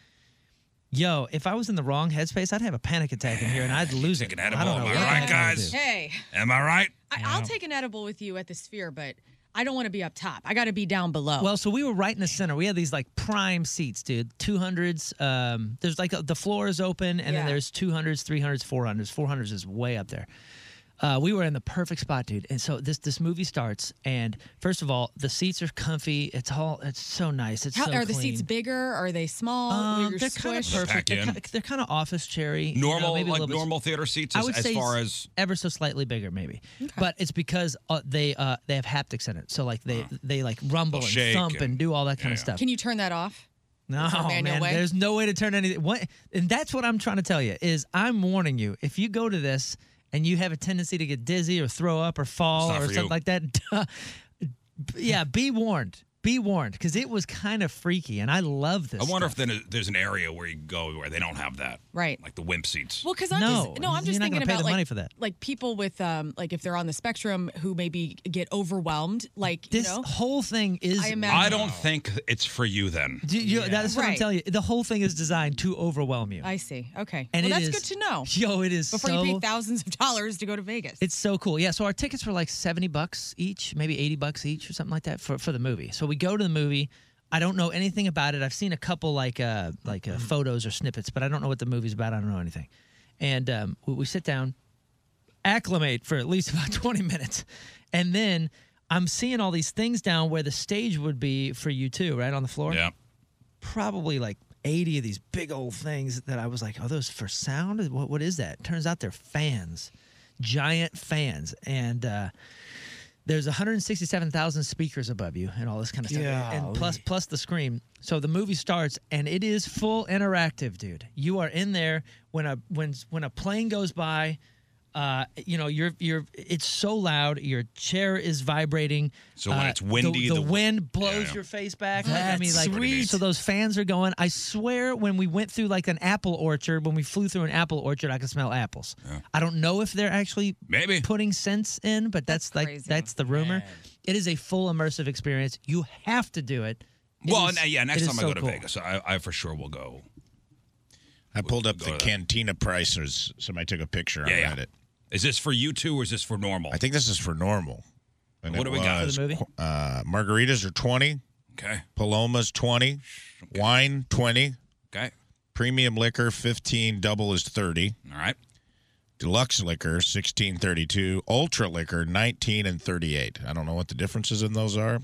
yo, if I was in the wrong headspace, I'd have a panic attack in here and I'd lose it. I edible, don't know. am I what right, I'm gonna guys? do. Hey, Am I right? I, I'll take an edible with you at the Sphere, but I don't want to be up top. I got to be down below. Well, so we were right in the center. We had these like prime seats, dude. 200s. Um, there's like a, the floor is open, and then Yeah. there's 200s, 300s, 400s. 400s is way up there. Uh, we were in the perfect spot, dude. And so this this movie starts, and first of all, the seats are comfy. It's all it's so nice. It's How, so are the clean. seats bigger? Are they small? Um, You're they're kind of squished? perfect. They're, Pack in. ki- they're kind of office cherry, you know, Normal, maybe a like little bit- normal theater seats, I as, would as say far s- as ever so slightly bigger, maybe. But it's because uh, they uh, they have haptics in it, so like they they like rumble They'll and shake thump and, and- do all that kind of stuff. Can you turn that off? No, Is there a manual man, way? there's no way to turn anything. What? And that's what I'm trying to tell you is I'm warning you. If you go to this and you have a tendency to get dizzy or throw up or fall It's not or for something you. like that, duh, yeah, be warned. Be warned because it was kind of freaky, and I love this. I wonder if then there's an area where you go where they don't have that, Right. like the wimp seats. Well, because I'm No, just no, I'm you're just not thinking gonna pay about the like, money for that. like people with um like if they're on the spectrum who maybe get overwhelmed. Like This you know, whole thing is. I imagine. I don't think it's for you then. Do you- That's what I'm Right. telling you. The whole thing is designed to overwhelm you. I see. Okay. And it well, that's is- good to know. Yo, it is Before so- you pay thousands of dollars to go to Vegas. It's so cool. Yeah, so our tickets were like 70 bucks each, maybe 80 bucks each or something like that for, for the movie. So we go to the movie. I don't know anything about it. I've seen a couple like uh like uh, photos or snippets, but I don't know what the movie's about. I don't know anything. And um, we, we sit down, acclimate for at least about 20 minutes. And then I'm seeing all these things down where the stage would be for you too, right on the floor. Yeah. Probably like 80 of these big old things that I was like, "Are those for sound? What what is that?" Turns out they're fans. Giant fans and uh there's 167,000 speakers above you and all this kind of stuff. And Golly. plus plus the screen. So the movie starts and it is full interactive, dude. You are in there when a when when a plane goes by, uh, you know, you're you're it's so loud, your chair is vibrating. So when Uh, it's windy, the, the- wind blows Yeah. your face back. Like, I mean, That's like sweet. so those fans are going. I swear when we went through like an apple orchard, when we flew through an apple orchard, I could smell apples. I don't know if they're actually maybe putting scents in, but that's, like that's the rumor. It is a full immersive experience. You have to do it. It well, is- and, uh, yeah. it Next is time I so go to cool. Vegas, I, I for sure will go. I pulled up Go the to that. cantina prices. Somebody took a picture. Yeah, I yeah. read it. Is this for you two or is this for normal? I think this is for normal. And What it do we got for the was, Uh, margaritas are twenty. Okay. Palomas twenty. Wine twenty. Okay. Premium liquor fifteen. Double is thirty. All right. Deluxe liquor sixteen thirty two. Ultra liquor nineteen and thirty eight. I don't know what the differences in those are.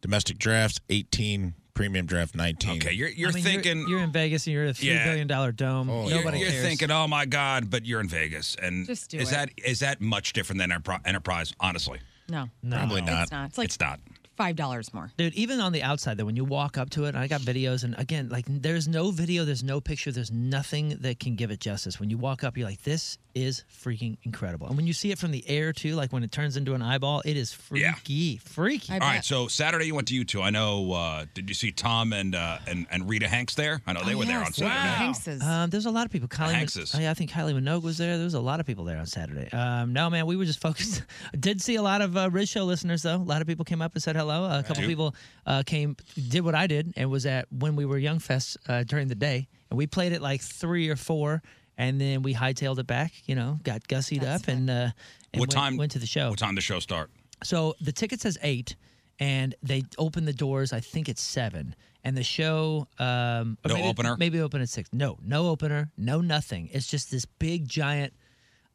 Domestic drafts eighteen. Premium draft nineteen. Okay, you're you're I mean, thinking. you're, in Vegas and you're at a three Yeah. billion dollar dome. Nobody you're cares. thinking, oh my God, but you're in Vegas, and Just do is it. that is that much different than Enterpri- Enterprise? Honestly, no. probably not. It's not. It's like It's not. five dollars more. Dude, even on the outside, though, when you walk up to it, and I got videos, and again, like there's no video, there's no picture, there's nothing that can give it justice. When you walk up, you're like, this is freaking incredible. And when you see it from the air, too, like when it turns into an eyeball, it is freaky, freaky. All right, so Saturday you went to you two. I know. Uh, did you see Tom and uh, and and Rita Hanks there? I know they were there on Saturday. night. Oh, Um, there's a lot of people. Kylie Hankses. Oh, yeah, I think Kylie Minogue was there. There was a lot of people there on Saturday. Um, no, man, we were just focused. Did see a lot of uh, Riz Show listeners though. A lot of people came up and said hello. A couple Dude. people uh, came, did what I did, and was at when we were Young Fest uh, during the day, and we played it like three or four, and then we hightailed it back. You know, got gussied up and, uh, and what went- time went to the show? What time the show start? So the ticket says eight, and they open the doors. I think it's seven, and the show. Um, or No maybe, opener? Maybe open at six. No, no opener. No nothing. It's just this big giant.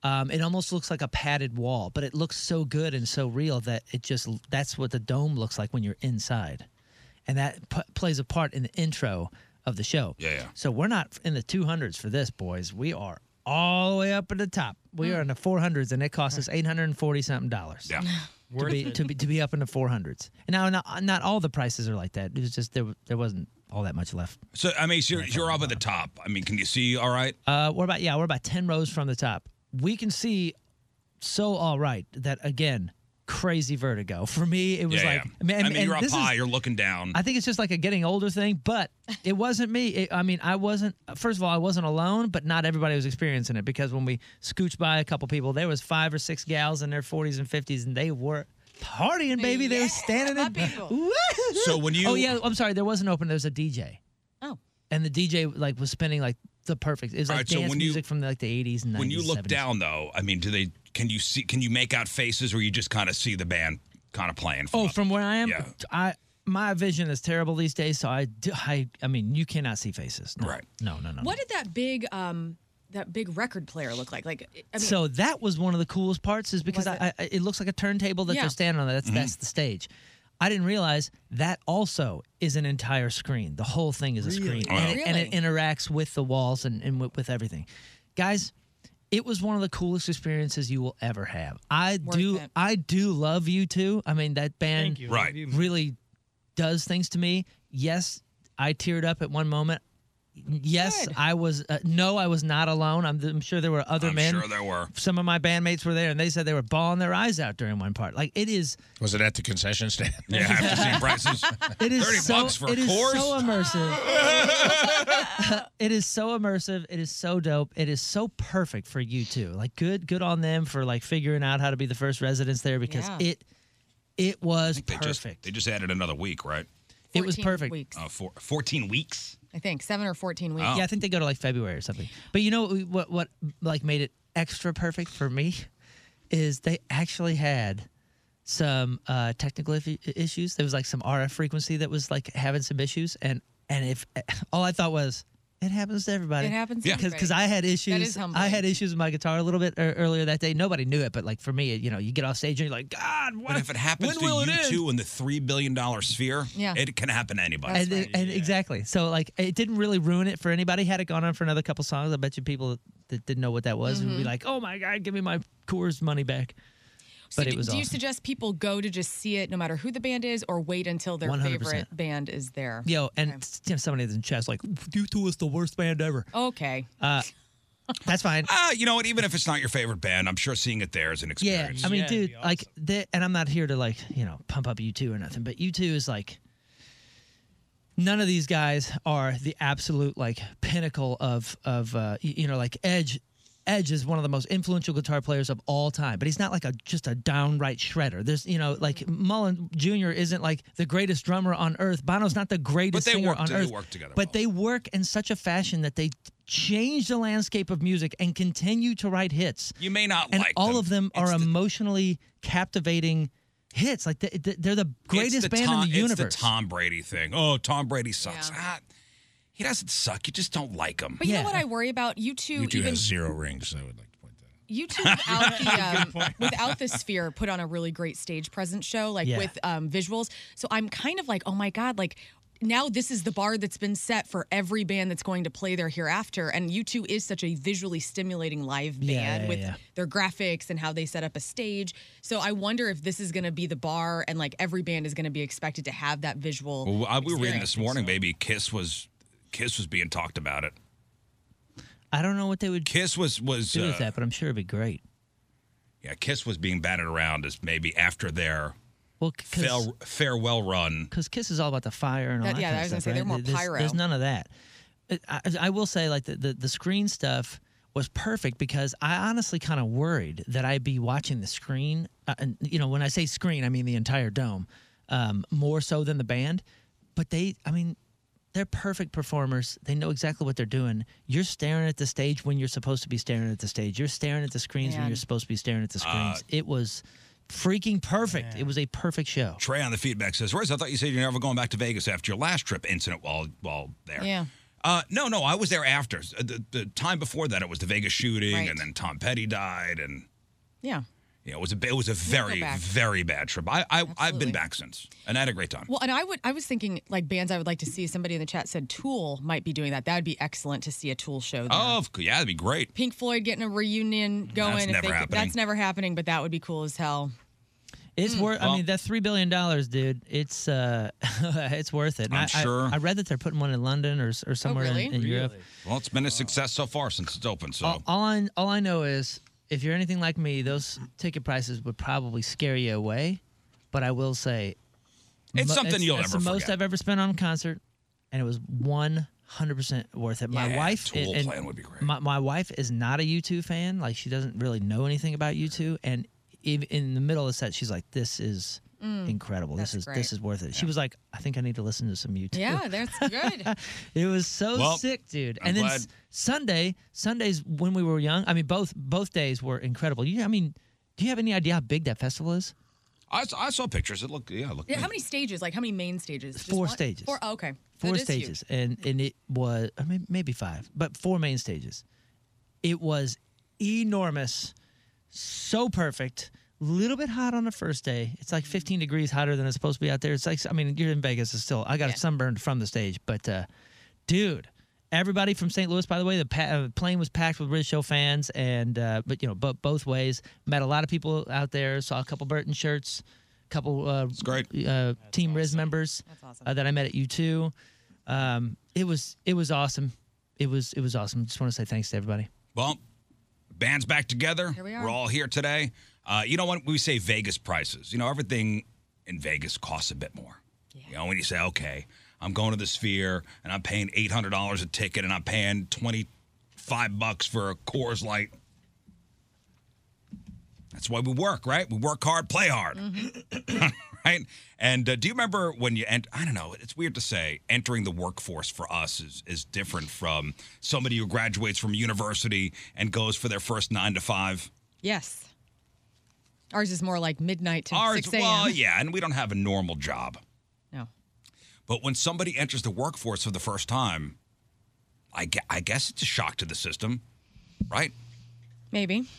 Um, it almost looks like a padded wall, but it looks so good and so real that it just that's what the dome looks like when you're inside, and that p- plays a part in the intro of the show. Yeah, yeah. So we're not in the 200s for this, boys. We are all the way up at the top. We are in the 400s, and it costs us 840 something dollars. Yeah. To Worth be, it. to be to be up in the 400s. And Now, not, not all the prices are like that. It was just there there wasn't all that much left. So I mean, so you're, you're up at the top. I mean, can you see? All right. Uh, we're about yeah, we're about ten rows from the top. We can see so all right that again, crazy vertigo. For me, it was yeah, like yeah. man, I mean, and you're up this is- high. you're looking down. I think it's just like a getting older thing, but it wasn't me. It, I mean, I wasn't. First of all, I wasn't alone, but not everybody was experiencing it because when we scooched by a couple people, there was five or six gals in their 40s and 50s, and they were partying, baby. They were standing in. Woo! So when you- oh yeah, I'm sorry, there wasn't open. There was a DJ. Oh. And the DJ like was spinning like the perfect. It was All like right, so dance when you- music from like the 80s and 90s. when you look 70s. down, though, I mean, do they? Can you see? Can you make out faces, or you just kind of see the band kind of playing? Oh, from where I am, Yeah. I my vision is terrible these days. So I, d- I, I mean, you cannot see faces. Right. No, no, no. What did that big um that big record player look like? Like I mean, so that was one of the coolest parts is because Was I, I, it looks like a turntable that Yeah. they're standing on. That's Mm-hmm. that's the stage. I didn't realize that also is an entire screen. The whole thing is a Really? screen, and, it, and it Really? interacts with the walls and, and with, with everything. Guys, it was one of the coolest experiences you will ever have. I do, I do love you too. I mean, that band Thank you. Right. really does things to me. Yes, I teared up at one moment. Yes, I was. Uh, no, I was not alone. I'm, I'm sure there were other I'm men. sure there were. Some of my bandmates were there, and they said they were bawling their eyes out during one part. Like it is, Was it at the concession stand? Yeah, after seeing prices. it is 30 so, bucks for a it is course? so immersive. it is so immersive. It is so dope. It is so perfect for you too. Like good, good on them for like figuring out how to be the first residents there because Yeah. it, it was They just- perfect. they just added another week, right? It was 14 perfect. weeks. Uh, four, 14 weeks. I think seven or fourteen weeks. Oh. Yeah, I think they go to like February or something. But you know what? What like made it extra perfect for me is they actually had some uh, technical if- issues. There was like some RF frequency that was like having some issues, and and if all I thought was. It happens to everybody. It happens to everybody. because I had That issues. is humbling. I had issues with my guitar a little bit ear- earlier that day. Nobody knew it, but like for me, you know, you get off stage and you're like, God, what? But if it happens when will it to you end?" two in the three billion dollar sphere, Yeah. it can happen to anybody. and, and exactly. So like it didn't really ruin it for anybody. Had it gone on for another couple songs, I bet you people that didn't know what that was would be Mhm. like, "Oh my god, give me my Coors money back." so But do, it was do you awesome. suggest people go to just see it no matter who the band is or wait until their 100%. favorite band is there? Yo, and you know, somebody in the chat's like, "You two is the worst band ever." Okay. Uh, that's fine. Uh, you know what? Even if it's not your favorite band, I'm sure seeing it there is an Yeah, experience. I mean, dude, like, they, and I'm not here to like, you know, pump up you two or nothing, but you two is like, none of these guys are the absolute like pinnacle of of uh, y- you know like Edge. Edge is one of the most influential guitar players of all time, but he's not like a just a downright shredder. There's you know like Mullen Jr. isn't like the greatest drummer on earth. Bono's not the greatest they singer work- on they earth. work together but they work in such a fashion that they change the landscape of music and continue to write hits You may not and like all them. of them are emotionally captivating hits. Like they, they- they're the greatest It's the band Tom, in the universe. It's the Tom Brady thing. Oh, Tom Brady sucks. Ah, he doesn't suck. You just don't like him. But you know what I worry about? You two, You two even has zero rings. I would like. you two without the um, without the sphere put on a really great stage presence show, like Yeah. with um, visuals. So I'm kind of like, oh my god, like now this is the bar that's been set for every band that's going to play there hereafter. And U two is such a visually stimulating live band Yeah, yeah, with yeah. their graphics and how they set up a stage. So I wonder if this is going to be the bar, and like every band is going to be expected to have that visual. Well, I, we were reading experience. this morning, baby. Kiss was Kiss was being talked about it. I don't know what they would Kiss was was do with uh, that, but I'm sure it'd be great. yeah. Kiss was being batted around as maybe after their Well, fail, farewell run. because Kiss is all about the fire and all That- that. yeah, kind I of was gonna stuff, say, they're right? more there's, pyro. There's none of that. It- I, I will say, like the, the the screen stuff was perfect because I honestly kind of worried that I'd be watching the screen. Uh, and you know, when I say screen, I mean the entire dome. um, more so than the band. But they, I mean, they're perfect performers. They know exactly what they're doing. You're staring at the stage when you're supposed to be staring at the stage. You're staring at the screens when Man. you're supposed to be staring at the Uh, screens. it was freaking perfect. It was a perfect show. Trey on the feedback says, Royce, I thought you said you're never going back to Vegas after your last trip incident while while there. Yeah. Uh, no, no, I was there after. Uh, The, the time before that, it was the Vegas shooting, Right. and then Tom Petty died, and Yeah. you know, it was a it was a very back. very bad trip. I, I I've been Absolutely. back since, and I had a great time. Well, and I would I was thinking like bands I would like to see. Somebody in the chat said Tool might be doing that. That would be excellent to see a Tool show. There. Oh, of cou- yeah, that'd be great. Pink Floyd getting a reunion going. That's if never could- happening. That's never happening, but that would be cool as hell. It's Hmm. Mm. worth. Well- I mean, that three billion dollars, dude. It's uh, it's worth it. And I'm I- I- sure. I, read that they're putting one in London or s- or somewhere Oh, Oh, in- in, Europe. Well, it's been a success so far since it's open. So Oh, All, all I all I know is if you're anything like me, those ticket prices would probably scare you away. But I will say, It's something you'll it's never the most forget. I've ever spent on a concert, and it was one hundred percent worth it. My Yeah, wife Tool and- and playing would be great. My, my wife is not a U two fan. Like she doesn't really know anything about U two, and ev in the middle of the set, she's like, "This is." Mm, incredible. This that's is great. this is worth it. She was like, I think I need to listen to some U two. Yeah, that's good. It was so Well, sick, dude. I'm and then glad- s- Sunday, Sundays when we were young. I mean, both both days were incredible. You, I mean, do you have any idea how big that festival is? I, s- I saw pictures. It looked yeah, it looked Yeah, how many stages? Like how many main stages? Just Four one? stages. Four. oh, okay. So Four it is huge. stages, and and it was I mean, maybe five, but four main stages. It was enormous, so perfect. Little bit hot on the first day. It's like 15 degrees hotter than it's supposed to be out there. It's like I mean, you're in Vegas. It's still I got sunburned from the stage, but uh, dude, everybody from St. Louis. By the way, the pa- uh, plane was packed with Rich Show fans, and uh, but you know, but both ways. Met a lot of people out there. Saw a couple Burton shirts, couple uh, uh, Team Riz members uh, that I met at U2. Um, it was it was awesome. It was it was awesome. Just want to say thanks to everybody. Well, band's back together. Here we are. We're all here today. Uh, you know when we say Vegas prices, you know everything in Vegas costs a bit more. You know when you say, okay, I'm going to the Sphere and I'm paying eight hundred dollars a ticket and I'm paying twenty five bucks for a Coors Light. That's why we work, right? We work hard, play hard, Mm-hmm. right? And uh, do you remember when you ent- I don't know. It's weird to say entering the workforce for us is is different from somebody who graduates from university and goes for their first nine to five. Yes. Ours is more like midnight to Ours, six a.m. well, yeah, and we don't have a normal job. No. But when somebody enters the workforce for the first time, I, gue- I guess it's a shock to the system, right? Maybe.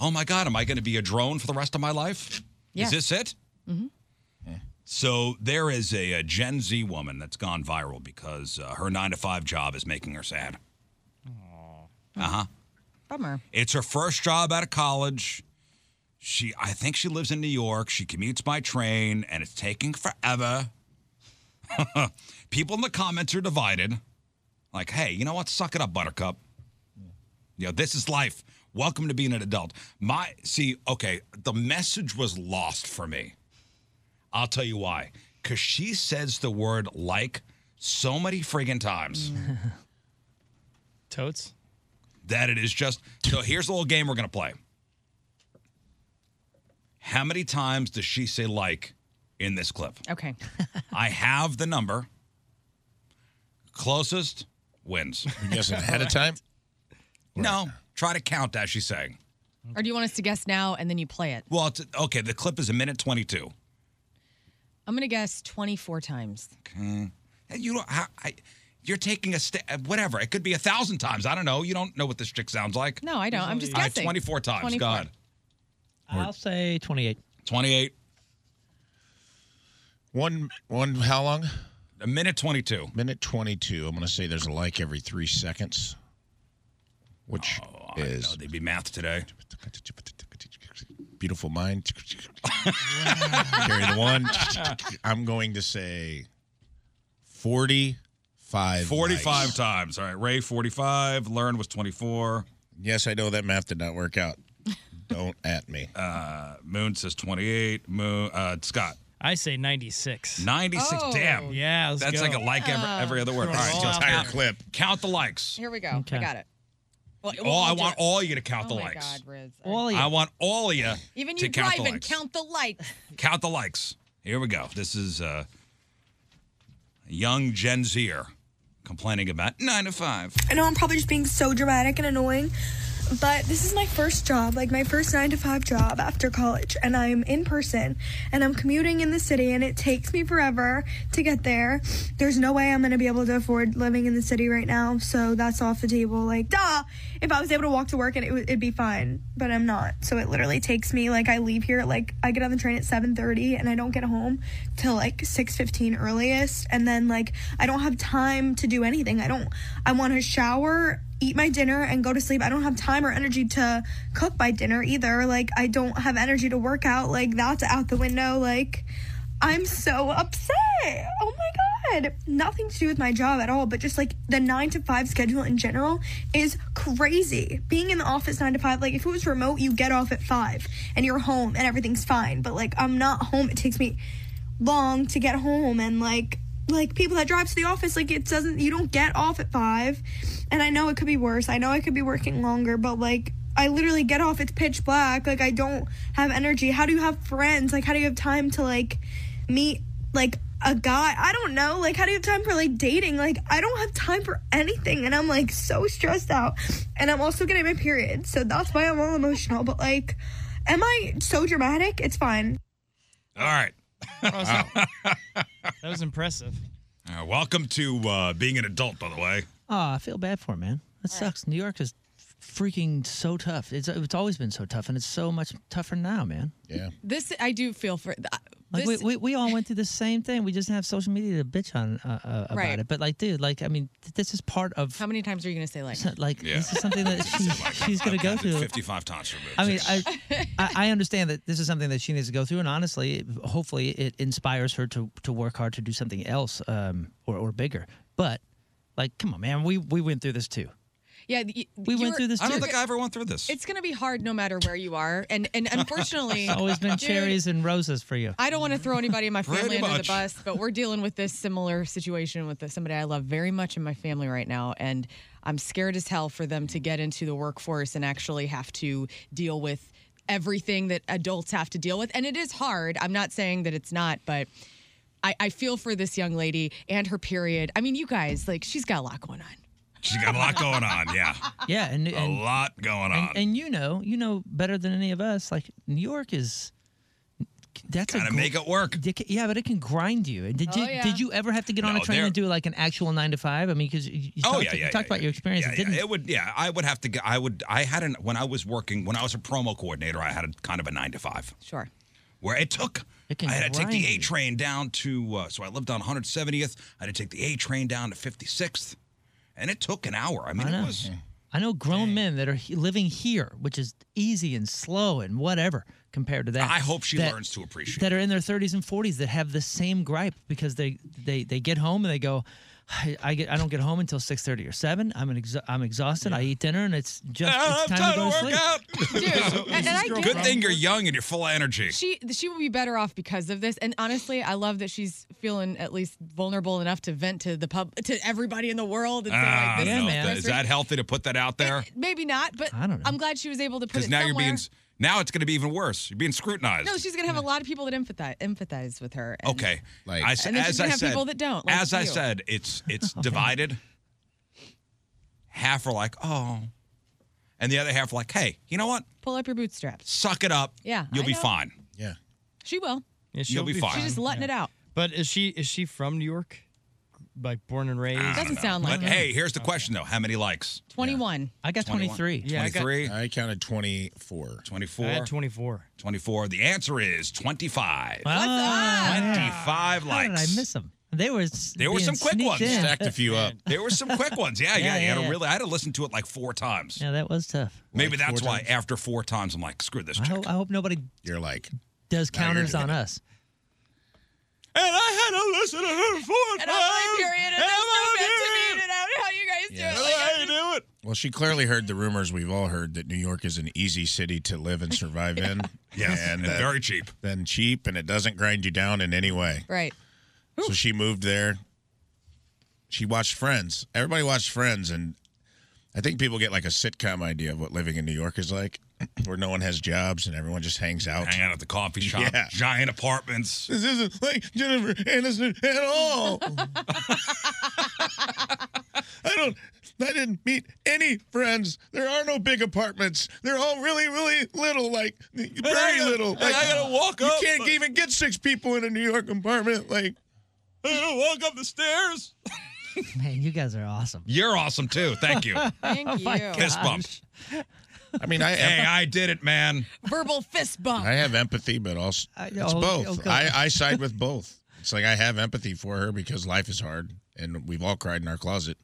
Oh my God, am I going to be a drone for the rest of my life? Yeah. Is this it? Mhm. So there is a, a Gen Z woman that's gone viral because uh, her nine to five job is making her sad. Uh huh. Bummer. It's her first job out of college. She, I think she lives in New York. She commutes by train, and it's taking forever. People in the comments are divided. Like, hey, you know what? Suck it up, Buttercup. You know, this is life. Welcome to being an adult. My, see, okay, the message was lost for me. I'll tell you why. Because she says the word like so many friggin' times. Totes? That it is just. So here's a little game we're going to play. How many times does she say like in this clip? Okay. I have the number. Closest wins. You guessing ahead of time? No. Try to count as she's saying. Or do you want us to guess now and then you play it? Well, it's, okay, the clip is a minute 22. I'm gonna guess 24 times. Okay. And you don't, how, I, you're taking a step, whatever. It could be a thousand times. I don't know. You don't know what this chick sounds like. No, I don't. I'm just All right, guessing. 24 times. 24. God. I'll say twenty-eight. 28. One, one, how long? A minute 22. Minute 22. I'm going to say there's a like every three seconds, which Oh, is. they'd be math today. Beautiful mind. Carry the one. I'm going to say 45. 45 times. All right, Ray, 45. Learn was 24. Yes, I know that math did not work out. Don't at me. Uh, Moon says 28. Moon, uh, Scott. I say 96. 96. Oh. Damn. Oh. Yeah, let's That's go. like a like every, every other word. Roll off that. clip. Count the likes. Here we go. Okay. I got it. Well, Oh, we'll I do want it. all you to count Oh the my likes. God, Riz. I want all of you Even to you count the driving, likes. count the lights. Count the likes. Here we go. This is uh, a young Gen Zer complaining about nine to five. I know I'm probably just being so dramatic and annoying, but this is my first job, like my first nine to five job after college, and I'm in person and I'm commuting in the city, and it takes me forever to get there. There's no way I'm gonna be able to afford living in the city right now, so that's off the table. Like, duh, if I was able to walk to work, and it would it'd be fine, but I'm not. So it literally takes me like I leave here at, like I get on the train at 7:30, and I don't get home till like 6:15 earliest, and then like I don't have time to do anything. I don't. I want to shower eat my dinner and go to sleep. I don't have time or energy to cook my dinner either. Like I don't have energy to work out. Like that's out the window. Like I'm so upset. Oh my god. Nothing to do with my job at all, but just like the 9 to 5 schedule in general is crazy. Being in the office 9 to 5, like if it was remote, you get off at 5 and you're home and everything's fine, but like I'm not home. It takes me long to get home and like like people that drive to the office like it doesn't you don't get off at five and i know it could be worse i know i could be working longer but like i literally get off it's pitch black like i don't have energy how do you have friends like how do you have time to like meet like a guy i don't know like how do you have time for like dating like i don't have time for anything and i'm like so stressed out and i'm also getting my period so that's why i'm all emotional but like am i so dramatic it's fine All right. That was impressive. Uh, welcome to uh, being an adult, by the way. Oh, I feel bad for him, man. That sucks. New York is freaking so tough. It's it's always been so tough, and it's so much tougher now, man. Yeah. This I do feel for. uh, Like we, we, we all went through the same thing. We just didn't have social media to bitch on uh, uh, about Right. it. But like, dude, like I mean, th- this is part of How many times are you going to say like? like this is something that she, she's going to go through. Fifty-five times removed. I mean, I, I I understand that this is something that she needs to go through, and honestly, it- hopefully, it inspires her to to work hard to do something else um, or or bigger. But like, come on, man, we we went through this too. Yeah, we went through this I don't too. think I ever went through this. It's going to be hard no matter where you are, and and unfortunately, it's always been dude, cherries and roses for you. I don't want to throw anybody in my family Pretty under much. the bus, but we're dealing with this similar situation with somebody I love very much in my family right now, and I'm scared as hell for them to get into the workforce and actually have to deal with everything that adults have to deal with, and it is hard. I'm not saying that it's not, but. I, I feel for this young lady and her period. I mean, you guys, like, she's got a lot going on. She's got a lot going on. Yeah. Yeah, and, a and lot going on. And, and you know, you know better than any of us. Like New York is. That's Gotta a gr- make it work. Dick- Yeah, but it can grind you. And Did Oh, you yeah. did you ever have to get on No, a train there- and do like an actual nine to five? I mean, because you, you Oh, talked, yeah, you yeah, talked about your experience. yeah, it didn't yeah, it would. Yeah, I would have to. g- I would. I had an when I was working when I was a promo coordinator. I had a kind of a nine to five. Sure. Where it took. I can had to take grind the you. A train down to. Uh, so I lived on 170th. I had to take the A train down to 56th, and it took an hour. I mean, I know. it was. I know grown men that are he- living here, which is easy and slow and whatever compared to that. I hope she that- learns to appreciate. that are in their 30s and 40s that have the same gripe because they they they get home and they go I, I get I don't get home until 6:30 or 7. I'm an exa- I'm exhausted. I eat dinner and it's just Oh, it's I'm time trying to go to to work sleep. out. Dude, and, and I get Good it. thing you're young and you're full of energy. She she would be better off because of this. And honestly, I love that she's feeling at least vulnerable enough to vent to the pub to everybody in the world and say Ah, like I this don't is know my if that- Is frustrate- that healthy to put that out there? Maybe not, but I am glad she was able to put Because it now somewhere. you're being. s- Now it's going to be even worse. You're being scrutinized. no, she's gonna have a lot of people that empathize empathize with her. and- okay. Like, and then she's gonna have people that don't. like as I you. said, it's it's divided. Half are like, oh, and the other half are like, hey, you know what? pull up your bootstraps. Suck it up. Yeah, you'll I be know. fine. Yeah. She will. Yeah, You'll she'll be fine. She's just letting it out. But is she is she from New York? Like born and raised? Doesn't I don't know. sound like But it. hey, here's the question though: How many likes? Twenty one. I got 23. Yeah, I got- 23. I counted 24. 24. I had 24. 24. The answer is 25. Ah, 25 How did I likes. miss them? They were s- There were being some quick sneaked ones. in. There were some quick ones. Yeah, yeah. Yeah, you had yeah, to yeah. really. I had to listen to it like four times. Yeah, that was tough. Maybe that's four why after four times I'm like, screw this. I hope, I hope nobody You're like, does Now you're counters doing on us. and I had to listen to her four And I'm my period, and Am there's I no vent to here? me, and I don't know how you guys Yeah. do it. Like, I'm do it. Well, she clearly heard the rumors we've all heard that New York is an easy city to live and survive in. Yes, and very cheap. Then cheap, and it doesn't grind you down in any way. Right. So she moved there. She watched Friends. Everybody watched Friends, and I think people get like a sitcom idea of what living in New York is like. where no one has jobs and everyone just hangs out. Hang out at the coffee shop, Yeah. giant apartments. This isn't like Jennifer Aniston at all. I don't. I didn't meet any friends. There are no big apartments. They're all really, really little, like very gotta- little. and Like, I gotta walk You up, can't but- even get six people in a New York apartment. Like, I gotta walk up the stairs. Man, you guys are awesome. You're awesome too. Thank you. Thank Oh my you. Fist bump. I mean, I hey, I did it, man. Verbal fist bump. I have empathy, but also it's oh, both. okay. I, I side with both. It's like I have empathy for her because life is hard, and we've all cried in our closet.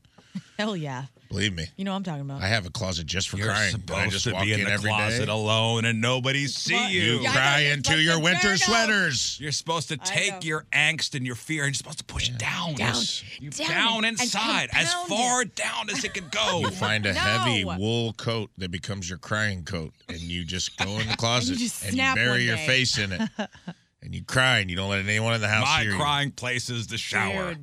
Hell yeah. Believe me, You know what I'm talking about. I have a closet just for You're crying. supposed but I just to walk be in, the every closet day. alone and nobody see Well, you. You yeah, I know, cry you're into supposed your to winter burn out. sweaters. You're supposed to know. take your angst and your fear and you're supposed to push it down. Down, Yes. You down, down and inside, as compound far down as it could go. You find a No. heavy wool coat that becomes your crying coat, and you just go in the closet and you, just snap one bury your day. face in it, and you cry, and you don't let anyone in the house My hear you. crying place is the shower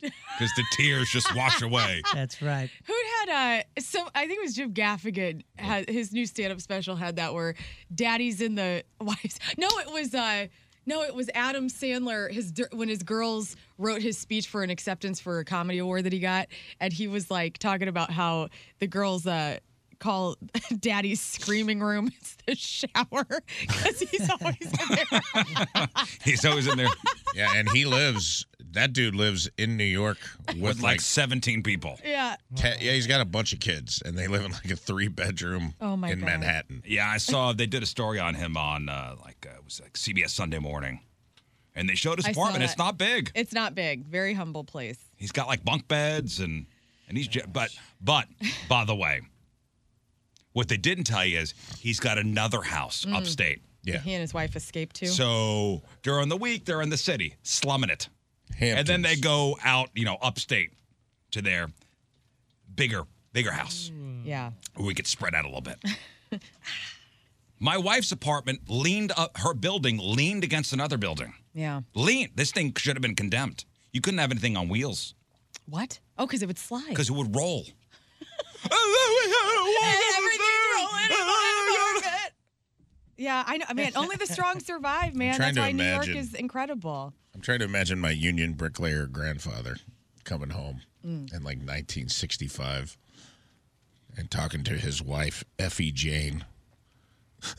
because the tears just wash away. That's right. Who had uh some I think it was Jim Gaffigan had his new stand up special had that where daddy's in the wives. No, it was uh no, it was Adam Sandler his dir- when his girls wrote his speech for an acceptance for a comedy award that he got and he was like talking about how the girls uh call daddy's screaming room it's the shower cuz he's always in there. He's always in there. yeah, and he lives. That dude lives in New York with, With like, 17 people. Yeah. Te- yeah, he's got a bunch of kids, and they live in like a three bedroom Oh, my in God. Manhattan. Yeah, I saw they did a story on him on uh, like uh, it was like CBS Sunday Morning, and they showed his I saw apartment. It's that. not big. It's not big. Very humble place. He's got like bunk beds and and he's j but but by the way, what they didn't tell you is he's got another house Mm. upstate. He and his wife escaped too. So during the week they're in the city slumming it, and then they go out you know upstate to their bigger bigger house. yeah. we could spread out a little bit. My wife's apartment leaned up, her building leaned against another building. Yeah. Leaned. This thing should have been condemned. You couldn't have anything on wheels What? Oh, because it would slide. because it would roll. Yeah, I know. I mean, only the strong survive, man. trying That's to why New imagine. York is incredible. I'm trying to imagine my union bricklayer grandfather coming home Mm. in like 1965 and talking to his wife Effie Jane. and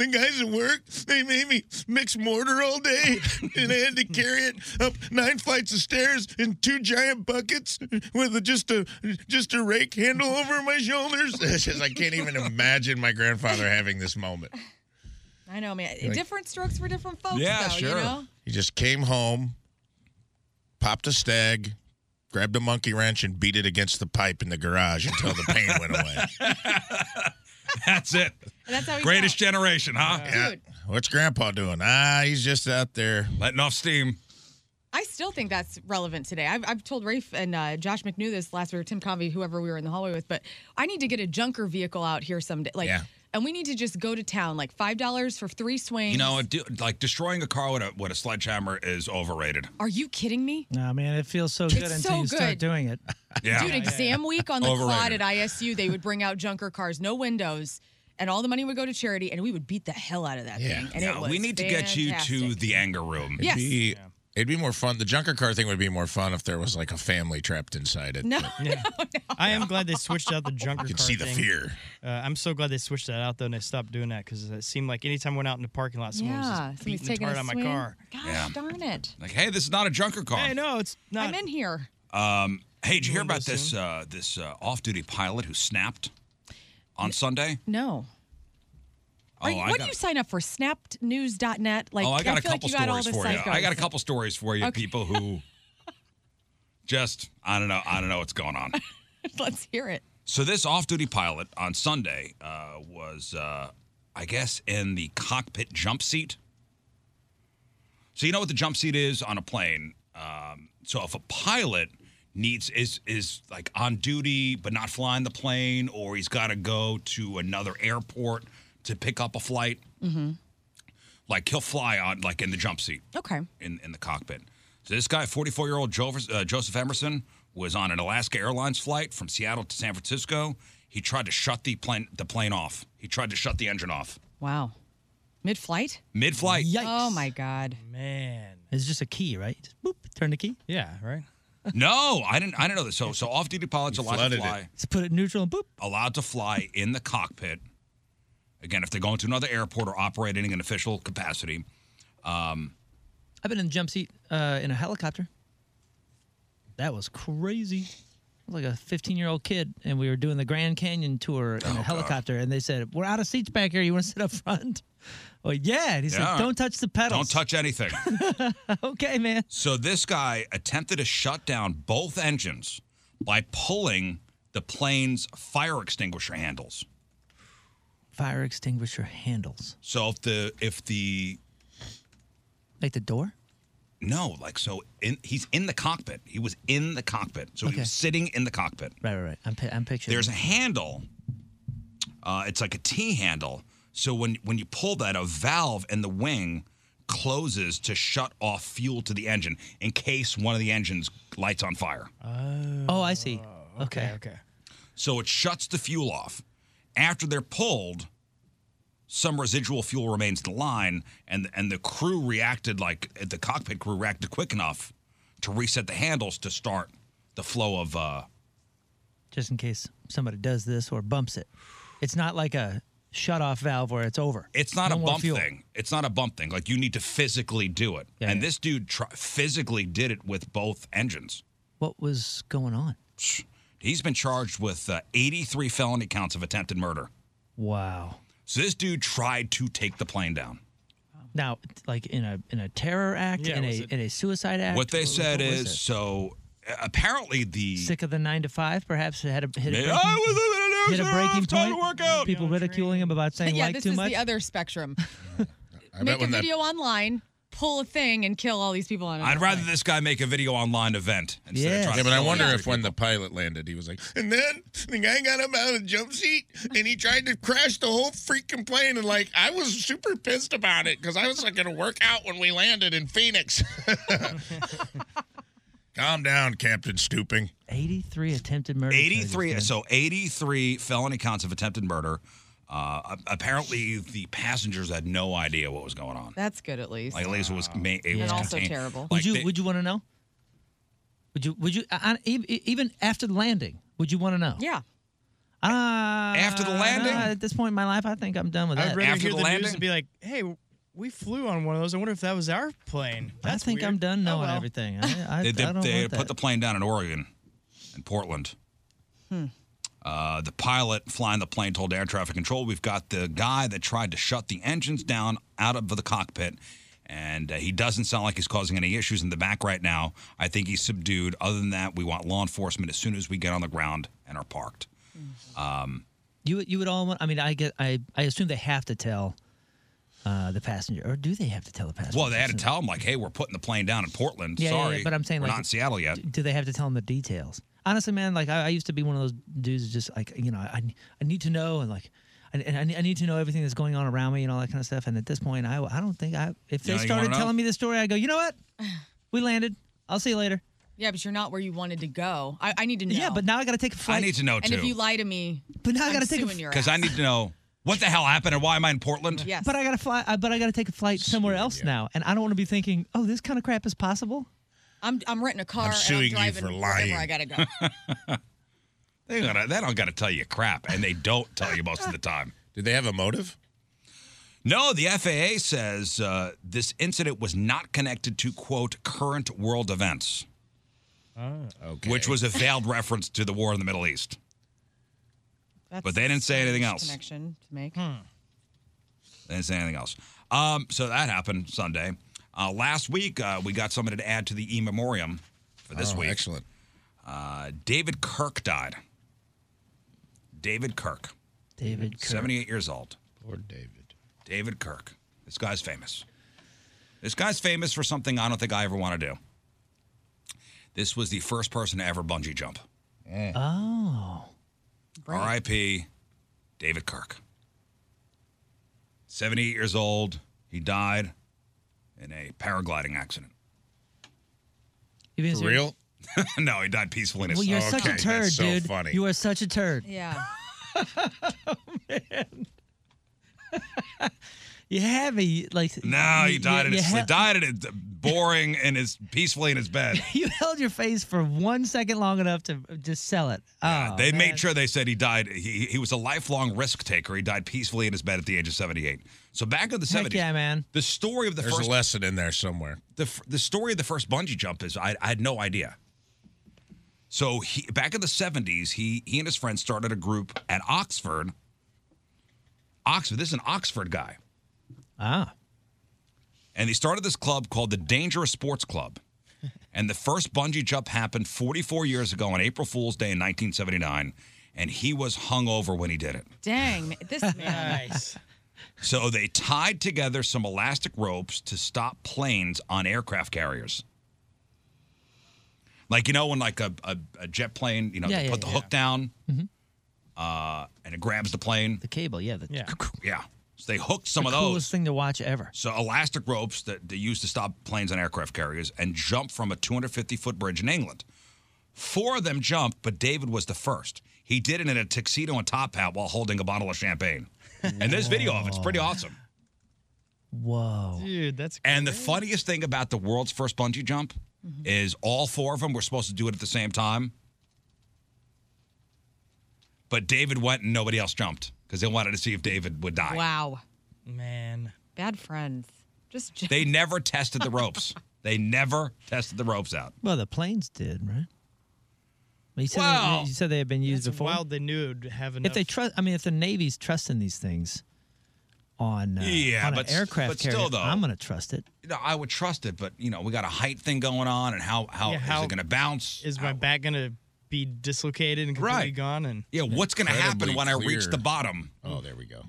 the guys at work, they made me mix mortar all day, and I had to carry it up nine flights of stairs in two giant buckets with a- just a just a rake handle over my shoulders. It's just, I can't even imagine my grandfather having this moment. I know, man. Like- different strokes for different folks, though, you know? He just came home, popped a stag, grabbed a monkey wrench, and beat it against the pipe in the garage until the pain went away. That's it. And that's how he Greatest generation, huh? Yeah. What's Grandpa doing? Ah, he's just out there letting off steam. I still think that's relevant today. I've, I've told Rafe and uh, Josh McNew this last week, or Tim Convey, whoever we were in the hallway with, but I need to get a junker vehicle out here someday. Like, Yeah. and we need to just go to town, like $5 for three swings. You know, it do, like destroying a car with a, with a sledgehammer is overrated. Are you kidding me? No, man, it feels so good It's until so you good. start doing it. Yeah. Dude, exam week on the quad Overrated. at ISU, they would bring out junker cars, no windows, and all the money would go to charity, and we would beat the hell out of that thing. And it Yeah, we was need to get you to fantastic. the anger room. Yes. Be, It'd be more fun. The junker car thing would be more fun if there was like a family trapped inside it. No, I am glad they switched out the junker. You can see the fear. Uh, I'm so glad they switched that out though, and they stopped doing that because it seemed like anytime I went out in the parking lot, someone Yeah, was just somebody's beating the taking tire a on my swing. car. Gosh Yeah. darn it. Like, hey, this is not a junker car. Hey, no, it's not. I'm in here. Um, hey, did you hear about this uh, this uh, off duty pilot who snapped on Sunday? No. Are you- Oh, I what got, do you sign up for? Snappednews.net? Like, oh, I got a feel couple like you got all stories the for you. psychos. I got a couple stories for you. Okay. People who just I don't know I don't know what's going on. Let's hear it. So this off-duty pilot on Sunday uh, was, uh, I guess, in the cockpit jump seat. So you know what the jump seat is on a plane. Um, so if a pilot needs is is like on duty but not flying the plane, or he's got to go to another airport to pick up a flight, Mm-hmm. like he'll fly on like in the jump seat Okay. in, in the cockpit. So this guy, 44 year old Joseph, uh, Joseph Emerson, was on an Alaska Airlines flight from Seattle to San Francisco. He tried to shut the plane the plane off. He tried to shut the engine off. Wow. Mid flight? Mid flight. Oh my God. Man. It's just a key, right? Just boop, turn the key. Yeah, right. no, I didn't I didn't know this. So so off duty pilots allowed to flooded fly. Let's put it neutral and boop. allowed to fly in the cockpit. Again, if they're going to another airport or operating in an official capacity, um, I've been in the jump seat uh, in a helicopter. That was crazy. I was like a 15 year old kid, and we were doing the Grand Canyon tour Oh, in a helicopter, and they said, We're out of seats back here. You want to sit up front? Well, yeah. And he Yeah. said, Don't touch the don't pedals. touch anything. okay, man. so this guy attempted to shut down both engines by pulling the plane's fire extinguisher handles. Fire extinguisher handles. So if the if the Like the door? no, like so in, he's in the cockpit. He was in the cockpit. So he Okay. was sitting in the cockpit. Right, right, right. I'm, pi- I'm picturing. There's a handle. Uh, it's like a T handle. So when when you pull that, a valve in the wing closes to shut off fuel to the engine in case one of the engines lights on fire. Oh, I see. Okay. Okay. So it shuts the fuel off. After they're pulled, some residual fuel remains in the line, and and the crew reacted like the cockpit crew reacted quick enough to reset the handles to start the flow of. Uh, Just in case somebody does this or bumps it. It's not like a shut off valve where it's over. It's not No a more bump fuel. thing. It's not a bump thing. Like you need to physically do it. Yeah, and yeah. this dude tr- physically did it with both engines. What was going on? He's been charged with uh, 83 felony counts of attempted murder. Wow. So this dude tried to take the plane down. Now, like in a in a terror act, Yeah, in a was it- in a suicide act. what they was- said was is it? so uh, apparently the sick of the nine to five. Perhaps it had a hit a Yeah, breaking, I was hit a an breaking hour, time point. to work out. People ridiculing him about saying yeah, like this too is much. the other spectrum. I Make a video online, pull a thing, and kill all these people on it. I'd rather this guy make a video online event instead of trying yeah, to but I kill wonder him. if when the pilot landed, he was like, And then the guy got up out of the jump seat and he tried to crash the whole freaking plane. And like, I was super pissed about it because I was like going to work out when we landed in Phoenix. "Calm down, Captain Stooping." Eighty-three attempted murder. charges, 83 man. so 83 felony counts of attempted murder uh, a- apparently the passengers had no idea what was going on That's good at least. like at least it was ma- it And was also contained. terrible. like would you they- would you want to know? Would you would you I, I- e- e- even after the landing? Would you want to know? Yeah. Uh, after the landing? at this point in my life, I think I'm done with that. I'd rather hear the, news and be like, "Hey, we flew on one of those. I wonder if that was our plane." I That's think weird. I'm done Oh, knowing well. everything. I, I, they, I they, don't they want put that. the plane down in oregon in portland Hmm. uh, the pilot flying the plane told air traffic control we've got the guy that tried to shut the engines down out of the cockpit and uh, he doesn't sound like he's causing any issues in the back right now i think he's subdued other than that we want law enforcement as soon as we get on the ground and are parked Mm-hmm. um, You would- you would all want. I mean, I get. I I assume they have to tell uh, the passenger, or do they have to tell the passenger? Well, they had to tell him like, "Hey, we're putting the plane down in Portland. Yeah, yeah, yeah, Sorry, but I'm saying, we're like, not in Seattle yet." do they have to tell them the details? Honestly, man, like I, I used to be one of those dudes, just like you know, I I need to know and like. I- And I, need- I need to know everything that's going on around me and all that kind of stuff. And at this point, I, I don't think I. If they Yeah, you wanna started know? telling me the story, I go, you know what? We landed. I'll see you later. Yeah, but you're not where you wanted to go. I, I need to know. Yeah, but now I got to take a flight. need to know, and if too. you lie to me, but now I'm I got to take a suing your Because I need to know what the hell happened and why am I in Portland? Yes. But I gotta fly. I, but I gotta take a flight somewhere else now, and I don't want to be thinking, "Oh, this kind of crap is possible." I'm I'm renting a car. and suing you driving for wherever lying. I gotta go. They, gotta, they don't got to tell you crap, and they don't tell you most of the time. Did they have a motive? No, the FAA says uh, this incident was not connected to quote current world events, Oh. which was a veiled reference to the war in the Middle East. That's But they didn't say anything strange else. Connection to make. Hmm. They didn't say anything else. Um, so that happened Sunday. Uh, last week, uh, we got somebody to add to the e memoriam for this Oh, week. excellent. Uh, David Kirk died. David Kirk. David Kirk. 78 years old. Poor David. David Kirk. This guy's famous. This guy's famous for something I don't think I ever want to do. This was the first person to ever bungee jump. Oh, R.I.P. David Kirk. 78 years old. He died in a paragliding accident. you being serious? no, he died peacefully in his Well, you're such a turd, Oh, dude. You are such a turd. Yeah. You have me like. No, he died in you his hel- sleep. died in his, boring and is peacefully in his bed. You held your face for one second long enough to just sell it. Oh, they man. made sure they said he died. He, he was a lifelong risk taker. He died peacefully in his bed at the age of 78. So back in the Heck 70s, yeah, man. the story of the There's first a lesson in there somewhere. the f- the story of the first bungee jump is I, I had no idea. So he, back in the 70s, he he and his friends started a group at Oxford. Oxford, this is an Oxford guy. Ah. And they started this club called the Dangerous Sports Club. and the first bungee jump happened 44 years ago on April Fool's Day in 1979, and he was hungover when he did it. Dang, this man. Nice. So they tied together some elastic ropes to stop planes on aircraft carriers. Like you know when like a, a, a jet plane, you know, Yeah, they yeah, put the yeah. hook down, Mhm. uh, and it grabs the plane. The cable, yeah, the yeah, So they hooked some the of those. coolest thing to watch ever. So elastic ropes that they used to stop planes on aircraft carriers and jump from a 250 foot bridge in England. Four of them jumped, but David was the first. He did it in a tuxedo and top hat while holding a bottle of champagne. and there's video of it. It's pretty awesome. Whoa. Dude, that's And the funniest thing about the world's first bungee jump Mm-hmm. is all four of them were supposed to do it at the same time. But David went and nobody else jumped because they wanted to see if David would die. Wow. Man. Bad friends. Just j- They never tested the ropes. They never tested the ropes out. Well, the planes did, right? You said, Well- they, you said they had been used before. wild they knew it would have enough. if they trust, I mean, if the Navy's trusting these things on, uh, Yeah, on an but s- aircraft but carrier, still, though. I'm going to trust it. You know, I would trust it, but you know, we got a height thing going on, and how how Yeah, is how- it going to bounce? Is my back going to be dislocated and completely Right. gone? And Yeah, what's going to happen Incredibly when I reach clear. the bottom? Oh, there we go.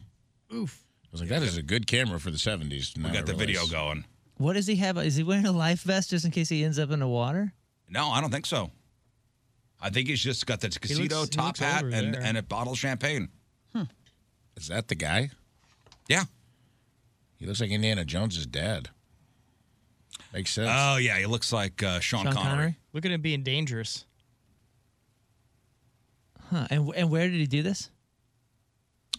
Oof. I was like, that is a good camera for the 70s. We got the video going. What does he have? Is he wearing a life vest just in case he ends up in the water? No, I don't think so. I think he's just got the tuxedo, looks- he top looks hat, over and, there. and a bottle of champagne. Hmm. Is that the guy? Yeah. He looks like Indiana Jones's dad. Makes sense. Oh yeah, he looks like uh, Sean, Connery. Look at him being dangerous. Huh. And, wh- and where did he do this?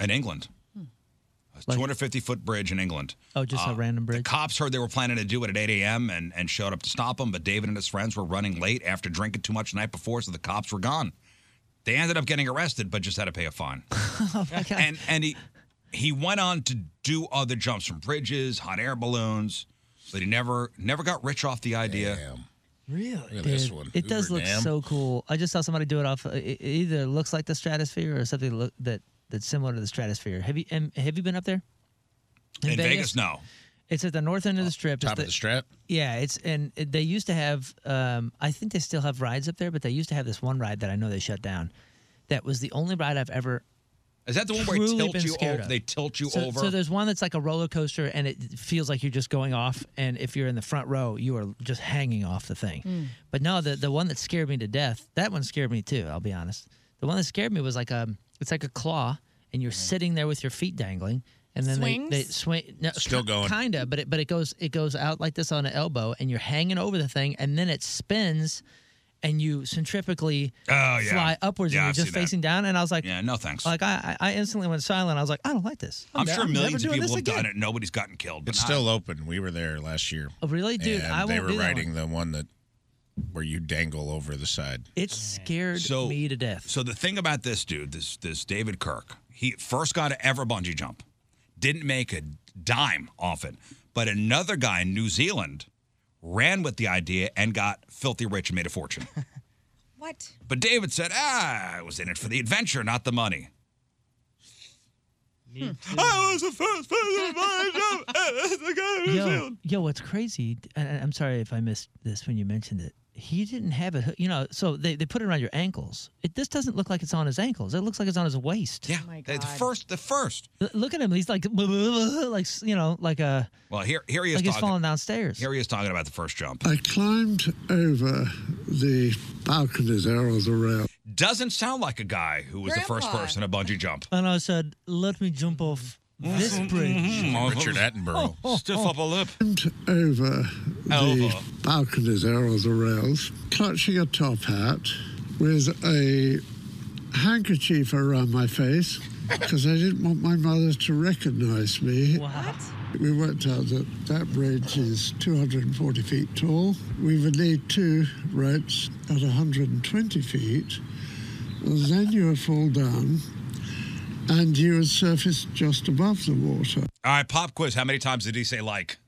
in England. A 250 foot bridge in England. Hmm. Oh, just Uh, a random bridge. The cops heard they were planning to do it at 8 a.m. And, and showed up to stop them, but David and his friends were running late after drinking too much the night before, so the cops were gone. They ended up getting arrested, but just had to pay a fine. oh my God. and and he he went on to do other jumps from bridges, hot air balloons, but he never never got rich off the idea. Really? Look at this one. It does Hoover look Dam. so cool. I just saw somebody do it off. It it either looks like the stratosphere or something look, that that's similar to the stratosphere. Have you um, have you been up there? In Vegas, no. Oh, It's at the north end of the strip. It's Top of the strap. Yeah, it's and it- they used to have. Um, I think they still have rides up there, but they used to have this one ride that I know they shut down. That was the only ride I've ever. Is that the one where it truly tilts been you scared over? of. They tilt you so, over. So there's one that's like a roller coaster, and it feels like you're just going off. And if you're in the front row, you are just hanging off the thing. Mm. But no, the the one that scared me to death, that one scared me too. I'll be honest. The one that scared me was like um, it's like a claw, and Mm-hmm. you're sitting there with your feet dangling, and then Swings? they, they swing. No, Still ki- going. Kinda, but it but it goes it goes out like this on an elbow, and you're hanging over the thing, and then it spins. And you centrifugally Oh, yeah. fly upwards, Yeah, and I've you're seen just that. facing down. And I was like, yeah, no thanks. like I, I I instantly went silent. I was like, I don't like this. I'm, ne- sure never millions of doing this people have done again. it. Nobody's gotten killed. But It's I- still open. We were there last year. Oh, really, dude? And I they won't were do that riding the one that where you dangle over the side. It scared so, me to death. So the thing about this dude, this this David Kirk, he first got to ever bungee jump, didn't make a dime off it. But another guy in New Zealand ran with the idea and got filthy rich and made a fortune. what? but David said, "Ah, I was in it for the adventure, not the money." Hmm. I was the first person to Yo, yo, what's crazy? And I- I'm sorry if I missed this when you mentioned it. He didn't have it. You know, so they, they put it around your ankles. It this doesn't look like it's on his ankles. It looks like it's on his waist. Oh Yeah, the first, the first. L- look at him. He's like, like you know, like a Well, here here he is like he's talking. falling downstairs. Here he is talking about the first jump. I climbed over the balcony there or the rail. Doesn't sound like a guy who was the first Grandpa. person to bungee jump. And I said, let me jump off this Mhm. bridge. Mhm. Richard Attenborough. Stiff upper lip. Climbed over the Over. balcony there or the rails, clutching a top hat with a handkerchief around my face because I didn't want my mother to recognize me. What? We worked out that that bridge is 240 feet tall. We would need two ropes at 120 feet. And then you would fall down and you would surface just above the water. All right, pop quiz. How many times did he say like?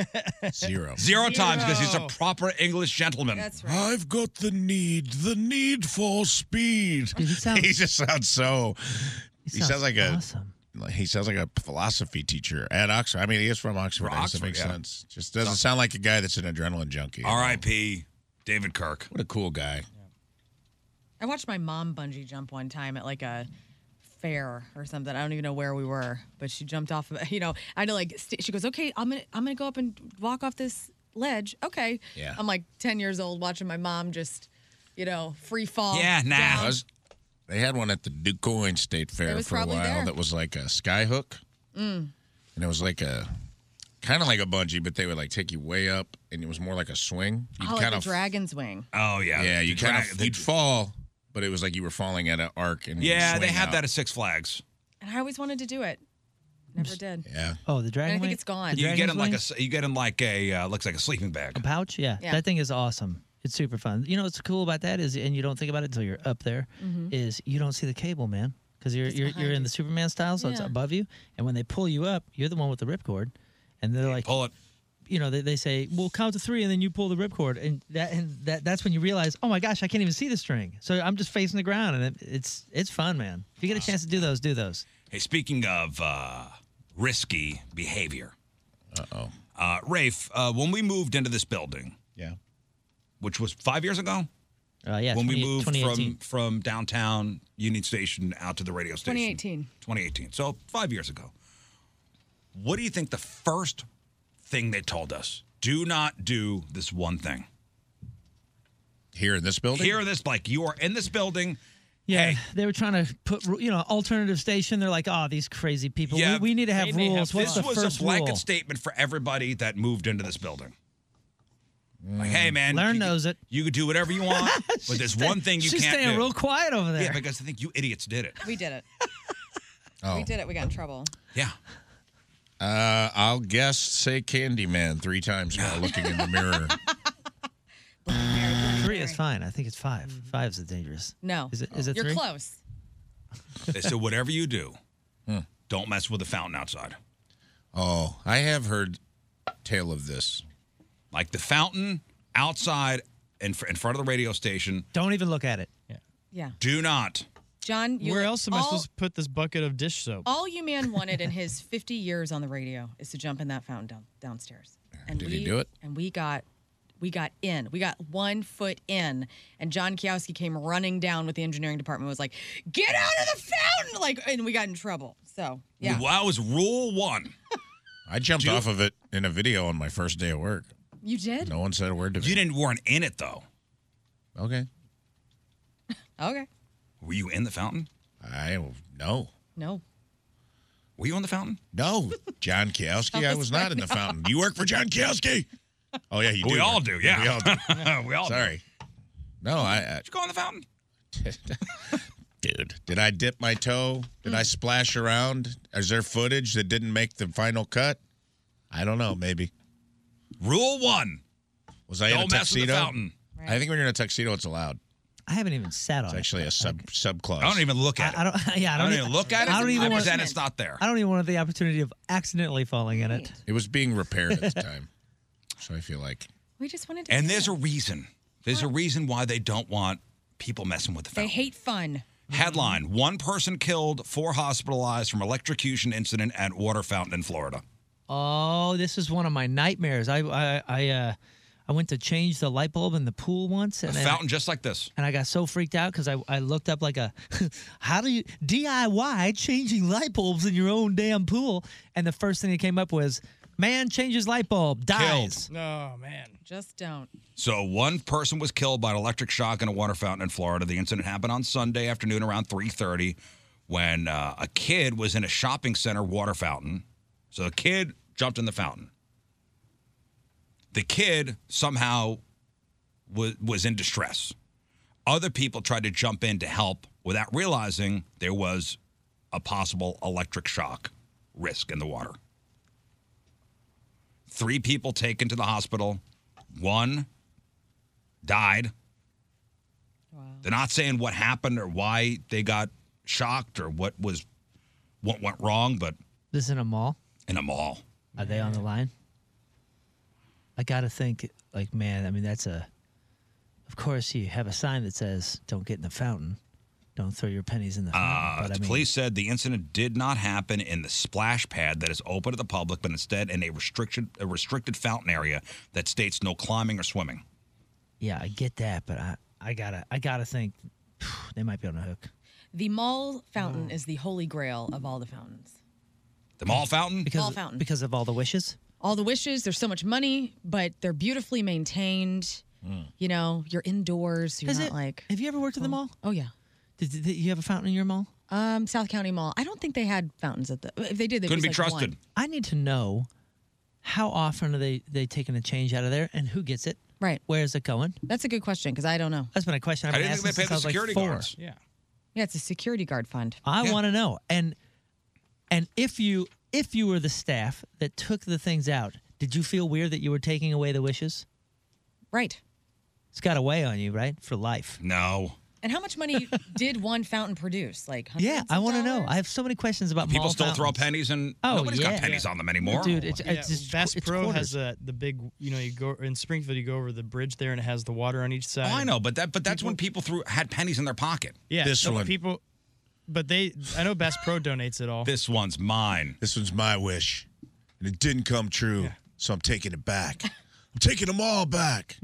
Zero. Zero times because he's a proper English gentleman. I've got the need, the need for speed. he just sounds so. He, sounds, sounds like a. like- He sounds like a philosophy teacher at Oxford. I mean, he is from Oxford. I guess Oxford, that makes yeah. sense. Just doesn't sound like a guy that's an adrenaline junkie. R.I.P. David Kirk. What a cool guy. I watched my mom bungee jump one time at like a fair or something. I don't even know where we were, but she jumped off of you know, I had to like st- she goes, "Okay, I'm going to I'm going to go up and walk off this ledge." Okay. Yeah. I'm like 10 years old watching my mom just, you know, free Oh, fall. It was- They had one at the DuQuoin State Fair was for a probably while there. that was like a sky hook. Mm. and it was like a kind of like a bungee, but they would like take you way up, and it was more like a swing. You Oh, like kind the of dragon's wing. Oh yeah, yeah. The You kind drag- of the- you'd fall, but it was like you were falling at an arc. And Yeah, they have that at Six Flags. And I always wanted to do it. Never did. Yeah. Oh, the And I dragon. think wing? it's gone. The You get dragon's in like a wing? s- you get in like a uh, looks like a sleeping bag. A pouch? Yeah. Yeah. That thing is awesome. It's super fun. You know what's cool about that is, and you don't think about it until you're up there, is Mhm. you don't see the cable, man, because you're you're, you're in the Superman style, so it's Yeah. above you. And when they pull you up, you're the one with the ripcord, and they're like, pull it. You know, they, they say, "We'll count to three, and then you pull the ripcord," and that and that that's when you realize, "Oh my gosh, I can't even see the string." So I'm just facing the ground, and it, it's it's fun, man. If you get a chance to do those, do those. Hey, speaking of uh, risky behavior. Uh-oh. Uh Rafe, uh, when we moved into this building, Yeah. which was five years ago. Uh, yeah, when we 20 moved from 2018. from downtown Union Station out to the radio station. 2018. 2018. So five years ago. What do you think the first thing they told us? Do not do this one thing. Here in this building? Here in this, like you are in this building. Yeah, they were trying to put ru- you know alternative station. They're like, "Oh, these crazy people. Yeah, we, we need to have rules." What's This the was first a blanket rule? statement for everybody that moved into this building. Like, Mm. hey man, Learn knows it. You could do whatever you want, but there's one thing you She's can't staying do. real quiet over there. Yeah, because I think you idiots did it. We did it. Oh. We did it. We got in trouble. Yeah. Uh, I'll guess say Candyman three times while looking in the mirror. Three is fine. I think it's five. Five's the dangerous. Mm-hmm. No. Is it? Is it You're three? close. They said, whatever you do, Hmm. don't mess with the fountain outside. Oh, I have heard tale of this. Like the fountain outside in, fr- in front of the radio station. Don't even look at it. Yeah. Do not. John, you Where look- else am I all- supposed to put this bucket of dish soap? All you man wanted in his 50 years on the radio is to jump in that fountain down, downstairs. And Did we, he do it? And we got we got in. We got one foot in. And John Kiowski came running down with the engineering department was like, get out of the fountain! Like and we got in trouble. So yeah. Well, that was rule one. I jumped off of it in a video on my first day of work. You did? No one said a word to me. You didn't weren't in it though. Okay. Okay. Were you in the fountain? I no. No. Were you on the fountain? No, John Kiowski. That I was was not right in the now. fountain. You work for John Kiowski. Oh yeah, you do. We all work- do, yeah. we all do. We all do. Sorry. No, I, Did you go on the fountain? I dude, did I dip my toe? Did I splash around? Is there footage that didn't make the final cut? I don't know. Maybe. Rule one. Was I in a Don't mess with the tuxedo? fountain. I think when you're in a tuxedo, it's allowed. I haven't even sat on It's it. actually a sub sub clause. I don't even look at it. I don't. Yeah, I don't, I don't even look at it. I don't even I want. pretend it's not there. I don't even want the opportunity of accidentally falling in it. It was being repaired at the time, so I feel like. We just wanted to And there's a reason. There's a reason why they don't want people messing with the they fountain. hate fun. Mm-hmm. Headline One person killed, four hospitalized from electrocution incident at water fountain in Florida. Oh, this is one of my nightmares. I I I uh, I went to change the light bulb in the pool once, A and then- fountain just like this. and I got so freaked out because I, I looked up like a how do you DIY changing light bulbs in your own damn pool, and the first thing that came up was man changes light bulb dies. No, Oh, man. Just don't. So, one person was killed by an electric shock in a water fountain in Florida. The incident happened on Sunday afternoon around 3:30 when uh, a kid was in a shopping center water fountain. So, a kid jumped in the fountain. The kid somehow was was in distress. Other people tried to jump in to help without realizing there was a possible electric shock risk in the water. Three people taken to the hospital, one died. They're not saying what happened or why they got shocked or what was what went wrong, but This in a mall? in a mall. Are they on the line? I gotta think, like, man, I mean, that's a. Of course, you have a sign that says, don't get in the fountain, don't throw your pennies in the fountain. Uh, the police said the incident did not happen in the splash pad that is open to the public, but instead in a restricted a restricted fountain area that states no climbing or swimming. Yeah, I get that, but I, I gotta, I gotta think they might be on the hook. The mall fountain Oh. is the holy grail of all the fountains. The mall fountain? Because, Mall fountain. Because of all the wishes? All the wishes, there's so much money, but they're beautifully maintained. Hmm. You know, you're indoors. You're Has not it- like. Have you ever worked at the mall? Oh yeah. Did, did, you have a fountain in your mall? Um, South County Mall. I don't think they had fountains at the. If they did, they I need to know how often are they, they taking the change out of there and who gets it? Right. Where is it going? That's a good question because I don't know. That's been a question I've been asking since I was like four. Yeah. Yeah, it's a security guard fund. I want to know. And and if you if you were the staff that took the things out, did you feel weird that you were taking away the wishes? Right. It's got to weigh on you, right, for life. No. And how much money did one fountain produce? Like hundreds Yeah, I want to know. I have so many questions about People mall still fountains. throw pennies and Oh, nobody's yeah. got pennies on them anymore. Dude, it's- it's just- Bass it's Pro quarters. has the the big you know you go in Springfield you go over the bridge there and it has the water on each side. Oh, I know, but that but that's when people threw had pennies in their pocket. Yeah, so people. But they, I know Bass Pro donates it all. This one's mine. This one's my wish. And it didn't come true, so I'm taking it back. I'm taking them all back.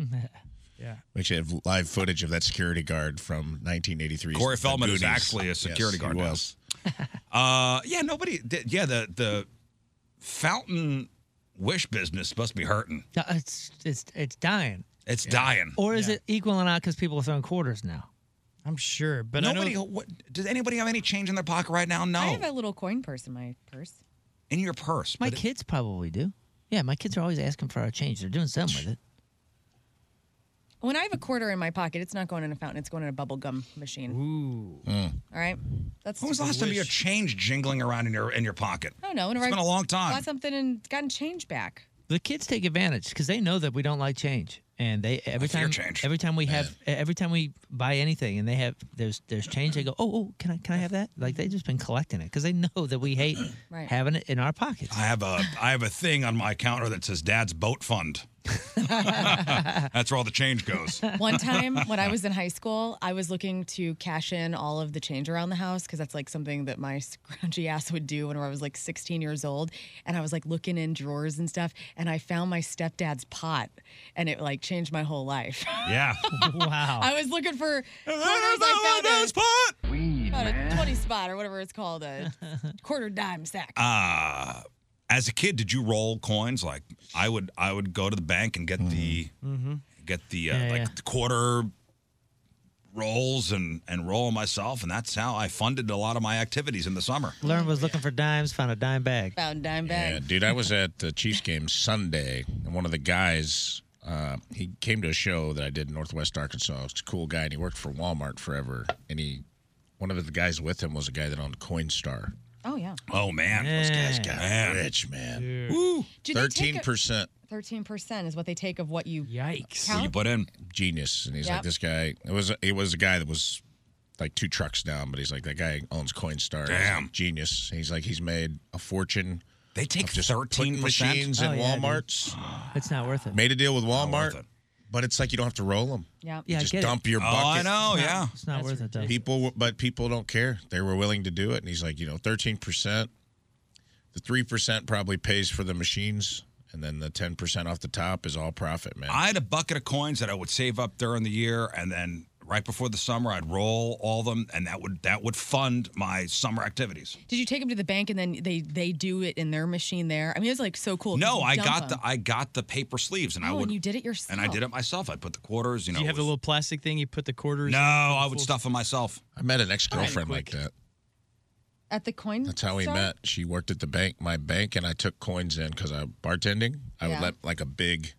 yeah. We actually have live footage of that security guard from 1983. Corey Feldman is actually a security guard now. Uh, yeah, nobody. th- Yeah, the the fountain wish business must be hurting. No, It's it's it's dying. It's dying. Or is it equaling out because people are throwing quarters now? I'm sure, but nobody. what, does anybody have any change in their pocket right now? No, I have a little coin purse in my purse. in your purse. My but it- kids probably do. Yeah, my kids are always asking for our change. They're doing something with it. When I have a quarter in my pocket, it's not going in a fountain. It's going in a bubble gum machine. Ooh. Mm. All right. That's. When was the last time you had change jingling around in your in your pocket? I don't know. Whenever It's been I a long time. Got something and gotten change back. The kids take advantage because they know that we don't like change, and they every fear time change. every time we have every time we buy anything, and they have there's there's change. They go, oh, oh, can I can I have that? Like they have just been collecting it because they know that we hate Right. having it in our pockets. I have a Uh, I have a thing on my counter that says Dad's Boat Fund. That's where all the change goes. One time when I was in high school, I was looking to cash in all of the change around the house because that's like something that my scrunchy ass would do whenever I was like 16 years old. And I was like looking in drawers and stuff, and I found my stepdad's pot, and it like changed my whole life. Yeah. wow. I was looking for quarters. I found a, pot. found a 20 spot or whatever it's called, a quarter dime sack. Uh as a kid, did you roll coins? Like I would I would go to the bank and get the Mm-hmm. get the uh, Yeah, like yeah. the quarter rolls and and roll 'em myself, and that's how I funded a lot of my activities in the summer. Lauren was looking for dimes, found a dime bag. Found dime bag. Yeah, dude, I was at the Chiefs game Sunday, and one of the guys, uh, he came to a show that I did in Northwest Arkansas. It's a cool guy, and he worked for Walmart forever. And he, one of the guys with him was a guy that owned Coinstar. Oh yeah. Oh man, those guys got rich, man. Woo. Do they take a- Thirteen percent. 13% is what they take of what you Yikes. count. put in genius, and he's Yep. like this guy. It was it was a guy that was like two trucks down, but he's like that guy owns Coinstar. He's Damn. like, genius. And he's like he's made a fortune. They take of just 13% putting machines Oh, in yeah, dude. WalMarts. It's not worth it. Made a deal with Walmart, but it's like you don't have to roll them. Yeah. You just dump your Oh, bucket. I know, It's not- yeah. It's not worth it though. People, but people don't care. They were willing to do it, and he's like, you know, thirteen percent. The three percent probably pays for the machines, and then the ten percent off the top is all profit, man. I had a bucket of coins that I would save up during the year, and then right before the summer, I'd roll all them, and that would that would fund my summer activities. Did you take them to the bank and then they they do it in their machine there? I mean, it was like so cool. 'cause No, you I dump got the 'em. I got the paper sleeves, and I oh, would and you did it yourself. and I did it myself. I put the quarters, you know. Do you have it the was- little plastic thing you put the quarters? no, in? I would stuff them myself. I met an ex girlfriend like that. at the coin. That's how we store? met. She worked at the bank, my bank, and I took coins in because I bartending. I Yeah. would let like a big.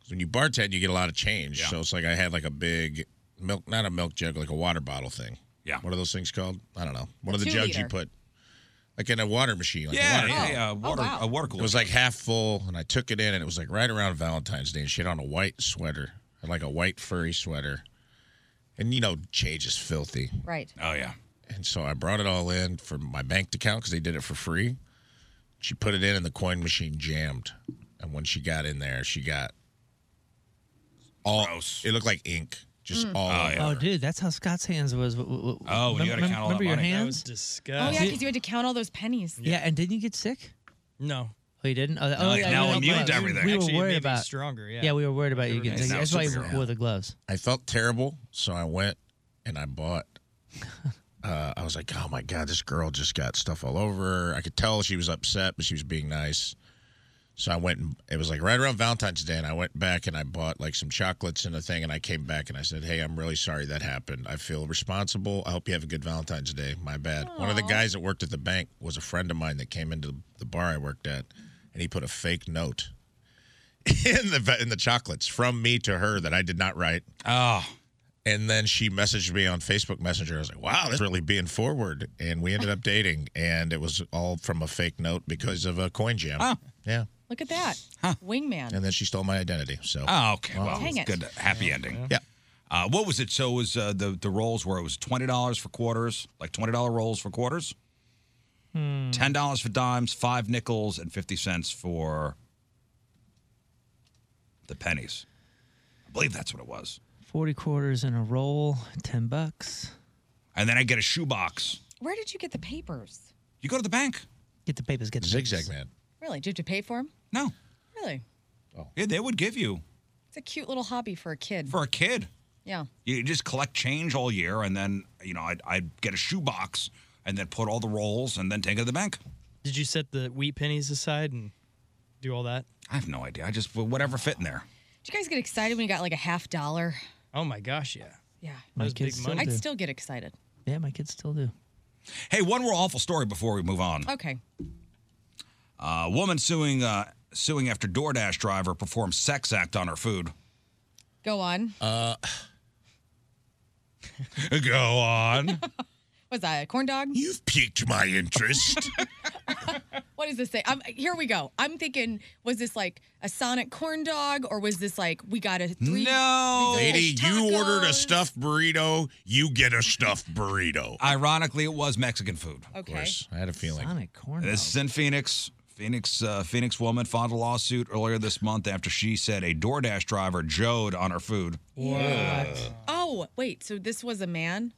'cause When you bartend, you get a lot of change. So it's like I had like a big milk, not a milk jug, like a water bottle thing. Yeah. What are those things called? I don't know. One A of the jugs two-liter. you put, like in a water machine. Like Yeah, a water yeah, yeah, a Oh, water- wow. a water It cooler. was like half full, and I took it in, and it was like right around Valentine's Day, and she had on a white sweater, had like a white furry sweater, and you know, change is filthy. Right. Oh yeah. And so I brought it all in for my bank account because they did it for free. She put it in, and the coin machine jammed. And when she got in there, she got all. It looked like ink, just all. over. Oh, dude, that's how Scott's hands was. W- w- w- Oh, when you gotta remem- count all that remember your money. That hands? was Oh disgusting. yeah, because you had to count all those pennies. yeah. and didn't you get sick? No. Oh, you didn't. Oh, No, oh, like, yeah, now no, I'm immune but to everything. We were Actually, it worried made me about stronger, yeah. we were worried about you getting It's sick. now That's why you superhero. wore the gloves. I felt terrible, so I went and I bought. Uh, I was like, "Oh my god, this girl just got stuff all over her." I could tell she was upset, but she was being nice. So I went and it was like right around Valentine's Day, and I went back and I bought like some chocolates and a thing, and I came back and I said, "Hey, I'm really sorry that happened. I feel responsible. I hope you have a good Valentine's Day. My bad." One of the guys that worked at the bank was a friend of mine that came into the bar I worked at, and he put a fake note in the in the chocolates from me to her that I did not write. Oh. And then she messaged me on Facebook Messenger. I was like, "Wow, that's really being forward." And we ended up dating, and it was all from a fake note because of a coin jam. Ah. Oh. Yeah. Look at that. Wingman. And then she stole my identity. So. Oh, okay. Well, Dang it. good. Happy ending. Yeah. Uh, what was it? So it was uh, the the rolls where it was twenty dollars for quarters, like twenty dollar rolls for quarters, Hmm. ten dollars for dimes, five nickels, and fifty cents for the pennies. I believe that's what it was. Forty quarters in a roll, ten bucks. And then I get a shoebox. Where did you get the papers? You go to the bank. Get the papers. Get the zigzag man. Oh. Really? Did you have to pay for them? No. Really? Yeah, they would give you It's a cute little hobby for a kid. for a kid. yeah. You just collect change all year, and then you know I'd, I'd get a shoebox, and then put all the rolls, and then take it to the bank. Did you set the wheat pennies aside and do all that? I have no idea. I just whatever fit in there. Did you guys get excited when you got like a half dollar? Oh my gosh, yeah. Yeah. My Those kids big still money. I'd do. still get excited. Yeah, my kids still do. Hey, one more awful story before we move on. Okay. Uh, woman suing uh, suing after DoorDash driver performs sex act on her food. Go on. Uh, go on. Was that a corn dog? You've piqued my interest. What does this say? I'm, here we go. I'm thinking, was this like a Sonic corn dog, or was this like we got a three? Oh, No, Lady, you ordered a stuffed burrito. You get a stuffed burrito. Ironically, it was Mexican food. Okay. course. I had a feeling. Sonic corn. This is in Phoenix. Phoenix uh, Phoenix woman filed a lawsuit earlier this month after she said a DoorDash driver jode on her food. What? Oh wait, so this was a man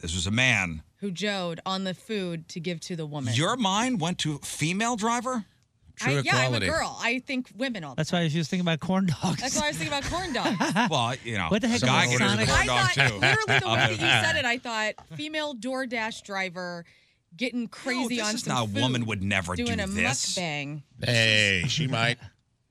This was a man. who jode on the food to give to the woman. Your mind went to female driver. Oh, I, yeah, I'm a girl. I think women all the That's why she was thinking about corn dogs. That's why I was thinking about corn dogs. Well, you know, What the heck a guy is can Sonic? order the corn dog I too. Uh, thought- Literally the way that you Okay. said it, I thought female DoorDash driver getting crazy this on is some not- a food, woman would never doing do a this. mukbang. Hey, she might.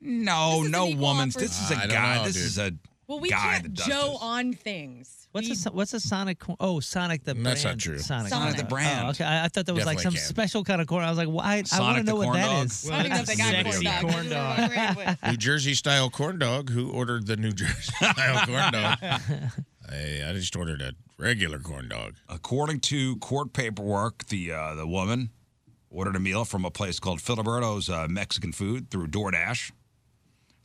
No, no woman. This is a I don't guy. know, this dude. is a Well, we guy can't that does Joe this. on things. What's a, so- what's a Sonic corn? Oh, Sonic the brand. That's not true. Sonic, Sonic the brand. Oh, okay, I, I thought that was like some Definitely can. special kind of corn. I was like, well, I, I want Sonic to the know what corn that dog? is. Well, I think that's a guy corn dog. corn dog. New Jersey style corn dog. Who ordered the New Jersey style corn dog? Hey, I just ordered a regular corn dog. According to court paperwork, the uh, the woman ordered a meal from a place called Filiberto's uh, Mexican Food through DoorDash.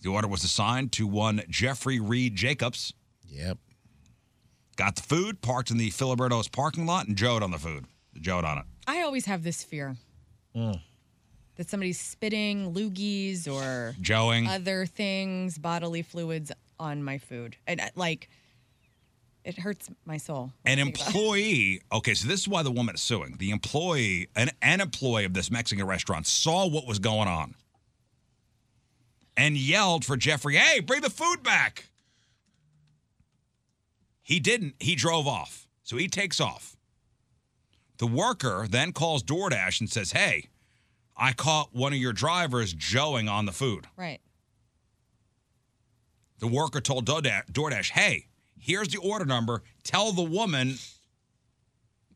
The order was assigned to one Jeffrey Reed Jacobs. Yep. Got the food, parked in the Filiberto's parking lot, and jode on the food. Jode on it. I always have this fear that somebody's spitting loogies or Joeing. other things, bodily fluids on my food, and uh, like it hurts my soul. An employee, okay, so this is why the woman is suing. The employee, an, an employee of this Mexican restaurant saw what was going on and yelled for Jeffrey, hey, bring the food back. He didn't. He drove off. So he takes off. The worker then calls DoorDash and says, hey, I caught one of your drivers joeing on the food. Right. The worker told DoorDash, DoorDash hey, here's the order number. Tell the woman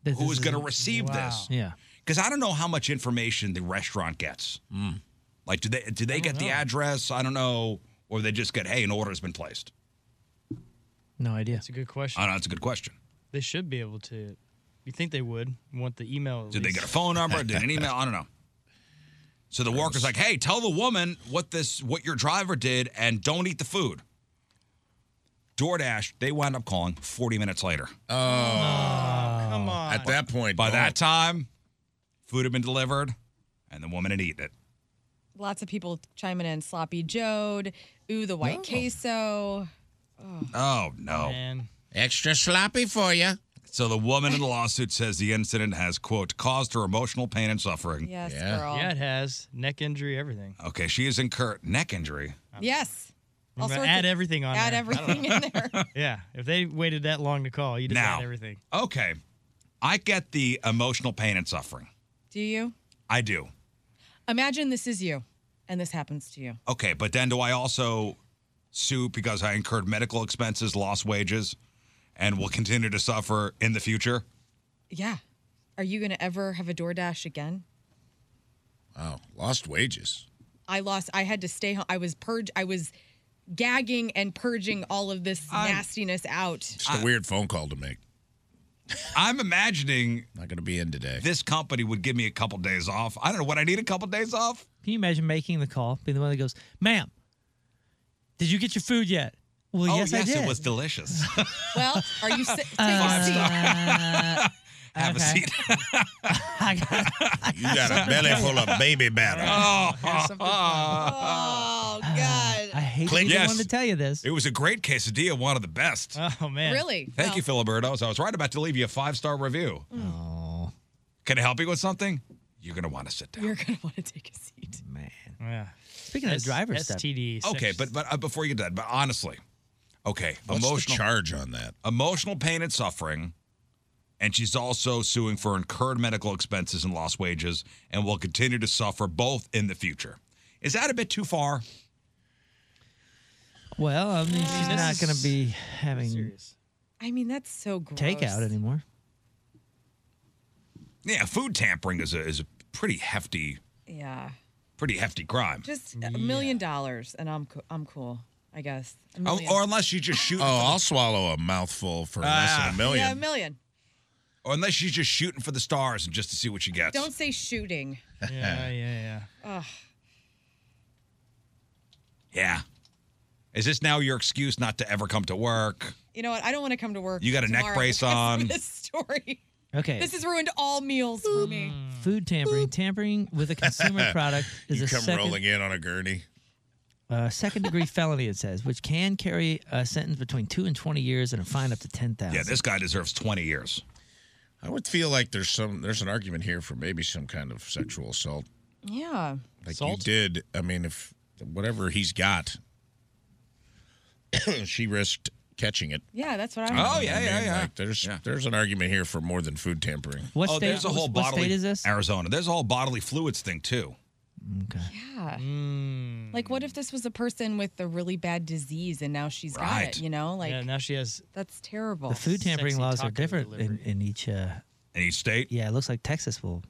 who is going to receive this. Yeah. Because I don't know how much information the restaurant gets. Like, do they do they get the address? I don't know, or they just get hey, an order has been placed. No idea. That's a good question. I don't know. That's a good question. They should be able to. You think they would want the email? at Did they least. get a phone number? Did an email? I don't know. So the worker's like, "Hey, tell the woman what this what your driver did, and don't eat the food." DoorDash. They wound up calling 40 minutes later. Oh, come on. At that point, By that don't. time, food had been delivered, and the woman had eaten it. Lots of people chiming in. Sloppy Jode. Ooh, the white queso. Oh no! Extra sloppy for you. So the woman in the lawsuit says the incident has quote caused her emotional pain and suffering. Yes, Yeah. girl. Yeah, it has neck injury, everything. Okay, she is incurred neck injury. Yes. All Remember, sorts add of- everything on. Add there. everything in there. Yeah, if they waited that long to call, you just Now. add everything. Okay, I get the emotional pain and suffering. Do you? I do. Imagine this is you and this happens to you. Okay, but then do I also sue because I incurred medical expenses, lost wages, and will continue to suffer in the future? Yeah. Are you going to ever have a DoorDash again? Wow, Oh, lost wages. I lost, I had to stay home. I was purge, I was gagging and purging all of this nastiness out. Just Uh, a weird phone call to make. I'm imagining not going to be in today. This company would give me a couple days off. I don't know what I need a couple days off. Can you imagine making the call, being the one that goes, "Ma'am, did you get your food yet?" Well, oh yes, yes, I did. it was delicious. Well, are you si- take Uh, a seat? Have Okay. a seat. You got a belly full of baby batter. Oh, oh God! I hate Click to be the yes. one to tell you this. It was a great quesadilla, one of the best. Oh man, Uh, Really? Thank Well, mm. you, Filiberto. So I was right about to leave you a five star review. Oh. Can I help you with something? You're gonna want to sit down. You're gonna want to take a seat. Man. Yeah. Speaking of driver stuff. STD Okay, but but uh, before you get that, but honestly, okay, What's the emotional charge on that? Emotional pain and suffering, and she's also suing for incurred medical expenses and lost wages, and will continue to suffer both in the future. Is that a bit too far? Well, I mean, she's Uh, not this going is to be having I mean, that's so gross. takeout anymore. Yeah, food tampering is a is a pretty hefty Yeah. pretty hefty crime. Just a million dollars, and I'm co- I'm cool. I guess. A Oh, million. or unless you just shoot. Oh, I'll swallow a mouthful for less than a million. Yeah, a million. Ah. Or unless she's just shooting for the stars and just to see what she gets. Don't say shooting. yeah, yeah, yeah. Ugh. Yeah. Is this now your excuse not to ever come to work? You know what? I don't want to come to work. You got a neck tomorrow brace because of on. This story. Okay. This has ruined all meals for me. Mm. Hmm. Food tampering. Tampering with a consumer product is you a come second, rolling in on a gurney. uh, second degree felony, it says, which can carry a sentence between two and 20 years and a fine up to 10000 Yeah, this guy deserves 20 years. I would feel like there's some there's an argument here for maybe some kind of sexual assault. Yeah. Like you did. I mean, if whatever he's got, she risked catching it. Yeah, that's what I. Oh, yeah, I mean, yeah, yeah. Like there's there's an argument here for more than food tampering. oh, there's a whole bodily Arizona. There's a whole bodily fluids thing too. Yeah. Mm. Like, what if this was a person with a really bad disease and now she's got Right. it? You know, like Yeah, now she has. That's terrible. The food tampering laws are different in, in each. Uh, in each state? Yeah, it looks like Texas will.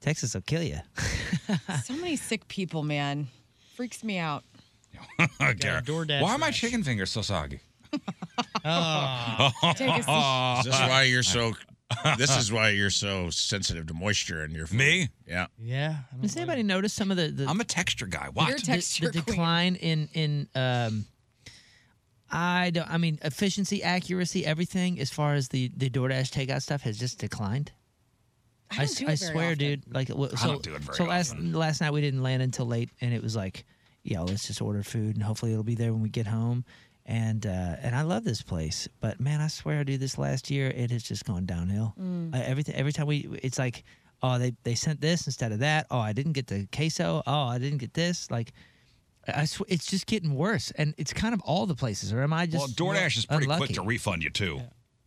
Texas will kill you. so many sick people, man. Freaks me out. Garrett, DoorDash why are my chicken fingers so soggy? Oh. Take a seat. Is this why you're so? this is why you're so sensitive to moisture in your food. Me? Yeah. Yeah. Does anybody notice some of the, the? I'm a texture guy. What? You're a The- texture the, decline in in um. I don't. I mean, efficiency, accuracy, everything as far as the the DoorDash takeout stuff has just declined. I don't s- do it very swear, often. dude. Like, wh- I so, don't do it very so last last night we didn't land until late, and it was like, yo, let's just order food, and hopefully it'll be there when we get home. And uh, and I love this place, but man, I swear, dude, this last year it has just gone downhill. Mm. Uh, everything, every time we, it's like, oh, they they sent this instead of that. Oh, I didn't get the queso. Oh, I didn't get this. Like, I sw- it's just getting worse, and it's kind of all the places. Or am I well, just DoorDash is pretty unlucky? quick to refund you too.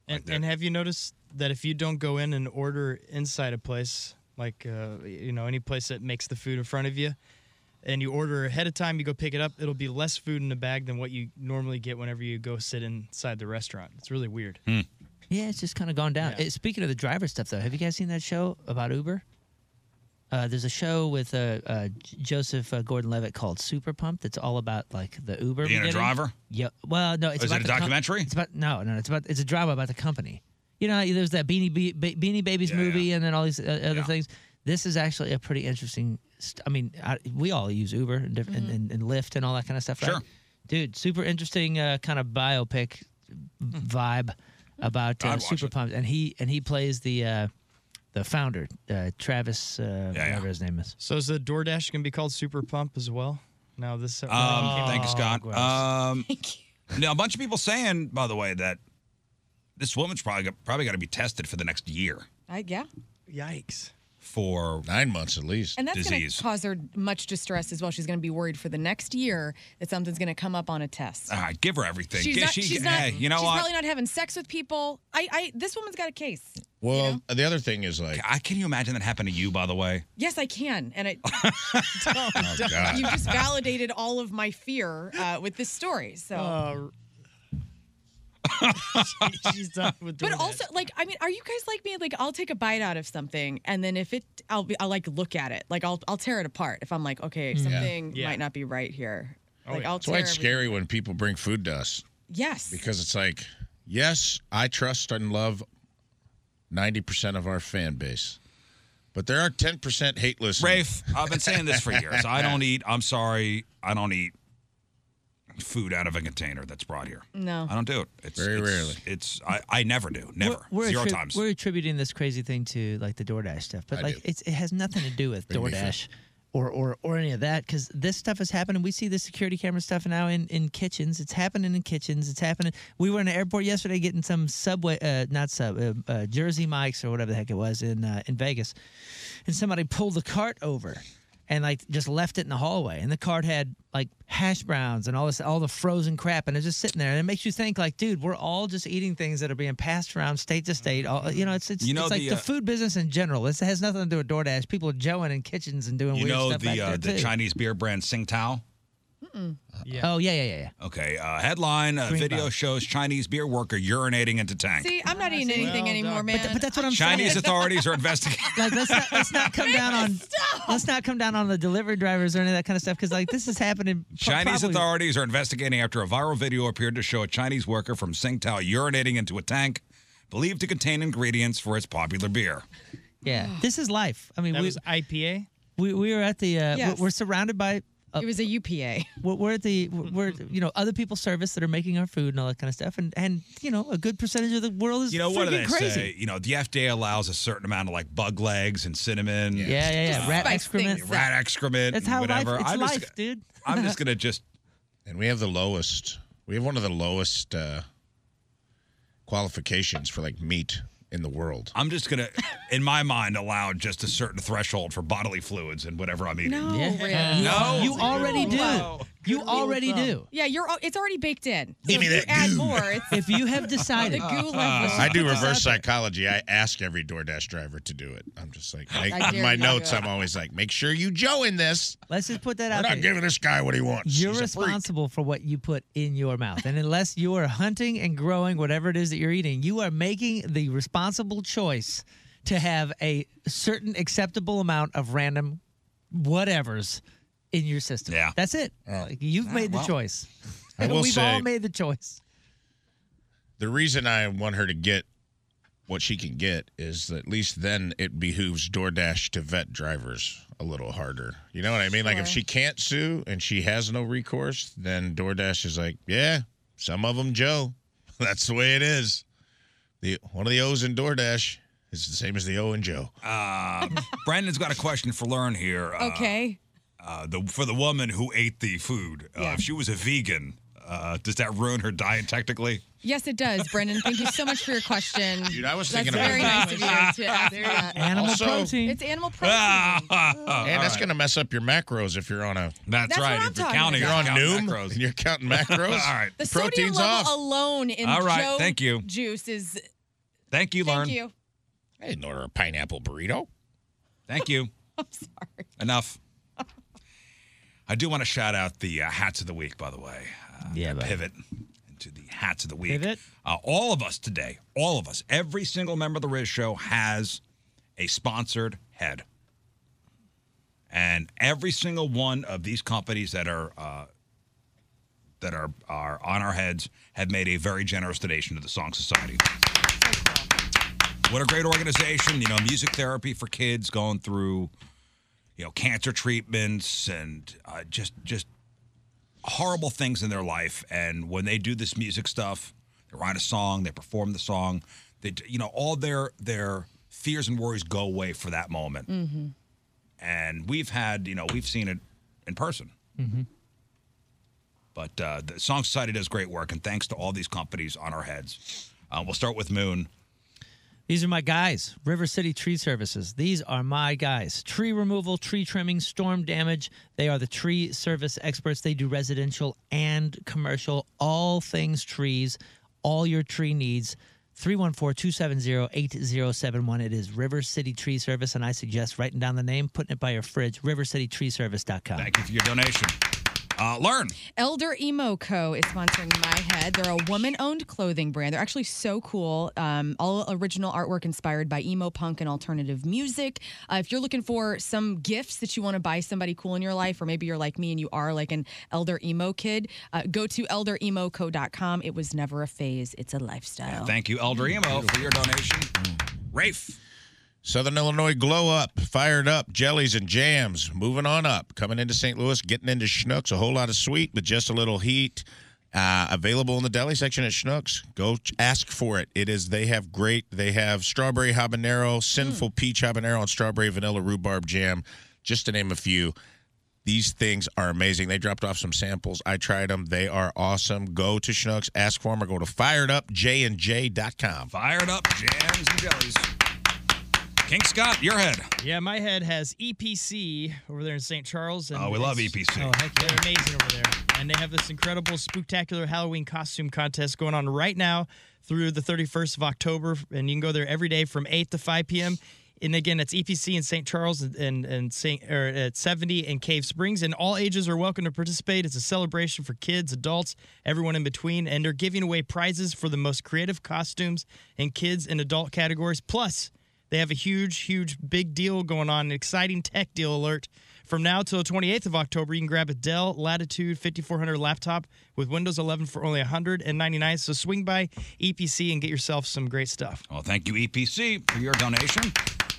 And, and have you noticed that if you don't go in and order inside a place, like uh, you know any place that makes the food in front of you, and you order ahead of time, you go pick it up, it'll be less food in the bag than what you normally get whenever you go sit inside the restaurant. It's really weird. hmm. Yeah, it's just kind of gone down. Eh, speaking of the driver stuff, though, have you guys seen that show about Uber? Uh, there's a show with uh, uh, J- Joseph uh, Gordon-Levitt called Super Pump. That's all about like the Uber. Being a beginning. driver? Yeah. Well, no, it's Is about it a the com- documentary? it's about no, no. It's about it's a drama about the company. you know, there's that Beanie Be- Be- Beanie Babies movie, and then all these uh, other things. This is actually a pretty interesting. St- I mean, I, we all use Uber and, diff- and, Mm-hmm. Mhm. and, and Lyft and all that kind of stuff, right? Sure. Dude, super interesting uh, kind of biopic vibe about uh, I'd Mm-hmm. watch super pumped, and he and he plays the uh, the founder, uh, Travis, uh, whatever his name is. So is the DoorDash going to be called Super Pump as well? Now this. uh, Um, thank you, Scott. Um, Now, a bunch of people saying, by the way, that this woman's probably got, probably got to be tested for the next year I, yeah. Yikes. for nine months at least. And that's going disease. to cause her much distress as well. She's going to be worried for the next year that something's going to come up on a test. All right, give her everything. She's Ah, Get- not. she- she's not hey, you know she's what? probably not having sex with people. I. I. This woman's got a case. well, the other thing is like, I can you imagine that happened to you? By the way, Yes, I can, and it. don't. Oh, God. You just validated all of my fear uh, with this story. So. Uh, she's done with But also, like, I mean, are you guys like me? Like, I'll take a bite out of something, and then if it, I'll be, I'll like look at it, like I'll, I'll tear it apart if I'm like, okay, Mhm. Yeah. something Yeah. Oh, might not be right here. like, I'll That's why tear it's every- scary when people bring food to us. Yes. Because it's like, yes, I trust and love 90% of our fan base, but there are 10% hate listeners. Rafe, I've been saying this for years. I don't eat. I'm sorry. I don't eat food out of a container that's brought here. No. I don't do it. It's, Very rarely. It's I, I never do. Never. We're, Zero attri- times. We're attributing this crazy thing to like the DoorDash stuff, but I like do. it's, it has nothing to do with Bring me DoorDash or, or or any of that because this stuff is happening. We see the security camera stuff now in, in kitchens. It's happening in kitchens. It's happening. We were in the airport yesterday getting some subway, uh, not sub, uh, uh, Jersey Mike's or whatever the heck it was in uh, in Vegas, and somebody pulled the cart over. And like just left it in the hallway, and the cart had like hash browns and all this, all the frozen crap, and it's just sitting there, and it makes you think like, dude, we're all just eating things that are being passed around state to state. All you know, it's it's, You know it's like the, the, uh, food business in general. This has nothing to do with DoorDash. People are joeing in kitchens and doing You weird know stuff the back uh, there the Uh, too. Chinese beer brand Tsingtao? Oh yeah, yeah, yeah, yeah. Okay. Uh, headline: uh, Green Video belt. shows Chinese beer worker urinating into tank. See, I'm not eating anything anymore, man. But, but that's what I'm Chinese saying. authorities are investigating. like let's not, let's not come down on let's not come down on the delivery drivers or any of that kind of stuff because like this is happening. pro- Chinese probably- authorities are investigating after a viral video appeared to show a Chinese worker from Tsingtao urinating into a tank believed to contain ingredients for its popular beer. Yeah, this is life. I mean, That we, was IPA. We we were at the uh, Yes. we're, we're surrounded by. uh, it was a UPA. We're, we're at the we're you know other people's service that are making our food and all that kind of stuff, and and you know a good percentage of the world is You know what do freaking they crazy. say? You know the FDA allows a certain amount of like bug legs and cinnamon. Yeah, yeah, yeah. Rat excrement. Rat excrement. That's how whatever. life. It's I'm life, just, dude. I'm just gonna just. And we have the lowest, we have one of the lowest uh, qualifications for like meat in the world. I'm just gonna, in my mind, allow just a certain threshold for bodily fluids and whatever I'm eating. No, Yeah. Rick. No. You already do. Oh. Wow. You already do. Yeah, you're. al- It's already baked in. So Give me if you that add goo. more, it's If you have decided, The goo Ah. I do reverse psychology. I ask every DoorDash driver to do it. I'm just like, I, I on dare my you to notes, do it. I'm always like, make sure you Joe in this. Let's just put that We're out not there. giving this guy what he wants. You're He's a freak. responsible for what you put in your mouth. And unless you are hunting and growing whatever it is that you're eating, you are making the responsible choice to have a certain acceptable amount of random whatevers in your system. Yeah. That's it. Like, you've Ah, made the well. choice. I will We've say- all made the choice. the reason I want her to get what she can get is that at least then it behooves DoorDash to vet drivers a little harder. You know what I mean? Like if Sure. she can't sue and she has no recourse, then DoorDash is like, yeah, some of them Joe. That's the way it is. The one of the O's in DoorDash is the same as the O in Joe. Uh, Brandon's got a question for Learn here. Uh, okay. Uh, the for the woman who ate the food, uh, Yeah. if she was a vegan, uh, does that ruin her diet technically? Yes, it does, Brendan. Thank you so much for your question. Dude, I was That's thinking about very that. nice of you to ask that. Animal Also- Ah, protein. It's animal protein. and that's right. going to mess up your macros if you're on a. That's That's right, what if I'm you're talking counting- you're about. on Noom counting macros. and you're counting macros. All right. The sodium protein's level off. alone in All right, Joe thank you. juice is. Thank you, Learn. Thank you. I didn't order a pineapple burrito. Thank you. I'm sorry. Enough. I do want to shout out the uh, hats of the week, by the way. Uh, yeah, pivot into the hats of the week. Pivot. Uh, all of us today, all of us, every single member of the Riz Show has a sponsored head, and every single one of these companies that are uh, that are are on our heads have made a very generous donation to the Song Society. What a great organization. You know, music therapy for kids going through, you know, cancer treatments and uh, just just horrible things in their life. And when they do this music stuff, they write a song, they perform the song, they d- you know all their their fears and worries go away for that moment. Mm-hmm. And we've had you know we've seen it in person. Mm-hmm. But uh, the Song Society does great work, and thanks to all these companies on our heads. Uh, we'll start with Moon. These are my guys, River City Tree Services. These are my guys. Tree removal, tree trimming, storm damage. They are the tree service experts. They do residential and commercial, all things trees, all your tree needs. 314 270 8071. It is River City Tree Service, and I suggest writing down the name, putting it by your fridge, rivercitytreeservice.com. Thank you for your donation. Uh, learn. Elder Emo Co. is sponsoring My Head. They're a woman owned clothing brand. They're actually so cool. Um, all original artwork inspired by emo punk and alternative music. Uh, if you're looking for some gifts that you want to buy somebody cool in your life, or maybe you're like me and you are like an Elder Emo kid, uh, go to elderemoco.com. It was never a phase, it's a lifestyle. Thank you, Elder Emo, for your donation. Rafe. Southern Illinois glow up, fired up, jellies and jams. Moving on up, coming into St. Louis, getting into Schnucks. A whole lot of sweet, but just a little heat. Uh, available in the deli section at Schnucks. Go ch- ask for it. It is. They have great. They have strawberry habanero, sinful peach habanero, and strawberry vanilla rhubarb jam, just to name a few. These things are amazing. They dropped off some samples. I tried them. They are awesome. Go to Schnucks, ask for them, or go to firedupjandj.com. Fired up, jams and jellies. King Scott, your head. Yeah, my head has EPC over there in St. Charles. And Oh, we love it's- EPC. Oh, heck yeah. They're amazing over there. And they have this incredible, spectacular Halloween costume contest going on right now through the 31st of October. And you can go there every day from 8 to 5 p.m. And again, that's EPC in St. Charles and, and, and St. Or at 70 and Cave Springs. And all ages are welcome to participate. It's a celebration for kids, adults, everyone in between. And they're giving away prizes for the most creative costumes in kids and adult categories. Plus, they have a huge, huge, big deal going on, an exciting tech deal alert. From now till the 28th of October, you can grab a Dell Latitude 5400 laptop with Windows 11 for only 199 So swing by EPC and get yourself some great stuff. Well, thank you, EPC, for your donation.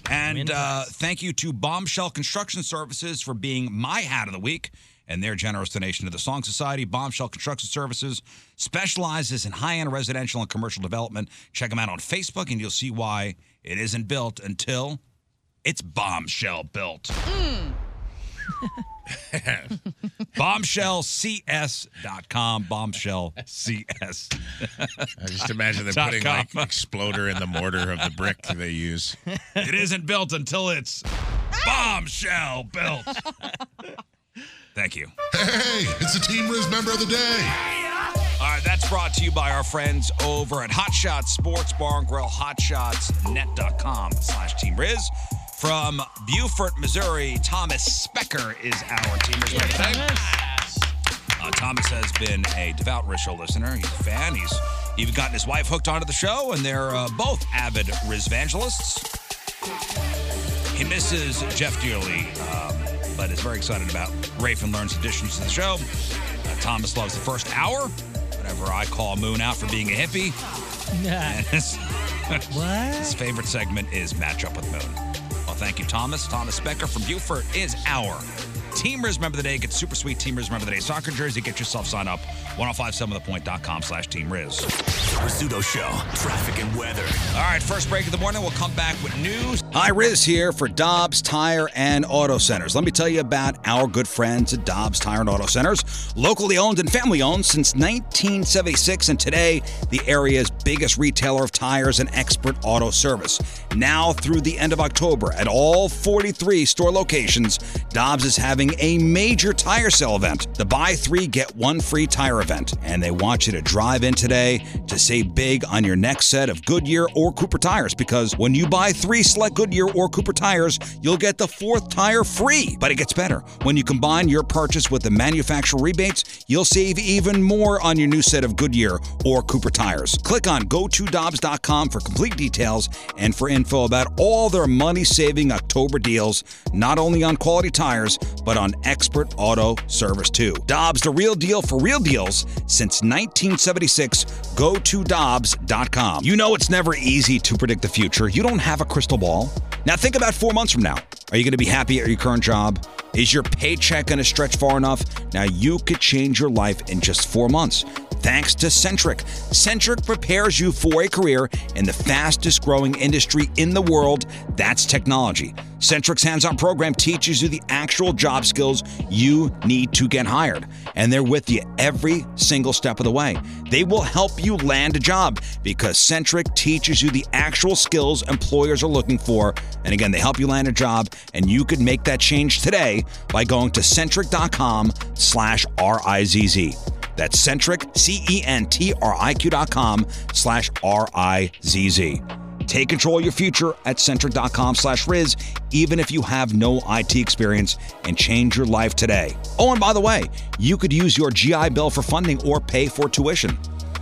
And uh, thank you to Bombshell Construction Services for being my hat of the week and their generous donation to the Song Society. Bombshell Construction Services specializes in high end residential and commercial development. Check them out on Facebook, and you'll see why it isn't built until it's bombshell built. Mm. bombshellcs.com. Bombshellcs. I just imagine they're putting like exploder in the mortar of the brick they use. it isn't built until it's bombshell built. Thank you. Hey, it's the Team Riz member of the day. All right, that's brought to you by our friends over at Hot Shots Sports Bar and Grill, hotshotsnet.com slash Team Riz. From Beaufort, Missouri, Thomas Specker is our Team Riz. member today. Uh, Thomas has been a devout Rizzo listener. He's a fan. He's even gotten his wife hooked onto the show, and they're uh, both avid Rizvangelists. He misses Jeff dearly, um, but is very excited about Rafe and Learn's additions to the show. Uh, Thomas loves the first hour, whenever I call Moon out for being a hippie. And his, his favorite segment is Matchup with Moon. Well, thank you, Thomas. Thomas Becker from Beaufort is our Teamers Remember the Day. Get super sweet Teamers Remember the Day soccer jersey. Get yourself signed up. 1057thepoint.com slash Team Riz. Rizzuto Show, traffic and weather. All right, first break of the morning. We'll come back with news. Hi, Riz here for Dobbs Tire and Auto Centers. Let me tell you about our good friends at Dobbs Tire and Auto Centers, locally owned and family owned since 1976, and today the area's biggest retailer of tires and expert auto service. Now through the end of October at all 43 store locations, Dobbs is having a major tire sale event, the buy three, get one free tire event. And they want you to drive in today to save big on your next set of Goodyear or Cooper tires because when you buy three select Goodyear or Cooper tires, you'll get the fourth tire free. But it gets better. When you combine your purchase with the manufacturer rebates, you'll save even more on your new set of Goodyear or Cooper tires. Click on GoToDobbs.com for complete details and for info about all their money saving October deals, not only on quality tires, but on expert auto service too. Dobbs, the real deal for real deals since 1976. GoToDobbs.com. You know it's never easy to predict the future. You don't have a crystal ball. Now think about four months from now. Are you going to be happy at your current job? Is your paycheck going to stretch far enough? Now you could change your life in just four months. Thanks to Centric. Centric prepares you for a career in the fastest growing industry in the world that's technology. Centric's hands on program teaches you the actual job skills you need to get hired, and they're with you every single step of the way. They will help you land a job because Centric teaches you the actual skills employers are looking for. And again, they help you land a job, and you could make that change today by going to centric.com slash R-I-Z-Z. That's centric, E C-E-N-T-R-I-Q dot com slash R-I-Z-Z. Take control of your future at centric.com slash Riz, even if you have no IT experience, and change your life today. Oh, and by the way, you could use your GI Bill for funding or pay for tuition.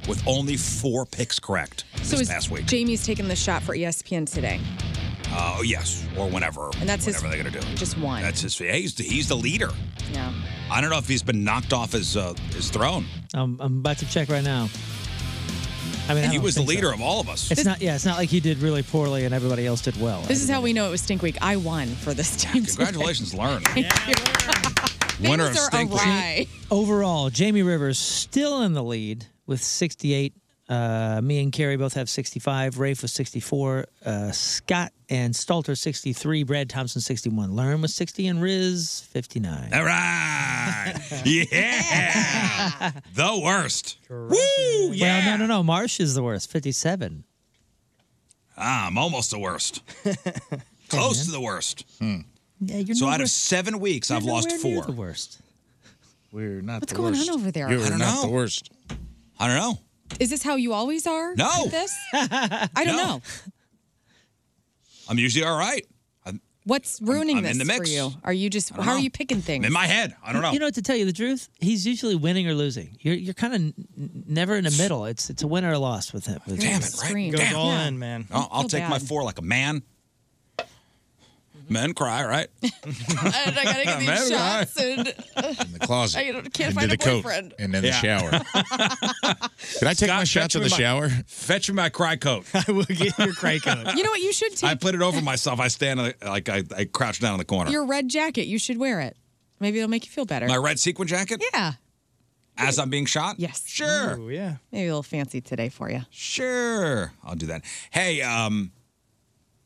with only four picks correct So this is past week. Jamie's taking the shot for E ESPN today. Oh yes, or whenever. And that's his- whatever they're gonna do. Just one. That's his. yeah, He's the, he's the leader. Yeah. I don't know if he's been knocked off his uh, his throne. I'm, I'm about to check right now. I mean, I he don't was the think so. leader of all of us. It's not. Yeah, it's not like he did really poorly and everybody else did well. This is how we know it was stink week. I won for this team. today. Congratulations, Lauren. Winner of are Stink Week. awry. Overall, Jamie Rivers still in the lead with 68. Uh, me and Carrie both have 65. Rafe was 64. Uh, Scott and Stalter 63. Brad Thompson 61. Learn was 60 and Riz 59. All right. yeah. the worst. Woo! Yeah. Well, no, no, no. Marsh is the worst. 57. Ah, I'm almost the worst. Close to the worst. Hmm. Yeah, you're so nowhere- out of seven weeks, I've lost nowhere four. near the worst. We're not What's the going worst. on over there? You're I don't not the know. worst. I don't know. Is this how you always are? No. With this? I don't know. I'm usually all right. I, What's ruining I'm this in the mix. for you? Are you just I don't how are know. you picking things? in my head. I don't know. You know, to tell you the truth, he's usually winning or losing. You're you're kind of n- never in the middle. It's it's a win or a loss with him. With Damn it, right? Goes Damn. all in, man. I'll, I'll take my four like a man. Men cry, right? and I gotta get these Man, shots right. and In the closet. I can't And find to the a coat. boyfriend. and then the shower. Did I take my shots in the shower? Fetch me my cry coat. I will get your cry coat. you know what? You should take I put it over myself. I stand uh, like I, I crouch down in the corner. your red jacket. You should wear it. Maybe it'll make you feel better. my red sequin jacket yeah. as I'm being shot. Yes. Sure. yeah. Maybe a little fancy today for you. Sure, I'll do that. Hey, um,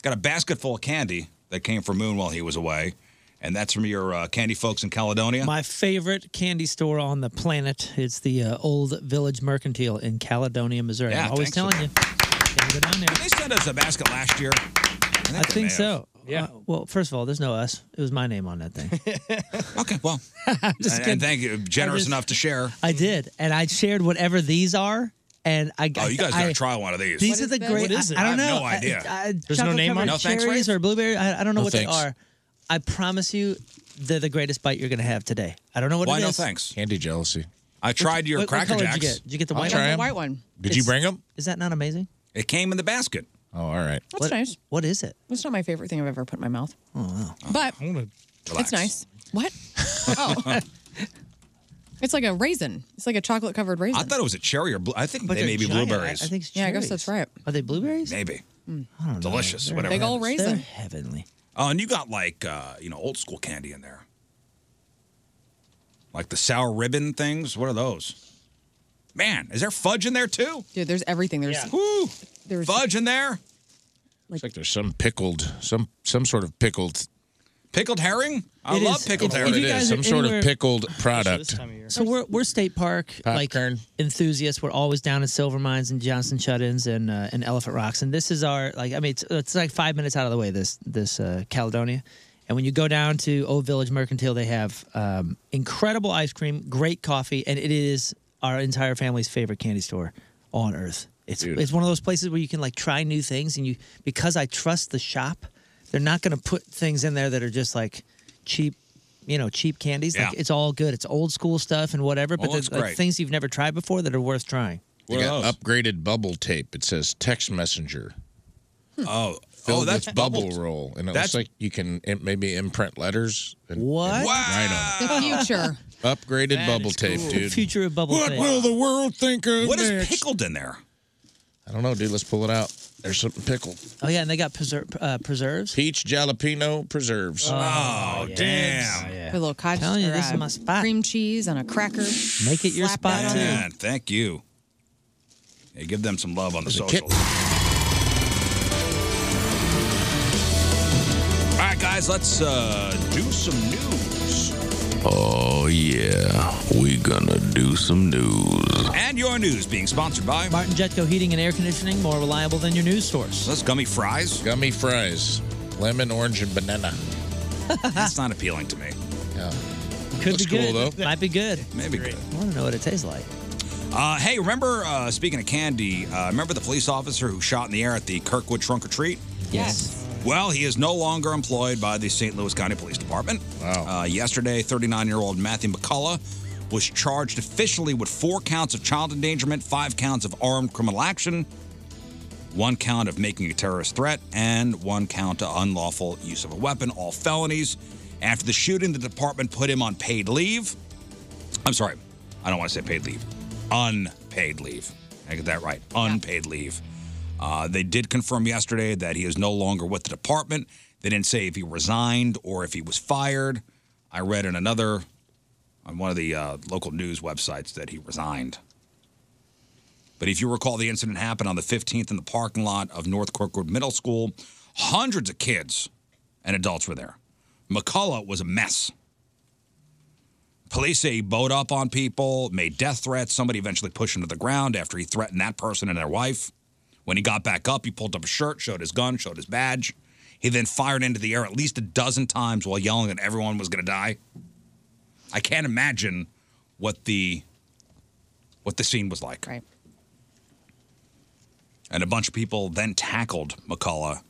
got a basket full of candy that came from Moon while he was away, and that's from your uh, candy folks in Caledonia. My favorite candy store on the planet is the uh, Old Village Mercantile in Caledonia, Missouri. Yeah, I'm always thanks telling you. Gotta go down there. They sent us a basket last year. I I they think may so. Yeah. well, first of all, there's no us. It was my name on that thing. okay. Well, I'm have. just and, kidding. and thank you, I generous just- enough to share. I did, and I shared whatever these are, and I got. Oh, you guys gotta I- try one of these. These What are is the this? great. What is it? I, I don't I have know. no idea. I, I, There's no chocolate name on covered it? No thanks, cherries Rafe? or blueberry. I, I don't know No what thanks. they are. I promise you, they're the greatest bite you're gonna have today. I don't know what Why it no is. thanks? Candy jealousy. I tried your what- what Cracker color did Jacks. you get? Did you get the I'll white try one? 'em. The white one. Did you bring them? Is that not amazing? It came in the basket. Oh, all right. That's nice. What is it? It's not my favorite thing I've ever put in my mouth, Oh, wow. but I wanna it's nice. What? oh. It's like a raisin. It's like a chocolate covered raisin. I thought it was a cherry or blue. I think But they they're may be giant. blueberries. I- I think it's Yeah, I guess cherries. that's right. Are they blueberries? Maybe. I don't know. Delicious. They're whatever. Big ol' They're raisin. heavenly. Oh, and you got like uh, you know old school candy in there, like the sour ribbon things. What are those? Man, is there fudge in there too? Dude, there's everything. There's Woo! there's fudge in there. It's like there's some pickled, some some sort of pickled. Pickled herring? I It love is- pickled if- if herring. you guys Some are sort anywhere- of pickled product. So we're we're state park like enthusiasts. We're always down at Silver Mines and Johnson Shut-ins and uh, and Elephant Rocks. And this is our like I mean it's, it's like five minutes out of the way. This this uh, Caledonia. And when you go down to Old Village Mercantile, they have um, incredible ice cream, great coffee, and it is our entire family's favorite candy store on earth. It's it's one of those places where you can like try new things, and you because I trust the shop, they're not going to put things in there that are just like cheap, you know, cheap candies. Like Yeah. it's all good. It's old school stuff and whatever, but Oh, there's it's like great. things you've never tried before that are worth trying. They got upgraded bubble tape. It says text messenger. Oh, Filled oh, that's with bubble bubble- roll, and it that's- looks like you can it maybe imprint letters. And, What? and Wow. the future. Upgraded That bubble is tape, cool. dude. Future of bubble What tape. will the world think of What is next? pickled in there? I don't know, dude. Let's pull it out. There's something pickled. Oh yeah, and they got preser- uh, preserves. Peach jalapeno preserves. Oh, Oh, yes. damn. Put a little cottage Telling you, or, this is uh, my spot. cream cheese on a cracker. Make it your Slap that spot on too. there. Man, thank you. Hey, give them some love on the There's a social. All right, guys, let's uh, do some news. Oh, yeah. We gonna do some news. And your news being sponsored by Martin Jetco Heating and Air Conditioning, more reliable than your news source. Those gummy fries? Gummy fries. Lemon, orange, and banana. That's not appealing to me. Yeah. Could Looks be good. cool, though. Might be good. Maybe good. I want to know what it tastes like. Uh, hey, remember, uh, speaking of candy, uh, remember the police officer who shot in the air at the Kirkwood Trunk or Treat? Yes. Well, he is no longer employed by the St. Louis County Police Department. Wow. Uh, yesterday, 39 year old Matthew McCullough was charged officially with four counts of child endangerment, five counts of armed criminal action, one count of making a terrorist threat, and one count of unlawful use of a weapon, all felonies. After the shooting, the department put him on paid leave. I'm sorry, I don't want to say paid leave, unpaid leave. I get that right, unpaid leave. Uh, they did confirm yesterday that he is no longer with the department. They didn't say if he resigned or if he was fired. I read in another, on one of the uh, local news websites, that he resigned. But if you recall, the incident happened on the 15th in the parking lot of North Kirkwood Middle School. Hundreds of kids and adults were there. McCullough was a mess. Police say he bowed up on people, made death threats. Somebody eventually pushed him to the ground after he threatened that person and their wife. When he got back up, he pulled up a shirt, showed his gun, showed his badge. He then fired into the air at least a dozen times while yelling that everyone was going to die. I can't imagine what the what the scene was like. Right. And a bunch of people then tackled McCullough,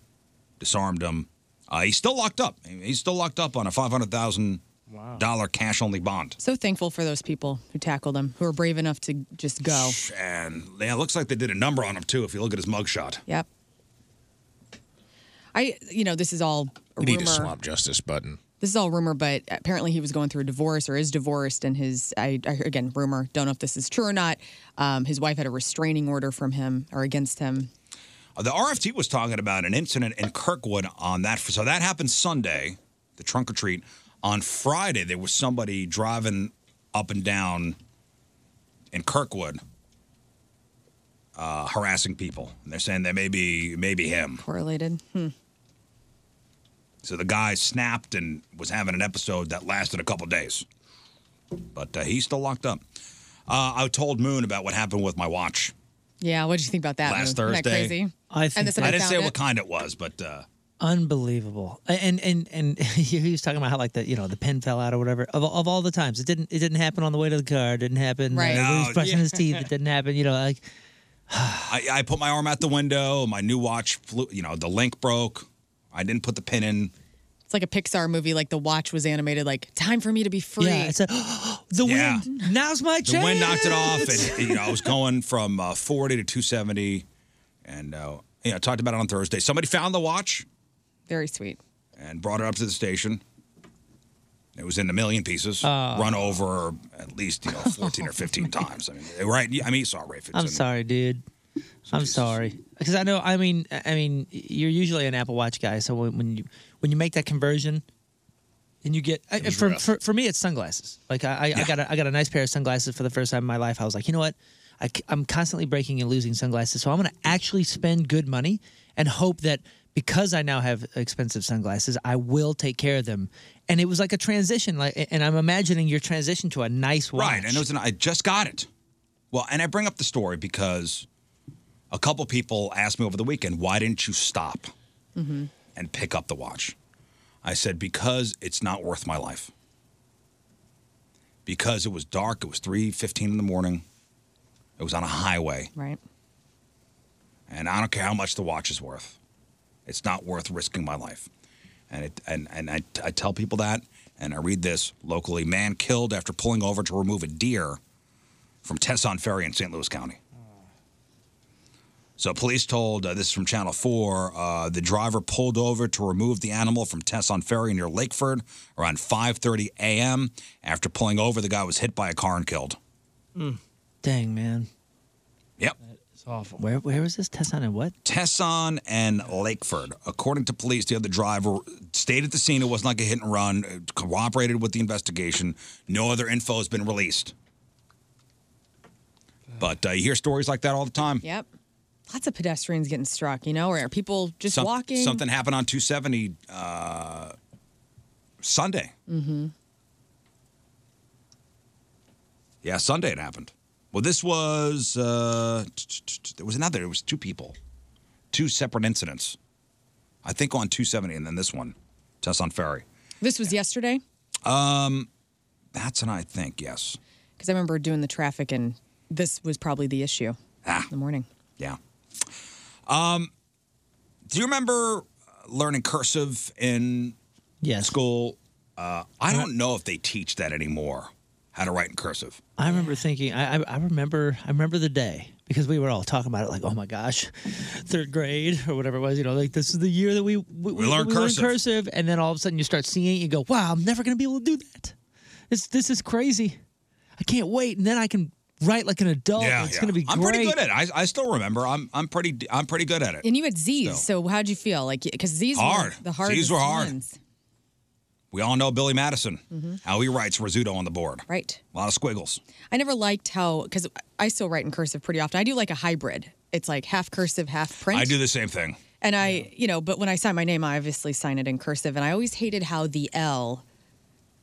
disarmed him. Uh, he's still locked up. He's still locked up on a five hundred thousand thousand dollar cash only bond. So thankful for those people who tackled him, who are brave enough to just go. And yeah, it looks like they did a number on him too. If you look at his mugshot, Yep. I, you know, this is all a We need to rumor. swap justice button. This is all rumor, but apparently he was going through a divorce or is divorced, and his I, I again rumor. Don't know if this is true or not. Um, his wife had a restraining order from him or against him. Uh, the RFT was talking about an incident in Kirkwood on that. So that happened Sunday, the trunk or treat. On Friday, there was somebody driving up and down in Kirkwood, uh, harassing people. And they're saying that maybe maybe him. Correlated. Hmm. So the guy snapped and was having an episode that lasted a couple days. But uh, he's still locked up. Uh, I told Moon about what happened with my watch Yeah. What did you think about that? last Lou? Isn't Thursday. that crazy. I think- and the I somebody didn't found say it. what kind it was, but uh, Unbelievable. And and and he was talking about how like the you know the pen fell out or whatever. Of, of all the times, it didn't it didn't happen on the way to the car. It didn't happen. Uh, Right. when he was No, brushing yeah. his teeth. It didn't happen. You know, like I, I put my arm out the window. My new watch flew. You know, the link broke. I didn't put the pin in. It's like a Pixar movie. Like the watch was animated. Like time for me to be free. Yeah, it's a, the Yeah. wind. Now's my chance. The wind knocked it off, and you know, I was going from uh, 40 to 270, and uh, you know, I talked about it on Thursday. Somebody found the watch Very sweet. and brought it up to the station. It was in a million pieces, Oh. run over at least you know 14 or 15 times. I mean, right? I mean, you saw Ray I'm Fitzsimmons. sorry, dude. I'm sorry because I know. I mean, I mean, you're usually an Apple Watch guy, so when, when you when you make that conversion, and you get I, was for, rough. for for me, it's sunglasses. Like I, I, I got a, I got a nice pair of sunglasses for the first time in my life. I was like, you know what? I, am constantly breaking and losing sunglasses, so I'm going to actually spend good money and hope that because I now have expensive sunglasses, I will take care of them. And it was like a transition, like, and I'm imagining your transition to a nice watch. Right, and it was an, I just got it. Well, and I bring up the story because a couple people asked me over the weekend, why didn't you stop Mm-hmm. and pick up the watch? I said, because it's not worth my life. Because it was dark, it was 3.15 in the morning, it was on a highway, Right. and I don't care how much the watch is worth. It's not worth risking my life. And, it, and, and I, I tell people that, and I read this locally. Man killed after pulling over to remove a deer from Tesson Ferry in St. Louis County. So police told, uh, this is from Channel 4, uh, the driver pulled over to remove the animal from Tesson Ferry near Lakeford around 5.30 a.m. After pulling over, the guy was hit by a car and killed. Dang man, Yep. it's awful. Where where was this Tesson and what? Tesson and Lakeford. According to police, the other driver stayed at the scene. It wasn't like a hit and run, cooperated with the investigation. No other info has been released. But uh, you hear stories like that all the time. Yep. Lots of pedestrians getting struck. You know, or are people just Some- walking? Something happened on 270 uh, Sunday. Mm-hmm. Yeah, Sunday it happened. Well, this was, uh, t- t- t- t- there was another, it was two people, two separate incidents. I think on 270 and then this one, Tesson Ferry. This was yesterday Um, that's an I think yes. because I remember doing the traffic, and this was probably the issue ah. in the morning. Yeah. Um, do you remember uh, learning cursive in school? Uh, I Uh-huh. don't know if they teach that anymore. How to write in cursive. I remember thinking, I, I, I remember, I remember the day because we were all talking about it, like, oh my gosh, third grade or whatever it was, you know, like this is the year that we we, We learned cursive. cursive, and then all of a sudden you start seeing it, you go, wow, I'm never gonna be able to do that. This this is crazy. I can't wait, and then I can write like an adult. Oh, it's gonna be. Great. I'm pretty good at it. I, I still remember. I'm I'm pretty I'm pretty good at it. And you had Z's, so how'd you feel? Like, because Z's Hard. were the hardest Z's were hard. ones. We all know Billy Madison. Mhm. How he writes Rizzuto on the board. Right. A lot of squiggles. I never liked how because I still write in cursive pretty often. I do like a hybrid. It's like half cursive, half print. I do the same thing. And I, you know, but when I sign my name, I obviously sign it in cursive, and I always hated how the L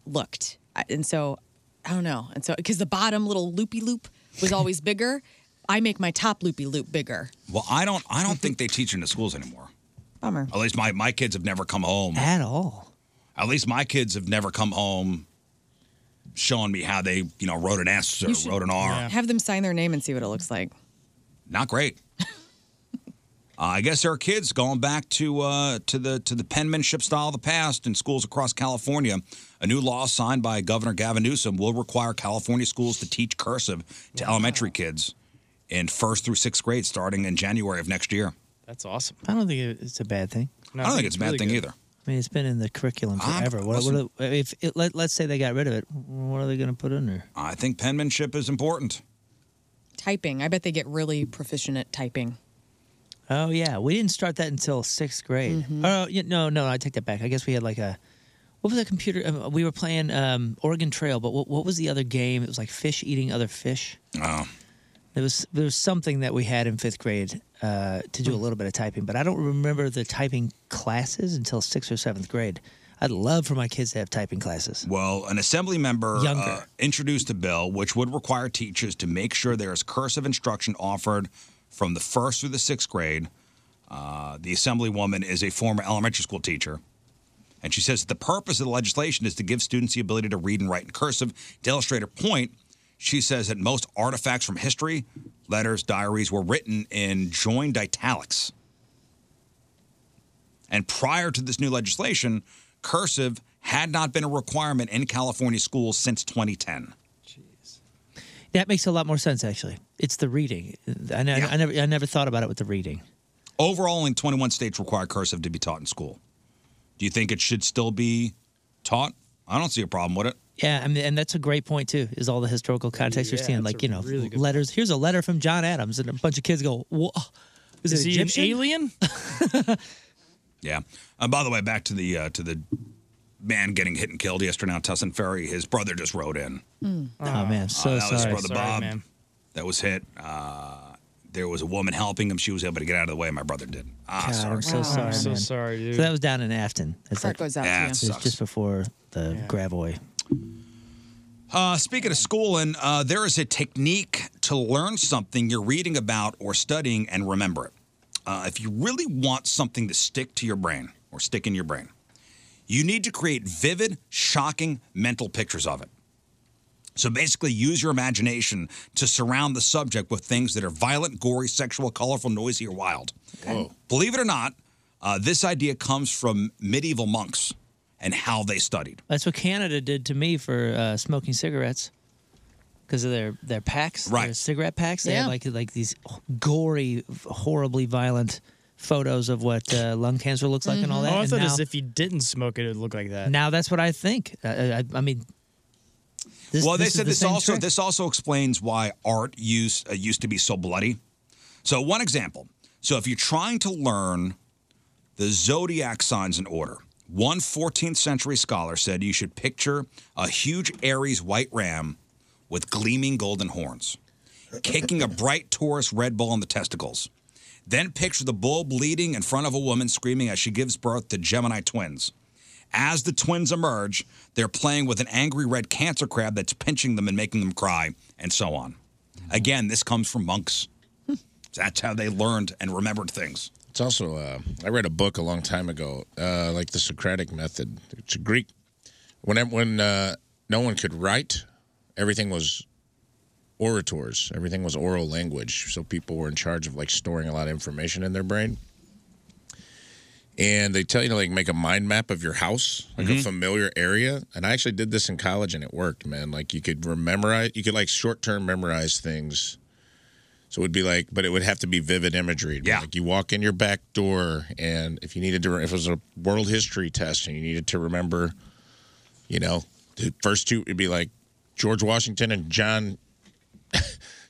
looked. I- And so, I don't know. And so, because the bottom little loopy loop was always bigger, I make my top loopy loop bigger. Well, I don't I don't think they teach in the schools anymore. Mm-hmm. Bummer. At least my, my kids have never come home. At all. At least my kids have never come home showing me how they, you know, wrote an S or You should wrote an R. Have them sign their name and see what it looks like. Not great. Uh, I guess there are kids going back to uh, to the to the penmanship style of the past in schools across California. A new law signed by Governor Gavin Newsom will require California schools to teach cursive to elementary kids in first through sixth grade starting in January of next year. That's awesome. I don't think it's a bad thing. I don't think it's a bad thing either. I mean, it's been in the curriculum I'm- forever. What, listen- what, if it, let, let's say they got rid of it, what are they going to put in there? I think penmanship is important. Typing. I bet they get really proficient at typing. Oh yeah, we didn't start that until sixth grade. Oh yeah, no, no, I take that back. I guess we had like a what was that computer? Um, we were playing um, Oregon Trail, but what, what was the other game? It was like fish eating other fish. Oh. There was there was something that we had in fifth grade uh, to do a little bit of typing, but I don't remember the typing classes until sixth or seventh grade. I'd love for my kids to have typing classes. Well, an assembly member Younger. uh, introduced a bill which would require teachers to make sure there is cursive instruction offered from the first through the sixth grade. Uh, the assemblywoman is a former elementary school teacher. And she says that the purpose of the legislation is to give students the ability to read and write in cursive. To illustrate her point, she says that most artifacts from history, letters, diaries, were written in joined italics. And prior to this new legislation, cursive had not been a requirement in California schools since 2010. That makes a lot more sense actually. It's the reading. I, ne- I never I never thought about it with the reading. Overall, in 21 states require cursive to be taught in school. Do you think it should still be taught? I don't see a problem with it. Yeah, I mean, and that's a great point too. Is all the historical context Yeah, you're seeing, that's like a you know, really good letters. Here's a letter from John Adams, and a bunch of kids go, "Whoa, is, Is it he an Egyptian? alien?" Yeah. And by the way, back to the uh, to the man getting hit and killed yesterday on Tussin Ferry. His brother just rode in. Hmm. Oh, man, so Uh, that was sorry. brother Bob. That was hit. Uh, there was a woman helping him. She was able to get out of the way. My brother did. Ah, God, sorry. I'm so sorry. man. So that was down in Afton. It's Heart goes out to Yeah, you. it it's sucks. just before the Gravoy. Uh, speaking of schooling, uh, there is a technique to learn something you're reading about or studying and remember it. Uh, if you really want something to stick to your brain or stick in your brain, you need to create vivid, shocking mental pictures of it. So basically, use your imagination to surround the subject with things that are violent, gory, sexual, colorful, noisy, or wild. Believe it or not, uh, this idea comes from medieval monks and how they studied. That's what Canada did to me for uh, smoking cigarettes because of their their packs, their Right. cigarette packs. They Yeah. had like like these gory, horribly violent photos of what uh, lung cancer looks like and Mm-hmm. all that. Oh, I and thought now- as if he didn't smoke it, it would look like that. Now that's what I think. I, I, I mean, this- well, they this is said the this same also trick. this also explains why art used uh, used to be so bloody. So one example. So if you're trying to learn the zodiac signs in order, one 14th century scholar said you should picture a huge Aries white ram with gleaming golden horns, kicking a bright Taurus red bull in the testicles. Then picture the bull bleeding in front of a woman screaming as she gives birth to Gemini twins. As the twins emerge, they're playing with an angry red cancer crab that's pinching them and making them cry, and so on. Again, this comes from monks. That's how they learned and remembered things. It's also uh, I read a book a long time ago, uh, like the Socratic method. It's a Greek. When ev- when uh, no one could write, everything was orators. Everything was oral language. So people were in charge of like storing a lot of information in their brain. And they tell you to like make a mind map of your house, like a familiar area. And I actually did this in college, and it worked, man. Like you could memorize, you could like short term memorize things. So it would be like, but it would have to be vivid imagery. It'd be Like you walk in your back door, and if you needed to, if it was a world history test and you needed to remember, you know, the first two, it'd be like George Washington and John.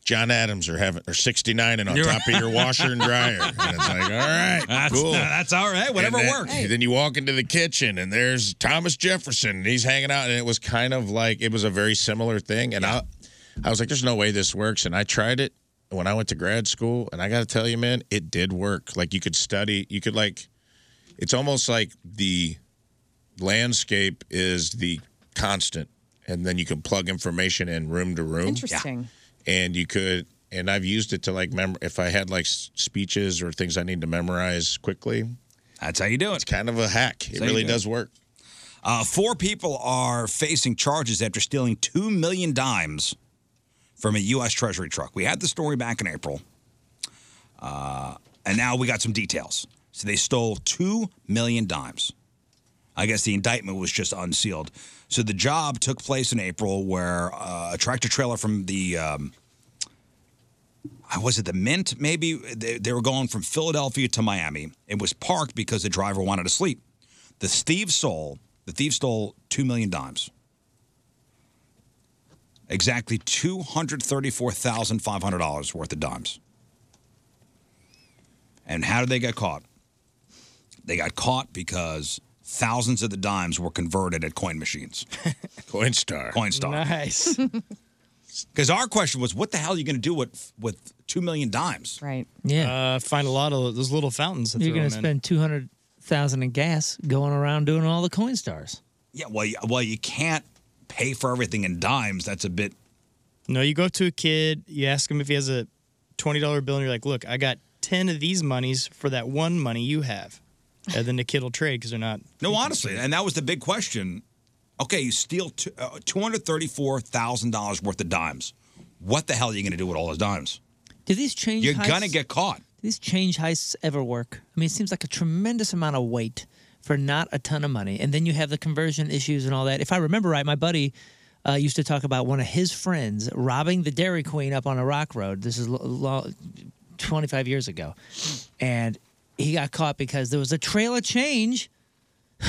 John Adams are having are 69 and on You're top of your right. washer and dryer. And it's like, all right, That's- cool. that's all right, whatever And then- works. Hey. Then you walk into the kitchen and there's Thomas Jefferson and he's hanging out. And it was kind of like, it was a very similar thing. And I, I was like, there's no way this works. And I tried it when I went to grad school. And I got to tell you, man, it did work. Like you could study, you could like, it's almost like the landscape is the constant. And then you can plug information in room to room Interesting. and you could and i've used it to like mem if i had like s- speeches or things i need to memorize quickly that's how you do it it's kind of a hack it That's how you really do does work Uh, four people are facing charges after stealing two million dimes from a U.S. Treasury truck. We had the story back in April. Uh, And now we got some details. So they stole 2 million dimes. I guess the indictment was just unsealed. So the job took place in April where uh, a tractor trailer from the, um, I- was it the Mint maybe? They, they were going from Philadelphia to Miami. It was parked because the driver wanted to sleep. The thief stole, the thief stole 2 million dimes. Exactly $234,500 worth of dimes. And how did they get caught? They got caught because thousands of the dimes were converted at coin machines. Coinstar. Coinstar. Nice. Because our question was, what the hell are you going to do with with two million dimes? Right. Yeah. Uh, find a lot of those little fountains. That You're going to spend two hundred thousand in gas going around doing all the coin stars. Yeah. Well, you, well, you can't pay for everything in dimes. That's a bit. No, you go up to a kid, you ask him if he has a twenty dollar bill, and you're like, "Look, I got ten of these monies for that one money you have," and then the kid will trade because they're not. No, honestly, and that was the big question. Okay, you steal uh, two hundred thirty-four thousand dollars worth of dimes. What the hell are you going to do with all those dimes? Do these change? You're heists- going to get caught. Do these change heists ever work? I mean, it seems like a tremendous amount of weight for not a ton of money, and then you have the conversion issues and all that. If I remember right, my buddy uh, used to talk about one of his friends robbing the Dairy Queen up on a rock road. This is lo- lo- 25 years ago, and he got caught because there was a trail of change.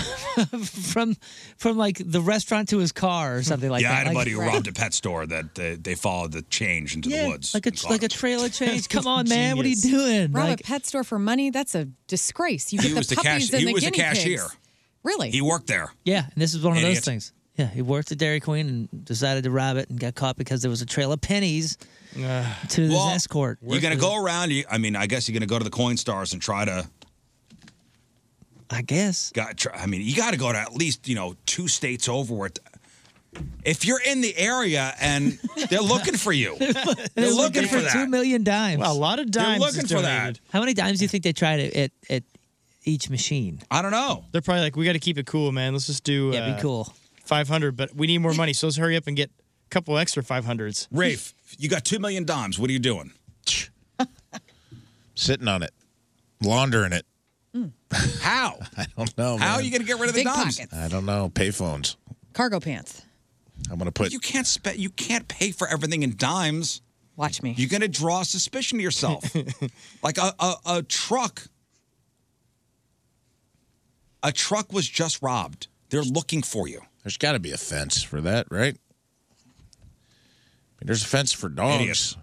from from like the restaurant to his car or something like yeah, that. I had a Like- buddy who robbed a pet store that uh, they followed the change into yeah, the woods. like a and caught like a him. trail of change. Come on, man, what are you doing? Rob Like- a pet store for money? That's a disgrace. You get He was the the puppies cash- and he the was the guinea cashier. pigs. Really? He worked there. Yeah, and this is one of Idiot. those things. Yeah, he worked at Dairy Queen and decided to rob it and got caught because there was a trail of pennies to his Uh, Well, escort. You're going to go around. You, I mean, I guess you're going to go to the coin stars and try to. I guess. Got. Try, I mean, you got to go to at least you know two states over. Where it, if you're in the area and they're looking for you, They're they're looking for two that. million dimes. Well, a lot of They're dimes looking is for that. donated. How many dimes do you think they tried at at, at each machine? I don't know. They're probably like, "We got to keep it cool, man. Let's just do uh, Yeah, be cool. Five hundred, but we need more money, so let's hurry up and get a couple extra five hundreds. Rafe, you got two million dimes. What are you doing? Sitting on it, laundering it. How? I don't know. How man. are you going to get rid of the Big dimes? pockets. I don't know. Payphones. Cargo pants. I'm gonna put. You can't spe- You can't pay for everything in dimes. Watch me. You're going to draw suspicion to yourself, like a, a a truck. A truck was just robbed. They're looking for you. There's got to be a fence for that, right? I mean, there's a fence for dogs.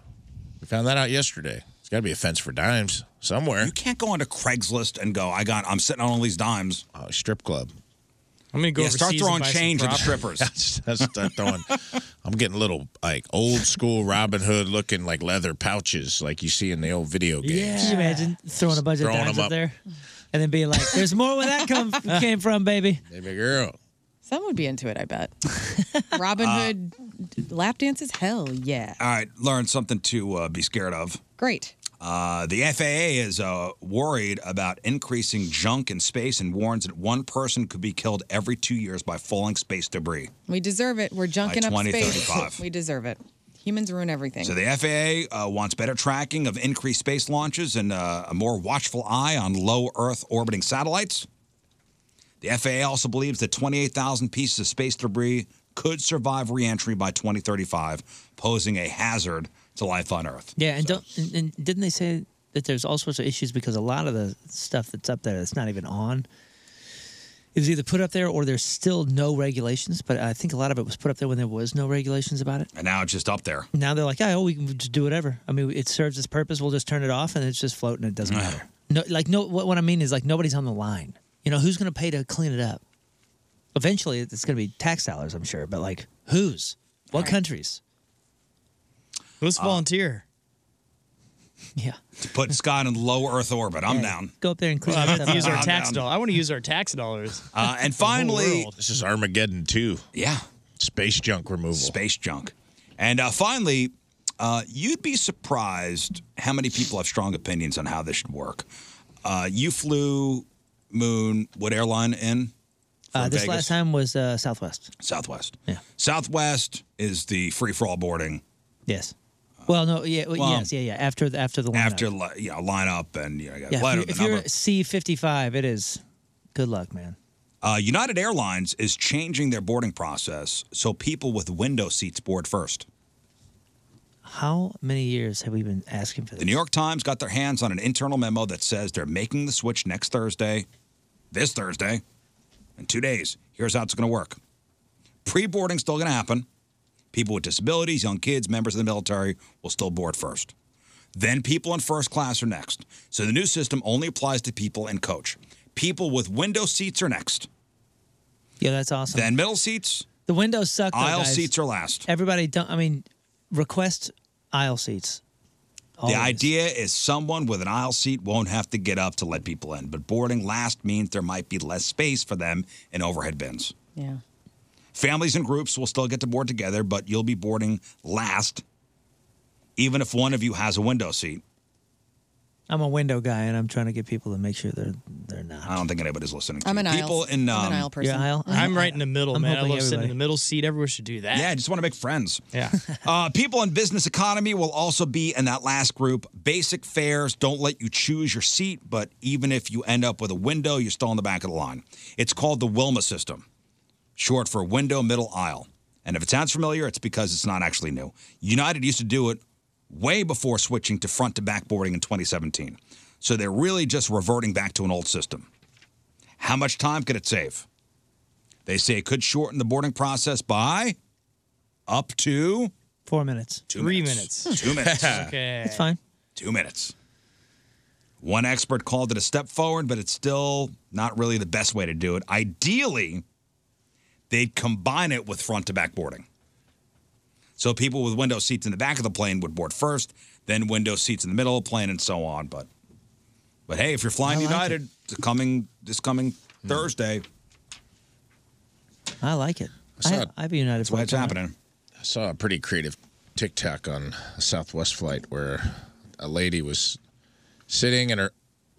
We found that out yesterday. There's got to be a fence for dimes somewhere. You can't go onto Craigslist and go. I got. I'm sitting on all these dimes. Oh, strip club. I'm gonna go Yeah, start overseas and throwing buy some change at the property. strippers. that's, that's start throwing. I'm getting little like old school Robin Hood looking like leather pouches like you see in the old video games. Can you imagine throwing a bunch of Throwing dimes them up. up. there, and then being like, "There's more where that come came from, baby." Baby girl. Some would be into it, I bet. Robin Uh, Hood lap dances? Hell yeah. All right, learn something to uh, be scared of. Great. Uh, the FAA is uh, worried about increasing junk in space and warns that one person could be killed every two years by falling space debris. We deserve it. We're junking up space. 2035. we deserve it. Humans ruin everything. So the FAA uh, wants better tracking of increased space launches and uh, a more watchful eye on low Earth orbiting satellites. The FAA also believes that 28,000 pieces of space debris could survive reentry by 2035, posing a hazard to life on Earth. Yeah, and don't and, and didn't they say that there's all sorts of issues because a lot of the stuff that's up there that's not even on is either put up there or there's still no regulations. But I think a lot of it was put up there when there was no regulations about it. And now it's just up there. Now they're like, oh, we can just do whatever. I mean, it serves its purpose. We'll just turn it off, and it's just floating. It doesn't matter. No, like no. What, what I mean is like nobody's on the line. You know, who's going to pay to clean it up? Eventually, it's going to be tax dollars, I'm sure. But like, who's? What countries? Let's volunteer. To put Scott in low Earth orbit. I'm down. Go up there and clean Well, I'm it up. about to use our I'm tax down. dollars. I want to use our tax dollars. Uh, and finally, this is Armageddon too. Yeah, space junk removal. Space junk. And uh, finally, uh, you'd be surprised how many people have strong opinions on how this should work. Uh, you flew Moon, what airline in? Uh, From this Vegas? last time was uh, Southwest. Southwest. Yeah. Southwest is the free for all boarding. Yes. Uh, Well, no, yeah, well, Well, yes, yeah, yeah. After the after the lineup. after li- you know, line up and you know, you yeah, gotta let if, them you're, if the you're number. C55, it is. Good luck, man. Uh, United Airlines is changing their boarding process so people with window seats board first. How many years have we been asking for this? The New York Times got their hands on an internal memo that says they're making the switch next Thursday, this Thursday, in two days. Here's how it's going to work pre boarding's still going to happen. People with disabilities, young kids, members of the military will still board first. Then people in first class are next. So the new system only applies to people in coach. People with window seats are next. Yeah, that's awesome. Then middle seats, the windows suck. Though, aisle guys. seats are last. Everybody, don't, I mean, request aisle seats. The idea is someone with an aisle seat won't have to get up to let people in, but boarding last means there might be less space for them in overhead bins. Yeah. Families and groups will still get to board together, but you'll be boarding last, even if one of you has a window seat. I'm a window guy, and I'm trying to get people to make sure they're they're not. I don't think anybody's listening. I'm an aisle- people in I'm um, an aisle person. Yeah, aisle- I'm right in the middle, I'm man. I love hoping sitting in everybody- the middle seat. Everyone should do that. Yeah, I just want to make friends. Yeah. uh, people in business economy will also be in that last group. Basic fares don't let you choose your seat, but even if you end up with a window, you're still in the back of the line. It's called the Wilma system, short for window middle aisle. And if it sounds familiar, it's because it's not actually new. United used to do it way before switching to front to back boarding in 2017. So they're really just reverting back to an old system. How much time could it save? They say it could shorten the boarding process by up to Four minutes. Two Three minutes. minutes. Two minutes. okay. That's fine. two minutes. One expert called it a step forward, but it's still not really the best way to do it. Ideally, they'd combine it with front to back boarding. So people with window seats in the back of the plane would board first, then window seats in the middle of the plane, and so on. But but hey, if you're flying United, it's coming this coming Thursday, I like it. I saw I, it. I'd be united. That's why it's Football. happening. I saw a pretty creative TikTok on a Southwest flight where a lady was sitting in her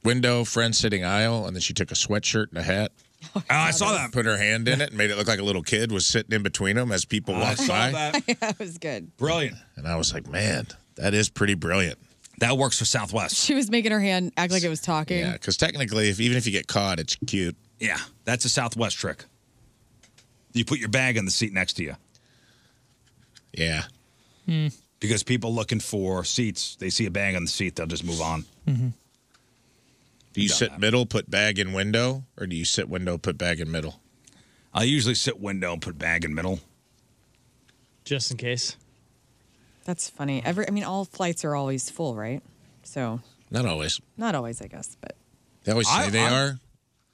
window, friend sitting aisle, and then she took a sweatshirt and a hat. Oh, I saw that. Put her hand in it and made it look like a little kid was sitting in between them as people I walked saw by. that. that was good. Brilliant. And I was like, man, that is pretty brilliant. That works for Southwest. She was making her hand act like it was talking. Yeah, because technically, if even if you get caught, it's cute. Yeah, that's a Southwest trick. You put your bag on the seat next to you. Yeah. Hmm. Because people looking for seats, they see a bag on the seat, they'll just move on. Mhm. Do you sit middle, put bag in window, or do you sit window, put bag in middle? I usually sit window and put bag in middle. Just in case. That's funny. Every I mean all flights are always full, right? So Not always. not always, I guess, but They always say I- they I- are,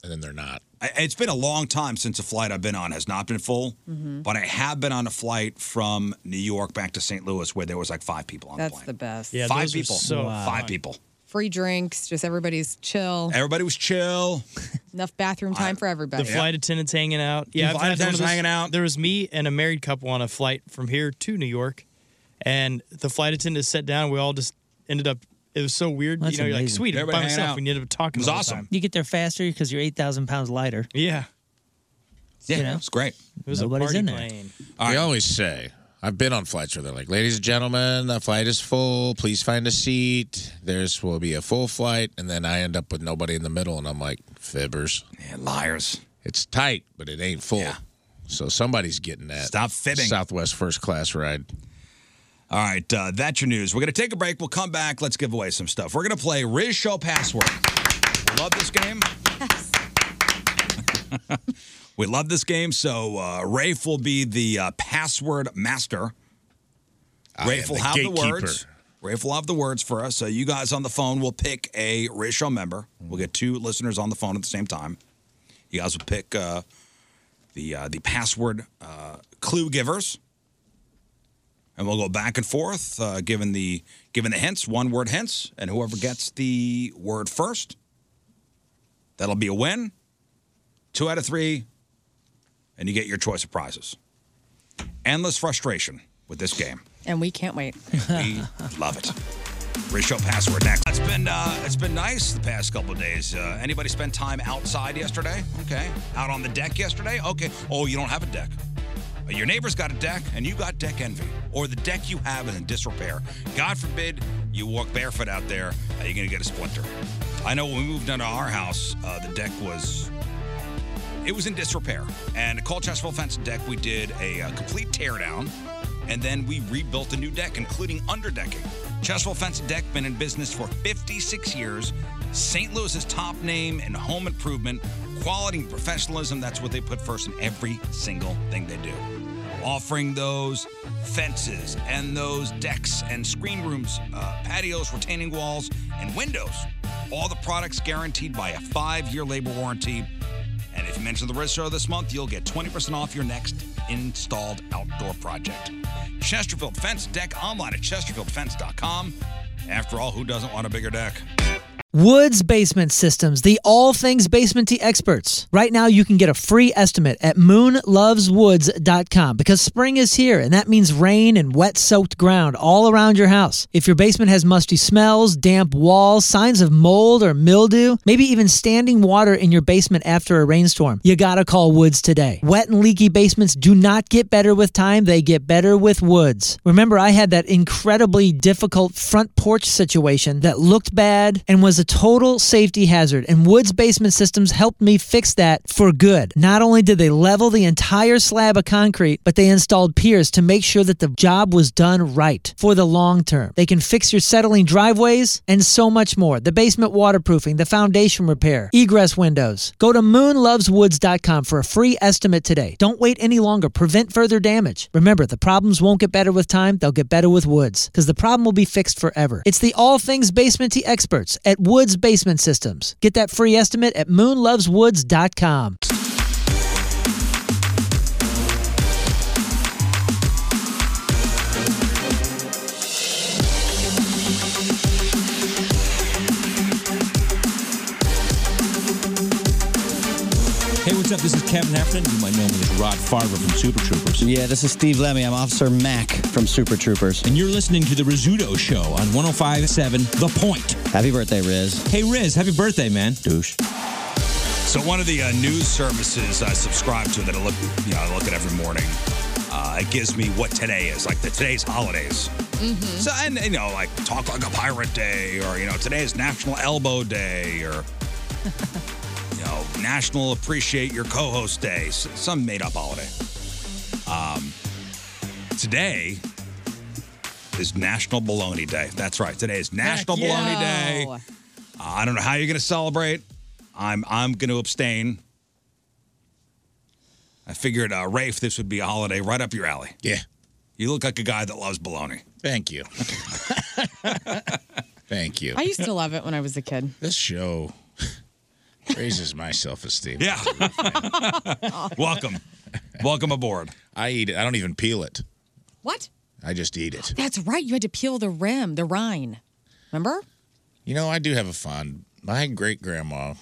and then they're not. I- It's been a long time since a flight I've been on has not been full, Mm-hmm. Mm-hmm. but I have been on a flight from New York back to St. Louis where there was like five people on that's the plane. the best. five people. five people. Free drinks, just everybody's chill. Everybody was chill. Enough bathroom time for everybody. The flight attendants hanging out. Yeah, flight I've had one of attendants those- hanging out. There was me and a married couple on a flight from here to New York, and the flight attendant sat down. We all just ended up. It was so weird. That's you know, you're like amazing. sweet. I'm Everybody by hanging myself. out. We ended up talking. It was the whole awesome. time. You get there faster because you're 8,000 pounds lighter. Yeah. Yeah, You know? it's great. It was Nobody's a party in there. plane. They always say, I've been on flights where they're like, ladies and gentlemen, the flight is full. Please find a seat. There's will be a full flight. And then I end up with nobody in the middle. And I'm like, fibbers. liars. It's tight, but it ain't full. So somebody's getting that. Stop fibbing. Southwest first class ride. All right, uh, that's your news. We're going to take a break. We'll come back. Let's give away some stuff. We're going to play Riz Show Password. We love this game. we love this game. So uh, Rafe will be the uh, password master. I Rafe am will the have the gatekeeper. words. Rafe will have the words for us. So you guys on the phone will pick a Riz Show member. We'll get two listeners on the phone at the same time. You guys will pick uh, the uh, the password uh, clue givers and we'll go back and forth, uh, given the given the hints, one word hints, and whoever gets the word first, that'll be a win. Two out of three, and you get your choice of prizes. Endless frustration with this game. And we can't wait. We love it. Ratio password next. It's been uh, it's been nice the past couple of days. Uh, anybody spend time outside yesterday? Okay. Out on the deck yesterday? Okay. Oh, you don't have a deck. Your neighbor's got a deck and you got deck envy, or the deck you have is in disrepair. God forbid you walk barefoot out there, uh, you're going to get a splinter. I know when we moved into our house, uh, the deck was it was in disrepair. And at Colchesterville Fence and Deck, we did a uh, complete teardown, and then we rebuilt a new deck, including underdecking. Chesterfield Fence and Deck been in business for 56 years. St. Louis's top name in home improvement, quality and professionalism. That's what they put first in every single thing they do. Offering those fences and those decks and screen rooms, uh, patios, retaining walls, and windows. All the products guaranteed by a five-year labor warranty. And if you mention the Red Show this month, you'll get 20% off your next installed outdoor project. Chesterfield Fence Deck online at chesterfieldfence.com. After all, who doesn't want a bigger deck? Woods Basement Systems, the all things basement tea experts. Right now, you can get a free estimate at moonloveswoods.com because spring is here and that means rain and wet soaked ground all around your house. If your basement has musty smells, damp walls, signs of mold or mildew, maybe even standing water in your basement after a rainstorm, you gotta call Woods today. Wet and leaky basements do not get better with time, they get better with Woods. Remember, I had that incredibly difficult front porch situation that looked bad and was a total safety hazard, and Woods Basement Systems helped me fix that for good. Not only did they level the entire slab of concrete, but they installed piers to make sure that the job was done right for the long term. They can fix your settling driveways and so much more. The basement waterproofing, the foundation repair, egress windows. Go to moonloveswoods.com for a free estimate today. Don't wait any longer. Prevent further damage. Remember, the problems won't get better with time, they'll get better with Woods because the problem will be fixed forever. It's the all things basement tea experts at Woods Basement Systems. Get that free estimate at moonloveswoods.com. Hey, what's up? This is Kevin Heffernan. You might know me as Rod Farber from Super Troopers. Yeah, this is Steve Lemmy. I'm Officer Mac from Super Troopers. And you're listening to The Rizzuto Show on 1057 The Point. Happy birthday, Riz. Hey, Riz, happy birthday, man. Douche. So one of the uh, news services I subscribe to that I look, you know, I look at every morning, uh, it gives me what today is, like the today's holidays. So and you know, like talk like a pirate day, or you know, today is National Elbow Day, or you know, National Appreciate Your Co-host Day, s- some made-up holiday. Um, today is National Baloney Day. That's right. Today is National Baloney Day. I don't know how you're going to celebrate. I'm I'm going to abstain. I figured, uh, Rafe, this would be a holiday right up your alley. Yeah. You look like a guy that loves bologna. Thank you. Thank you. I used to love it when I was a kid. This show raises my self esteem. Yeah. Welcome. Welcome aboard. I eat it. I don't even peel it. What? I just eat it. That's right. You had to peel the rim, the rind. Remember? You know, I do have a fond. My great grandma,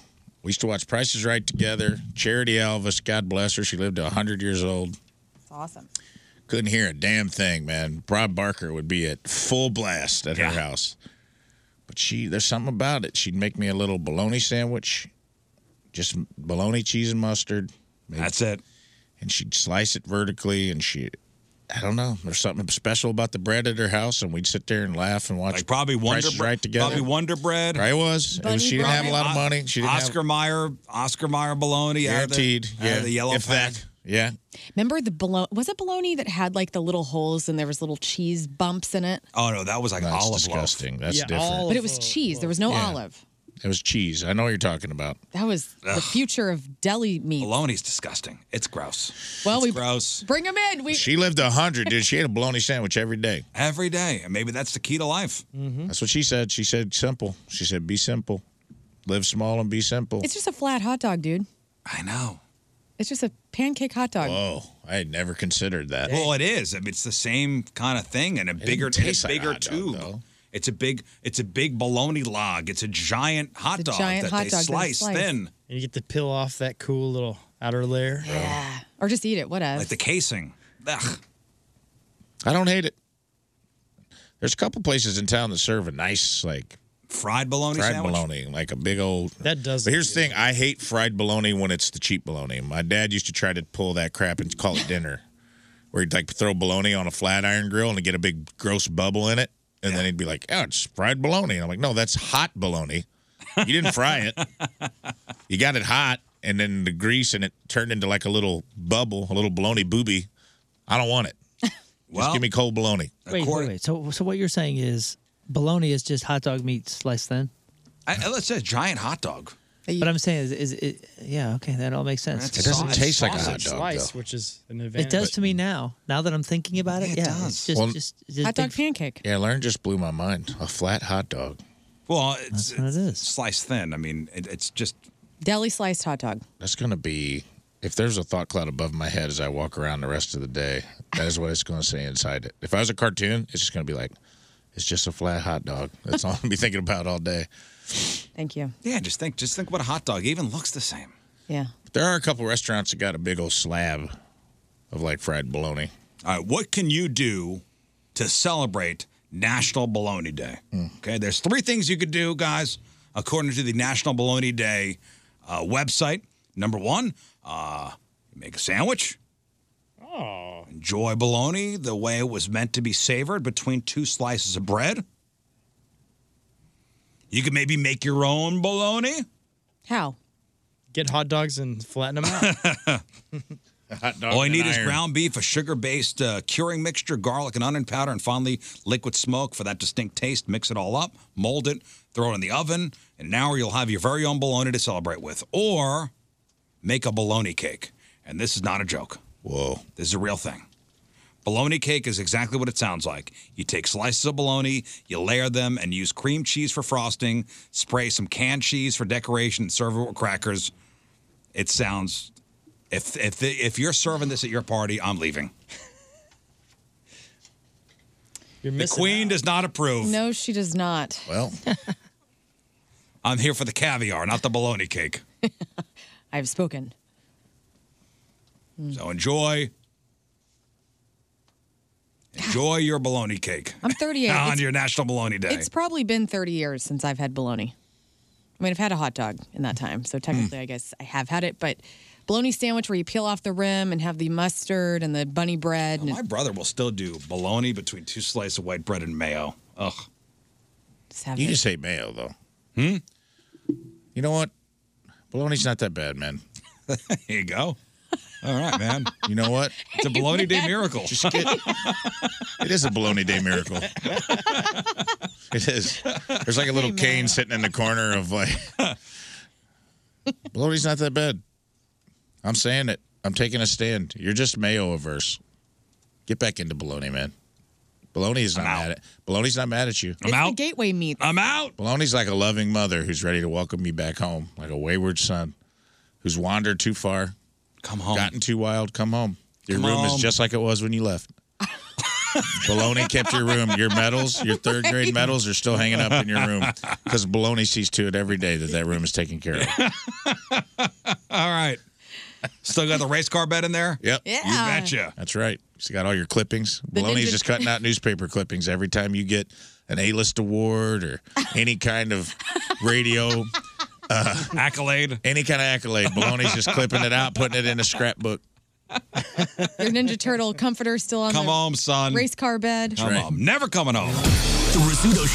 we used to watch Prices Right together. Charity Elvis, God bless her. She lived to 100 years old. It's awesome. Couldn't hear a damn thing, man. Rob Barker would be at full blast at her house. But she, there's something about it. She'd make me a little bologna sandwich, just bologna, cheese, and mustard. That's it. And she'd slice it vertically, and she, I don't know, there's something special about the bread at her house, and we'd sit there and laugh and watch. Like probably Wonder Price is Bre- right together. probably Wonder Bread. I was. It was- she didn't have a lot of money. She didn't have- Oscar Mayer, Oscar Mayer bologna. out of the- Guaranteed, out of yeah, the yellow if pack. Yeah. Remember the bologna? Was it bologna that had like the little holes and there was little cheese bumps in it? Oh no, that was like That's olive disgusting. loaf. That's Yeah, different. But it was cheese. There was no Yeah. olive. It was cheese. I know what you're talking about. That was the future of deli meat. Bologna's disgusting. It's gross. Well, we gross. Bring them in. We She lived a hundred, dude. She ate a bologna sandwich every day. Every day, and maybe that's the key to life. Mm-hmm. That's what she said. She said simple. She said be simple, live small and be simple. It's just a flat hot dog, dude. I know. It's just a pancake hot dog. Whoa, I had never considered that. Well, it is. I mean, it's the same kind of thing and a bigger, and taste a like a bigger hot dog, tube. it's a big, it's a big bologna log. It's a giant hot It's a dog giant that hot they dog that is slice sliced. thin, And you get to peel off that cool little outer layer. Yeah. Or just eat it. What else? like the casing. Ugh. I don't hate it. There's a couple places in town that serve a nice like fried bologna fried sandwich? bologna, like a big old. That does. But here's the thing: I hate fried bologna when it's the cheap bologna. My dad used to try to pull that crap and call it dinner. where he'd like throw bologna on a flat iron grill and get a big gross bubble in it, and then he'd be like, "Oh, it's fried bologna." And I'm like, "No, that's hot bologna. You didn't fry it. you got it hot, and then the grease and it turned into like a little bubble, a little bologna booby. I don't want it. Just give me cold bologna. Wait, wait, wait. So, so what you're saying is bologna is just hot dog meat sliced thin? I, let's say a giant hot dog. But I'm saying is, is it? Yeah, okay, that all makes sense. It doesn't taste like a hot Sausage dog, slice, though. which is an It advantage. does to me now. Now that I'm thinking about it, yeah, It's just, Well- just, just Hot dog think- pancake. Yeah, Lauren just blew my mind. A flat hot dog. Well, it's, it's sliced thin. I mean, it, it's just Deli sliced hot dog. That's gonna be. If there's a thought cloud above my head as I walk around the rest of the day, that is what it's gonna say inside it. If I was a cartoon, it's just gonna be like, it's just a flat hot dog. That's all I'm gonna be thinking about all day. Thank you. yeah. Just think, just think what a hot dog even looks the same. Yeah. There are a couple restaurants that got a big old slab of like fried bologna. All right, what can you do to celebrate National Bologna Day? Hmm. Okay, there's three things you could do, guys, according to the National Bologna Day uh, website. Number one, uh, make a sandwich. Oh. Enjoy bologna the way it was meant to be savored between two slices of bread. You can maybe make your own bologna. How? Get hot dogs and flatten them out. hot dog All you need is ground beef, a sugar based uh, curing mixture, garlic and onion powder, and finally liquid smoke for that distinct taste. Mix it all up, mold it, throw it in the oven, and now you'll have your very own bologna to celebrate with. Or make a bologna cake. And this is not a joke. Whoa. This is a real thing. Bologna cake is exactly what it sounds like. You take slices of bologna, you layer them, and use cream cheese for frosting, spray some canned cheese for decoration, and serve it with crackers. It sounds if if the, if you're serving this at your party, I'm leaving. the queen does not approve. No, she does not. Well, I'm here for the caviar, not the bologna cake. I've spoken. So enjoy. Enjoy your bologna cake. I'm 38. on It's- your National Bologna Day. It's probably been 30 years since I've had bologna. I mean, I've had a hot dog in that time, so technically, Hmm. I guess I have had it. But bologna sandwich where you peel off the rim and have the mustard and the bunny bread. and Oh, My brother will still do bologna between two slices of white bread and mayo. Ugh. You just hate mayo, though. Hmm. You know what? Bologna's not that bad, man. there you go. All right, man. You know what? It's a Hey, bologna day man. miracle. Just get, it is a bologna day miracle. It is. There's like a little cane sitting in the corner of like. Bologna's not that bad. I'm saying it. I'm taking a stand. You're just mayo averse. Get back into bologna, man. Bologna is not mad at. Bologna's not mad at you. it's the gateway meat. I'm out. Baloney's like a loving mother who's ready to welcome you back home, like a wayward son who's wandered too far. Come home. Gotten too wild. Come home. Your Come room home. is just like it was when you left. Baloney kept your room. Your medals, your third grade medals, are still hanging up in your room because Baloney sees to it every day that that room is taken care of. All right. Still got the race car bed in there? Yep. You betcha. That's right. She's got all your clippings. The Baloney's ninja- just cutting out newspaper clippings every time you get an A-list award or any kind of radio uh, accolade. Any kind of accolade. Baloney's just clipping it out, putting it in a scrapbook. Your Ninja Turtle comforter still on Come the home, son. race car bed. Come home. Never coming home. The Rizzuto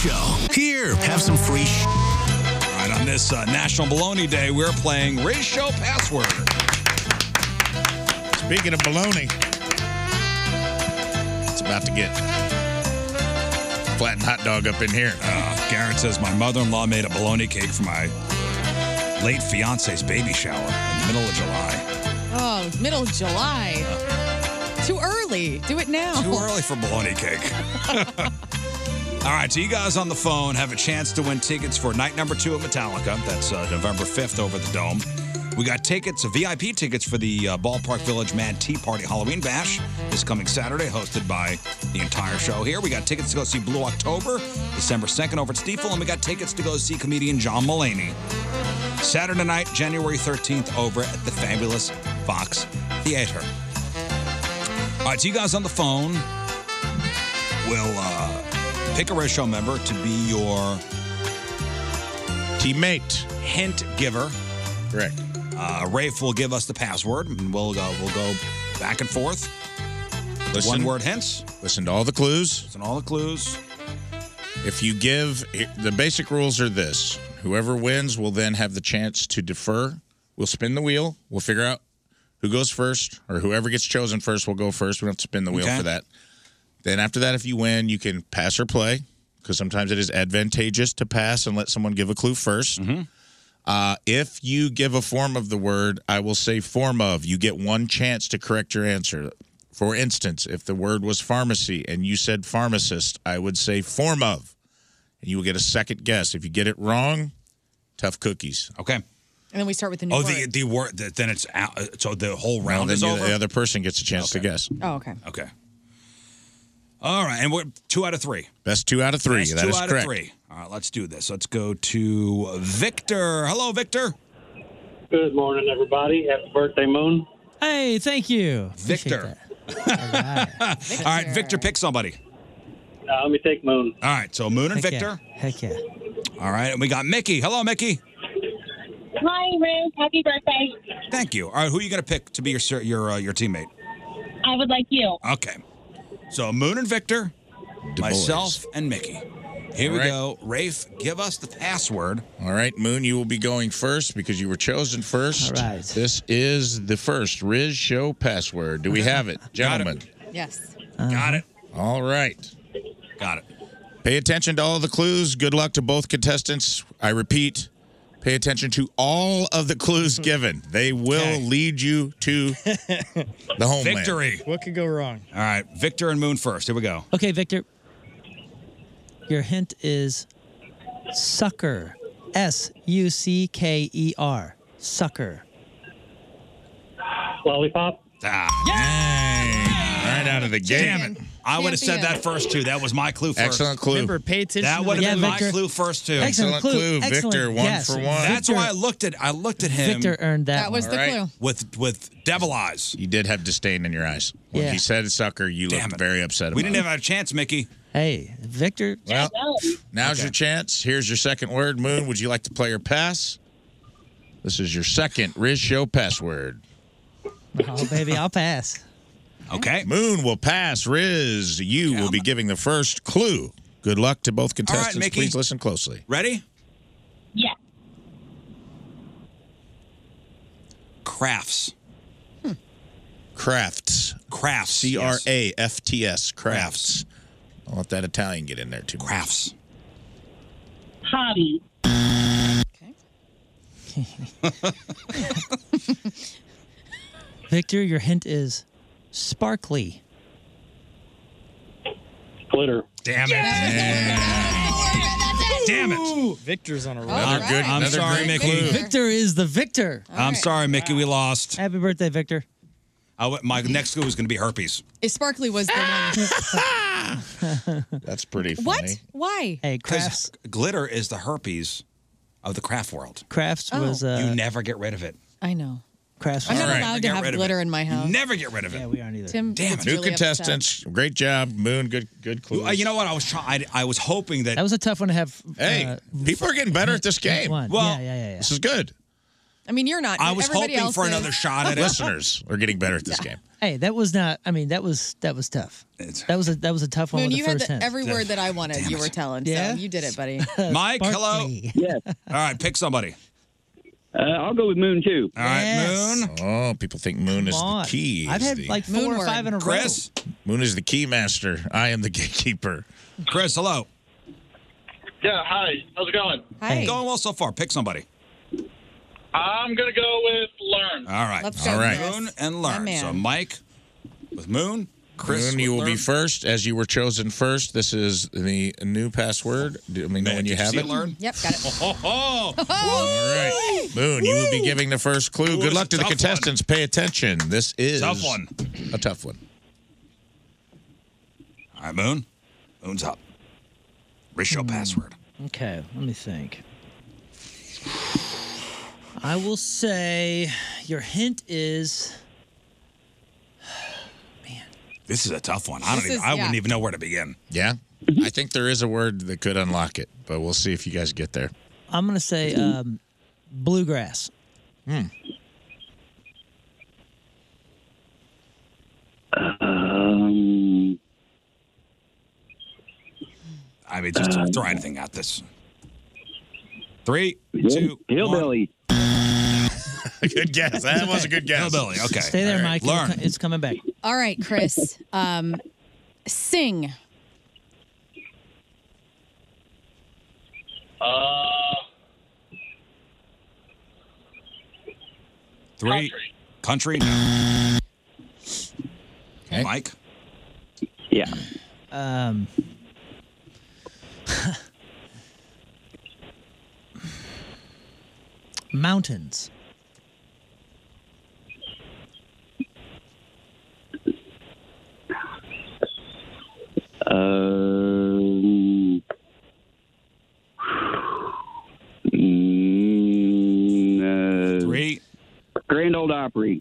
Show. Here, have some free sh- All right, on this uh, National Bologna Day, we're playing Race Show Password. Speaking of baloney, it's about to get flattened hot dog up in here. Uh, Garrett says my mother-in-law made a bologna cake for my late fiance's baby shower in the middle of July. Oh, middle of July. Too early. Do it now. Too early for bologna cake. All right, so you guys on the phone have a chance to win tickets for night number two at Metallica. That's uh, November 5th over at the Dome. We got tickets, VIP tickets for the uh, Ballpark Village Mad Tea Party Halloween Bash this coming Saturday, hosted by the entire show here. We got tickets to go see Blue October December 2nd over at Steeple, and we got tickets to go see comedian John Mullaney Saturday night, January 13th, over at the fabulous Fox Theater. All right, so you guys on the phone will uh, pick a race show member to be your teammate, hint giver. Correct. Uh, Rafe will give us the password, and we'll go. We'll go back and forth. One word hence. Listen to all the clues. Listen to all the clues. If you give, the basic rules are this whoever wins will then have the chance to defer. We'll spin the wheel. We'll figure out who goes first or whoever gets chosen first will go first. We don't have to spin the wheel Okay. for that. Then after that, if you win, you can pass or play because sometimes it is advantageous to pass and let someone give a clue 1st Mm-hmm. Uh, if you give a form of the word, I will say form of. You get one chance to correct your answer. For instance, if the word was pharmacy and you said pharmacist, I would say form of. And you will get a second guess. If you get it wrong, tough cookies. Okay. And then we start with the new Oh, word. the the word. the- Then it's out. uh, So the whole round then is you- over. the other person gets a chance to guess. oh, okay. Okay. All right, and we're two out of three. Best two out of three. That's That two is out correct. of three. All right, let's do this. Let's go to Victor. Hello, Victor. Good morning, everybody. Happy birthday, Moon. Hey, thank you. Victor. All right, Victor, pick somebody. Uh, let me take Moon. All right, so Moon and Victor. Heck yeah. All right, and we got Mickey. Hello, Mickey. Hi, Ruth. Happy birthday. Thank you. All right, who are you going to pick to be your ser- your uh, your teammate? I would like you. Okay. So Moon and Victor, myself and Mickey. Here All we right. go. Rafe, give us the password. All right, Moon, you will be going first because you were chosen first. All right. This is the first Riz Show password. Do we have it, gentlemen? Yes. Got it. All right. Got it. Pay attention to all the clues. Good luck to both contestants. I repeat, pay attention to all of the clues given. They will lead you to the homeland. Victory. What could go wrong? All right, Victor and Moon first. Here we go. Okay, Victor. Your hint is sucker. S U C K E R. Sucker. Lollipop. Ah, Right out of the gate. Damn it. I would have said that first too. That was my clue first. Excellent clue. Remember, pay attention That to would have the been clue. my Victor. clue first too. Excellent Excellent clue, clue, Victor. excellent One guess. for one. That's Victor- why I looked at I looked at him. Victor earned that That was one. the clue. With with devil eyes. You did have disdain in your eyes. When Yeah. he said sucker, you looked very upset about We didn't it. have a chance, Mickey. Hey, Victor. Well, now's your chance. Here's your second word. Moon, would you like to play or pass? This is your second Riz Show password. Oh, baby, I'll pass. Okay. Moon will pass. Riz, you will be giving the first clue. Good luck to both contestants. Mickey. Please listen closely. Ready? Yeah. Crafts. Crafts. Crafts. C R A F T S. Crafts. I'll let that Italian get in there too. Crafts. Hobby. Victor, your hint is sparkly. Glitter. Damn it. Damn it. Victor's on a roll. Another good- I'm another sorry, great Mickey. clue. Victor is the victor. I'm sorry, Mickey. We lost. Happy birthday, Victor. I w- my next clue was going to be herpes. If Sparkly was the one. That's pretty what? Why? Hey, crafts. Glitter is the herpes of the craft world. Crafts Oh. was, uh, you never get rid of it. I know. Crafts. I'm not All right. allowed Get to have rid of glitter in my house. Never get rid of it. Yeah, we aren't either. Tim gets New really upset. contestants. Great job, Moon. Good good clue. Uh, You know what? I was trying. I was hoping that. That was a tough one to have. Hey, people are getting better at this game. Well, yeah, yeah, yeah, yeah. This is good. I mean, you're not. Uh, Everybody else is. Listeners are getting better at this game. Mm-hmm. Hey, that was not. I mean, that was that was tough. that was a that was a tough one. Moon, with you the had first the, hint. every word that I wanted. You were telling. Yeah? So you did it, buddy. Mike, hello. Yes. All right, pick somebody. Uh, I'll go with Moon too. All right, Moon. Oh, people think Moon is on. the key. I've is had, the- like, four or Moonward. five in a row. Chris? Moon is the key master. I am the gatekeeper. Chris, hello. Yeah. Hi. How's it going? Hey. Going well so far. Pick somebody. I'm gonna go with Learn. All right. Let's All go, right. Chris. Moon and My learn. man. So Mike with Moon. Chris, Moon, you will with be learn. first as you were chosen first. This is the new password. Do we know when you did you have see it? learn? Yep, got it. Oh, Moon, you will be giving the first clue. Ooh, Good it's luck a to the tough one. contestants. Pay attention. This is Tough one. A tough one. All right, Moon. Moon's up. Ratio password. Okay, let me think. I will say your hint is This is a tough one. I don't. This Even, is- I wouldn't yeah. even know where to begin. Yeah? I think there is a word that could unlock it, but we'll see if you guys get there. I'm gonna say um, bluegrass. Hmm. Um, I uh, mean, just throw anything at this. Three, two, Hillbilly. good guess. That was a good guess. Hillbilly. Okay. Stay there, All Mike. right. It'll co- It's coming back. All right, Chris. Um, sing. Three. Country. No. Mike. Yeah. Um, mountains. Um, mm, uh, Three. Grand Old Opry.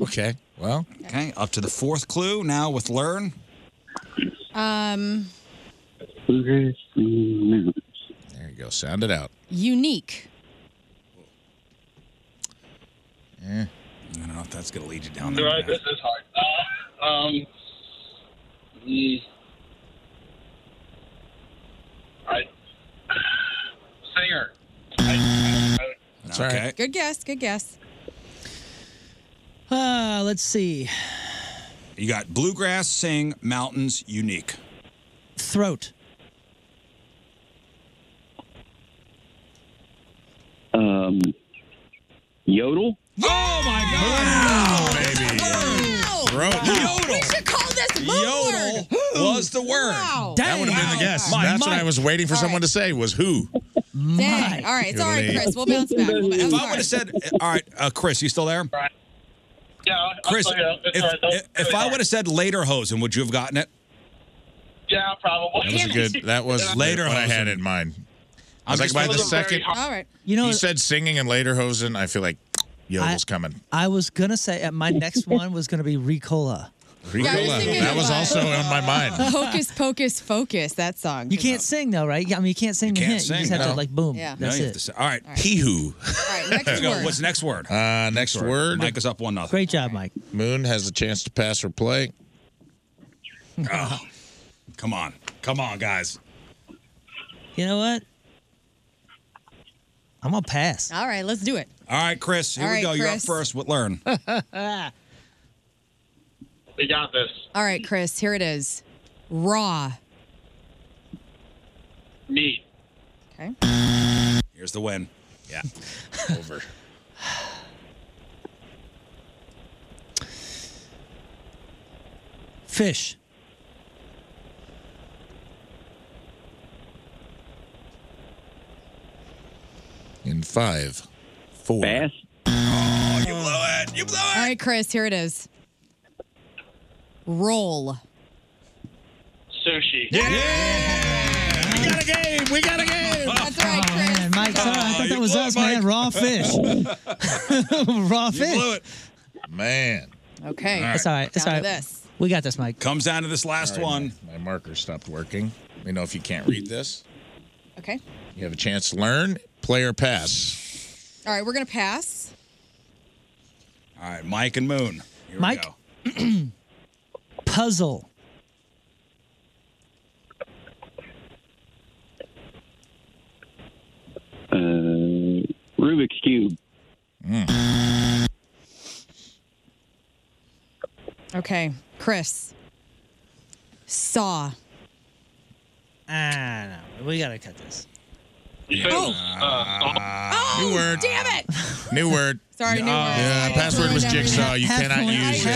Okay. Well. Okay. Up to the fourth clue now with learn. Um, There you go. Sound it out. unique. Eh. I don't know if that's going to lead you down All there. right, this is hard. Uh, um, mm, eh. I, singer. I, I, I, That's okay. Good guess. Good guess. Uh, let's see. You got bluegrass, sing, mountains, unique. Throat. Um, yodel. Oh my God, baby! Throat. We should call this Yodel was the word. Wow. That would have been the guess. Mike, That's what Mike. I was waiting for someone to say was who. Dang. All right. It's all right, Really? Chris. We'll bounce back. We'll bounce If I back. would have said, all right, uh, Chris, you still there? yeah, I'm Chris, sorry, uh, it's if, all right, that's if, if really I hard. would have said later hosen, would you have gotten it? yeah, probably. later. what I Hosen. had in mind. I I'm was like, just- by that the was a very second, hard- All right. You know, you said singing and later hosen. I feel like yodel's I- coming. I was gonna say uh, my next one was gonna be Ricola. Ricola. that was also on my mind. Hocus Pocus Focus, that song. You can't sing though, right? I mean, you can't sing the hint. you just have to like boom. Yeah. That's you it. have to say- all right, He who. All right, Let's next go. word. What's the next word? Uh, next word. word. Mike is up one nothing. Great job, Mike. Moon has the chance to pass or play. Oh, come on, come on, guys. You know what? I'm gonna pass. All right, let's do it. All right, Chris, here All we right, go. You're up Chris. first. What learn? All We got this. right, Chris, here it is. Raw. Me. Okay. Here's the win. Yeah, over. Fish. In five, four. Bass. Oh, you blew it. You blew it. All right, Chris, here it is. Roll. Sushi. Yeah. We got a game. We got a game. That's right, Chris. Oh, Man, Mike, Ah, sorry, I thought that was us, man. Raw fish. Raw You fish. blew it. Man. Okay. All right. It's all right. It's Down all to right. this. We got this, Mike. Comes down to this last Sorry, one. My marker stopped working. Let me know if you can't read this. Okay. You have a chance to learn, play or pass. All right, we're going to pass. All right, Mike and Moon. Here Mike? Puzzle. Uh, Rubik's Cube. Mm. Okay, Chris. Saw. Ah, no. We got to cut this. Ah, New word. Oh. Damn it! Uh, New word. Sorry, new word. Yeah, password was jigsaw. You cannot use a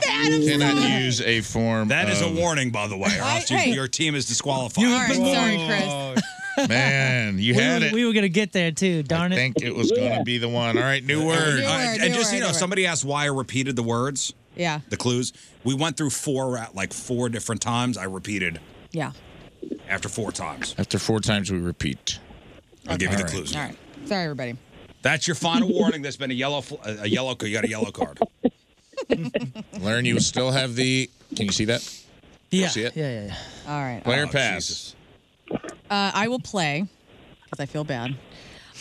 cannot use a form. That is a of- warning, by the way, or else you, hey. your team is disqualified. You- Oh, All right, sorry, Chris. Man, you we had were, it. We were gonna get there too. Darn it. I think it was gonna be the one. All right, new word. All right, and just so you know, word. somebody asked why I repeated the words, Yeah, the clues. We went through four ra- like four different times. I repeated yeah. after four times. After four times, we repeat. I'll give you the All right. clues. All right. Sorry, everybody. That's your final warning. There's been a yellow, fl- a a yellow. You got a yellow card. Learn. You still have the. Can you see that? Yeah. See it? Yeah, yeah, yeah. All right. Play or Uh, pass. I will play because I feel bad.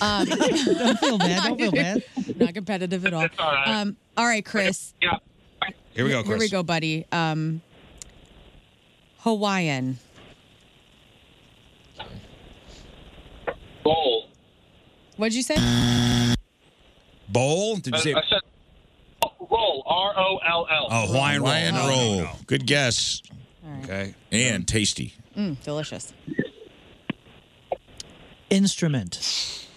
Um, don't feel bad. Don't feel bad. Not competitive at all. all right, um, all right Chris. Here we go, Chris. Here we go, buddy. Um, Hawaiian. Bowl. What'd you say? Bowl? Did you say? I said roll. R O L L. Oh, Hawaiian roll. Oh, roll. Good guess. Okay. And tasty. Mm, delicious. Instrument.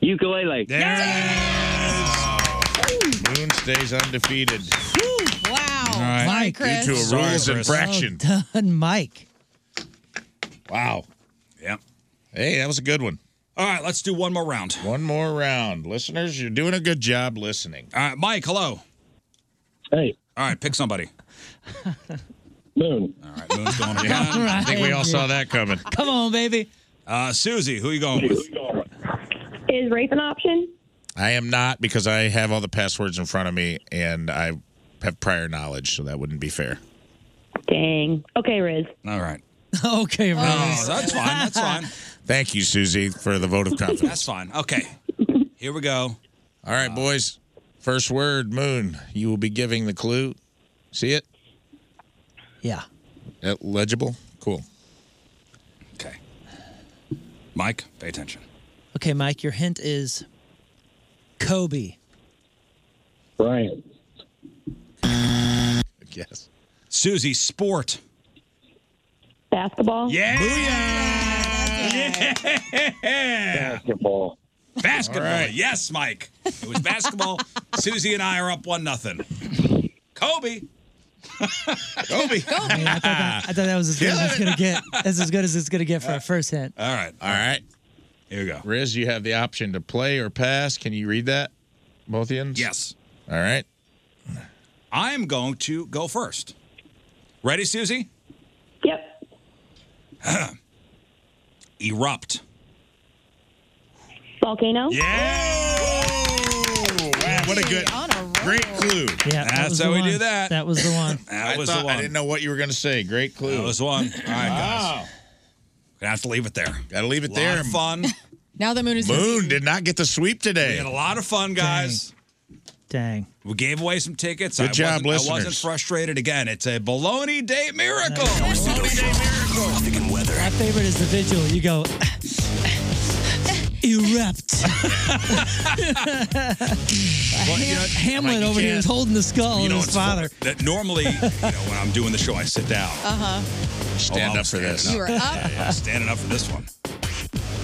Ukulele. There it is. Moon stays undefeated. Wow. All right. Mike. Due to a Sorry, rules Chris. infraction. Well Oh, done, Mike. Wow. Yep. Hey, that was a good one. All right, let's do one more round. One more round. Listeners, you're doing a good job listening. All right, Mike, hello. Hey. All right, pick somebody. Moon. All right, Moon's going Yeah, I think we all saw that coming. Come on, baby. Uh, Susie, who are you going with? Is rape an option? I am not because I have all the passwords in front of me and I have prior knowledge, so that wouldn't be fair. Dang. Okay, Riz. All right. Okay, Riz. Oh, that's fine. That's fine. Thank you, Susie, for the vote of confidence. That's fine. Okay. Here we go. All right, boys. First word, moon. You will be giving the clue. See it? Yeah. Uh, legible? Cool. Mike, pay attention. Okay, Mike, your hint is Kobe. Brian. Yes. Susie, sport. Basketball? Yeah. Basketball. Basketball. All right. Yes, Mike. It was basketball. Susie and I are up one nothing. Kobe. Kobe. Man, I, thought that, I thought that was as good as it's gonna get. That's as good as it's gonna get for a first hint. All right. All right. Here we go. Riz, you have the option to play or pass. Can you read that? Both ends? Yes. All right. I'm going to go first. Ready, Susie? Yep. Erupt. Volcano? Yeah. what a good, great clue. Yeah, That's how we do that. That was the one. That I was thought- the one. I didn't know what you were going to say. Great clue. That was the one. All right, guys. Gonna have to leave it there. Gotta leave it Lot there. of fun. Now that Moon is Moon did not get the sweep We today. had a lot of fun, guys. Dang. We gave away some tickets. Good I job, wasn't, I wasn't listeners. frustrated again. It's a baloney day miracle. My favorite is the vigil. You go erupt. Ham- Hamlet over here is holding the skull You of know, his it's fun. father. That normally, you know, when I'm doing the show, I sit down. Uh huh. Stand up for this. You were up. Yeah, standing up for this one.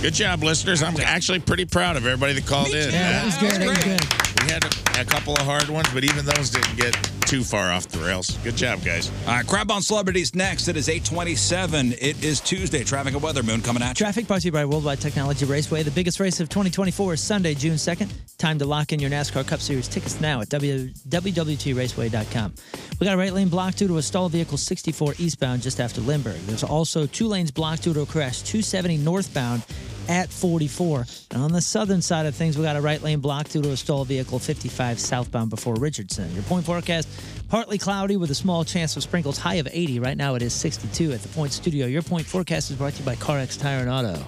Good job, listeners. I'm actually pretty proud of everybody that called in. That was good. That was good. We had a, a couple of hard ones, but even those didn't get too far off the rails. Good job, guys. All right, Crab on Celebrities next. It is 827. It is Tuesday. Traffic and weather. Moon coming at you. Traffic brought to you by Worldwide Technology Raceway. The biggest race of 2024 is Sunday, June 2nd. Time to lock in your NASCAR Cup Series tickets now at w- www.raceway.com. We got a right lane blocked due to a stalled vehicle 64 eastbound just after Lindbergh. There's also two lanes blocked due to a crash 270 northbound at 44. And on the southern side of things, we got a right lane block due to a stalled vehicle 55 southbound before Richardson. Your point forecast partly cloudy with a small chance of sprinkles, high of 80. Right now it is 62 at the Point Studio. Your point forecast is brought to you by CarX Tire and Auto.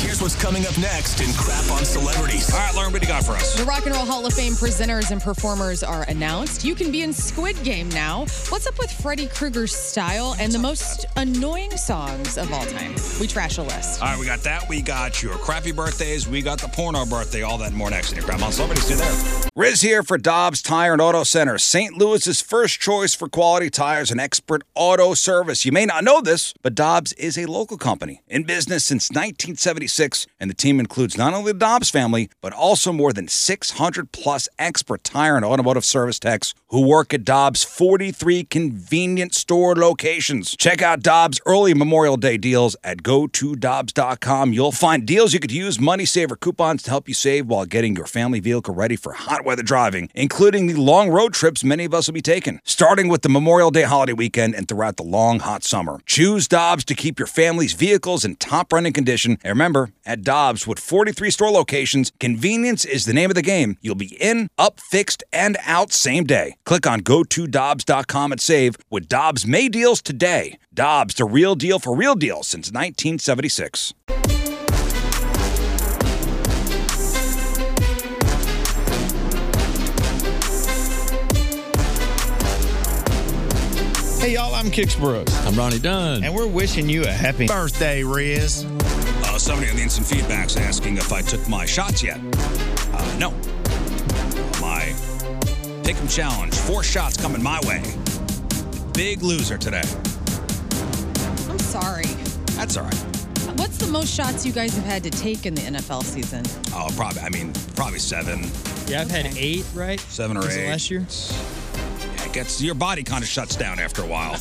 Here's what's coming up next in Crap on Celebrities. All right, Lauren, what do you got for us? The Rock and Roll Hall of Fame presenters and performers are announced. You can be in Squid Game now. What's up with Freddy Krueger's style and the most annoying songs of all time? We trash a list. All right, we got that. We got your crappy birthdays. We got the porno birthday. All that and more next. Crab on Celebrities. Do there. Riz here for Dobbs Tire and Auto Center, St. Louis's first choice for quality tires and expert auto service. You may not know this, but Dobbs is a local company in business since 1976, and the team includes not only the Dobbs family, but also more than 600 plus expert tire and automotive service techs who work at Dobbs' 43 convenient store locations. Check out Dobbs' early Memorial Day deals at gotodobbs.com. You'll find deals you could use, money saver coupons to help you save while getting your family vehicle ready for hot weather driving, including the long road trips many of us will be taking, starting with the Memorial Day holiday weekend and throughout the long hot summer. Choose Dobbs to keep your family's vehicles in top running condition. And remember, at Dobbs, with 43 store locations, convenience is the name of the game. You'll be in, up, fixed, and out same day. Click on gotodobbs.com and save with Dobbs May deals today. Dobbs, the real deal for real deals since 1976. Hey, y'all, I'm Kix Brooks. I'm Ronnie Dunn. And we're wishing you a happy birthday, Riz. Uh, somebody on the instant feedback's asking if I took my shots yet. Uh, no. My pick 'em challenge. Four shots coming my way. Big loser today. I'm sorry. That's all right. What's the most shots you guys have had to take in the NFL season? Oh, probably. I mean, probably seven. Yeah, I've had eight, right? Seven or Was it eight. last year? Yeah, it gets your body kind of shuts down after a while.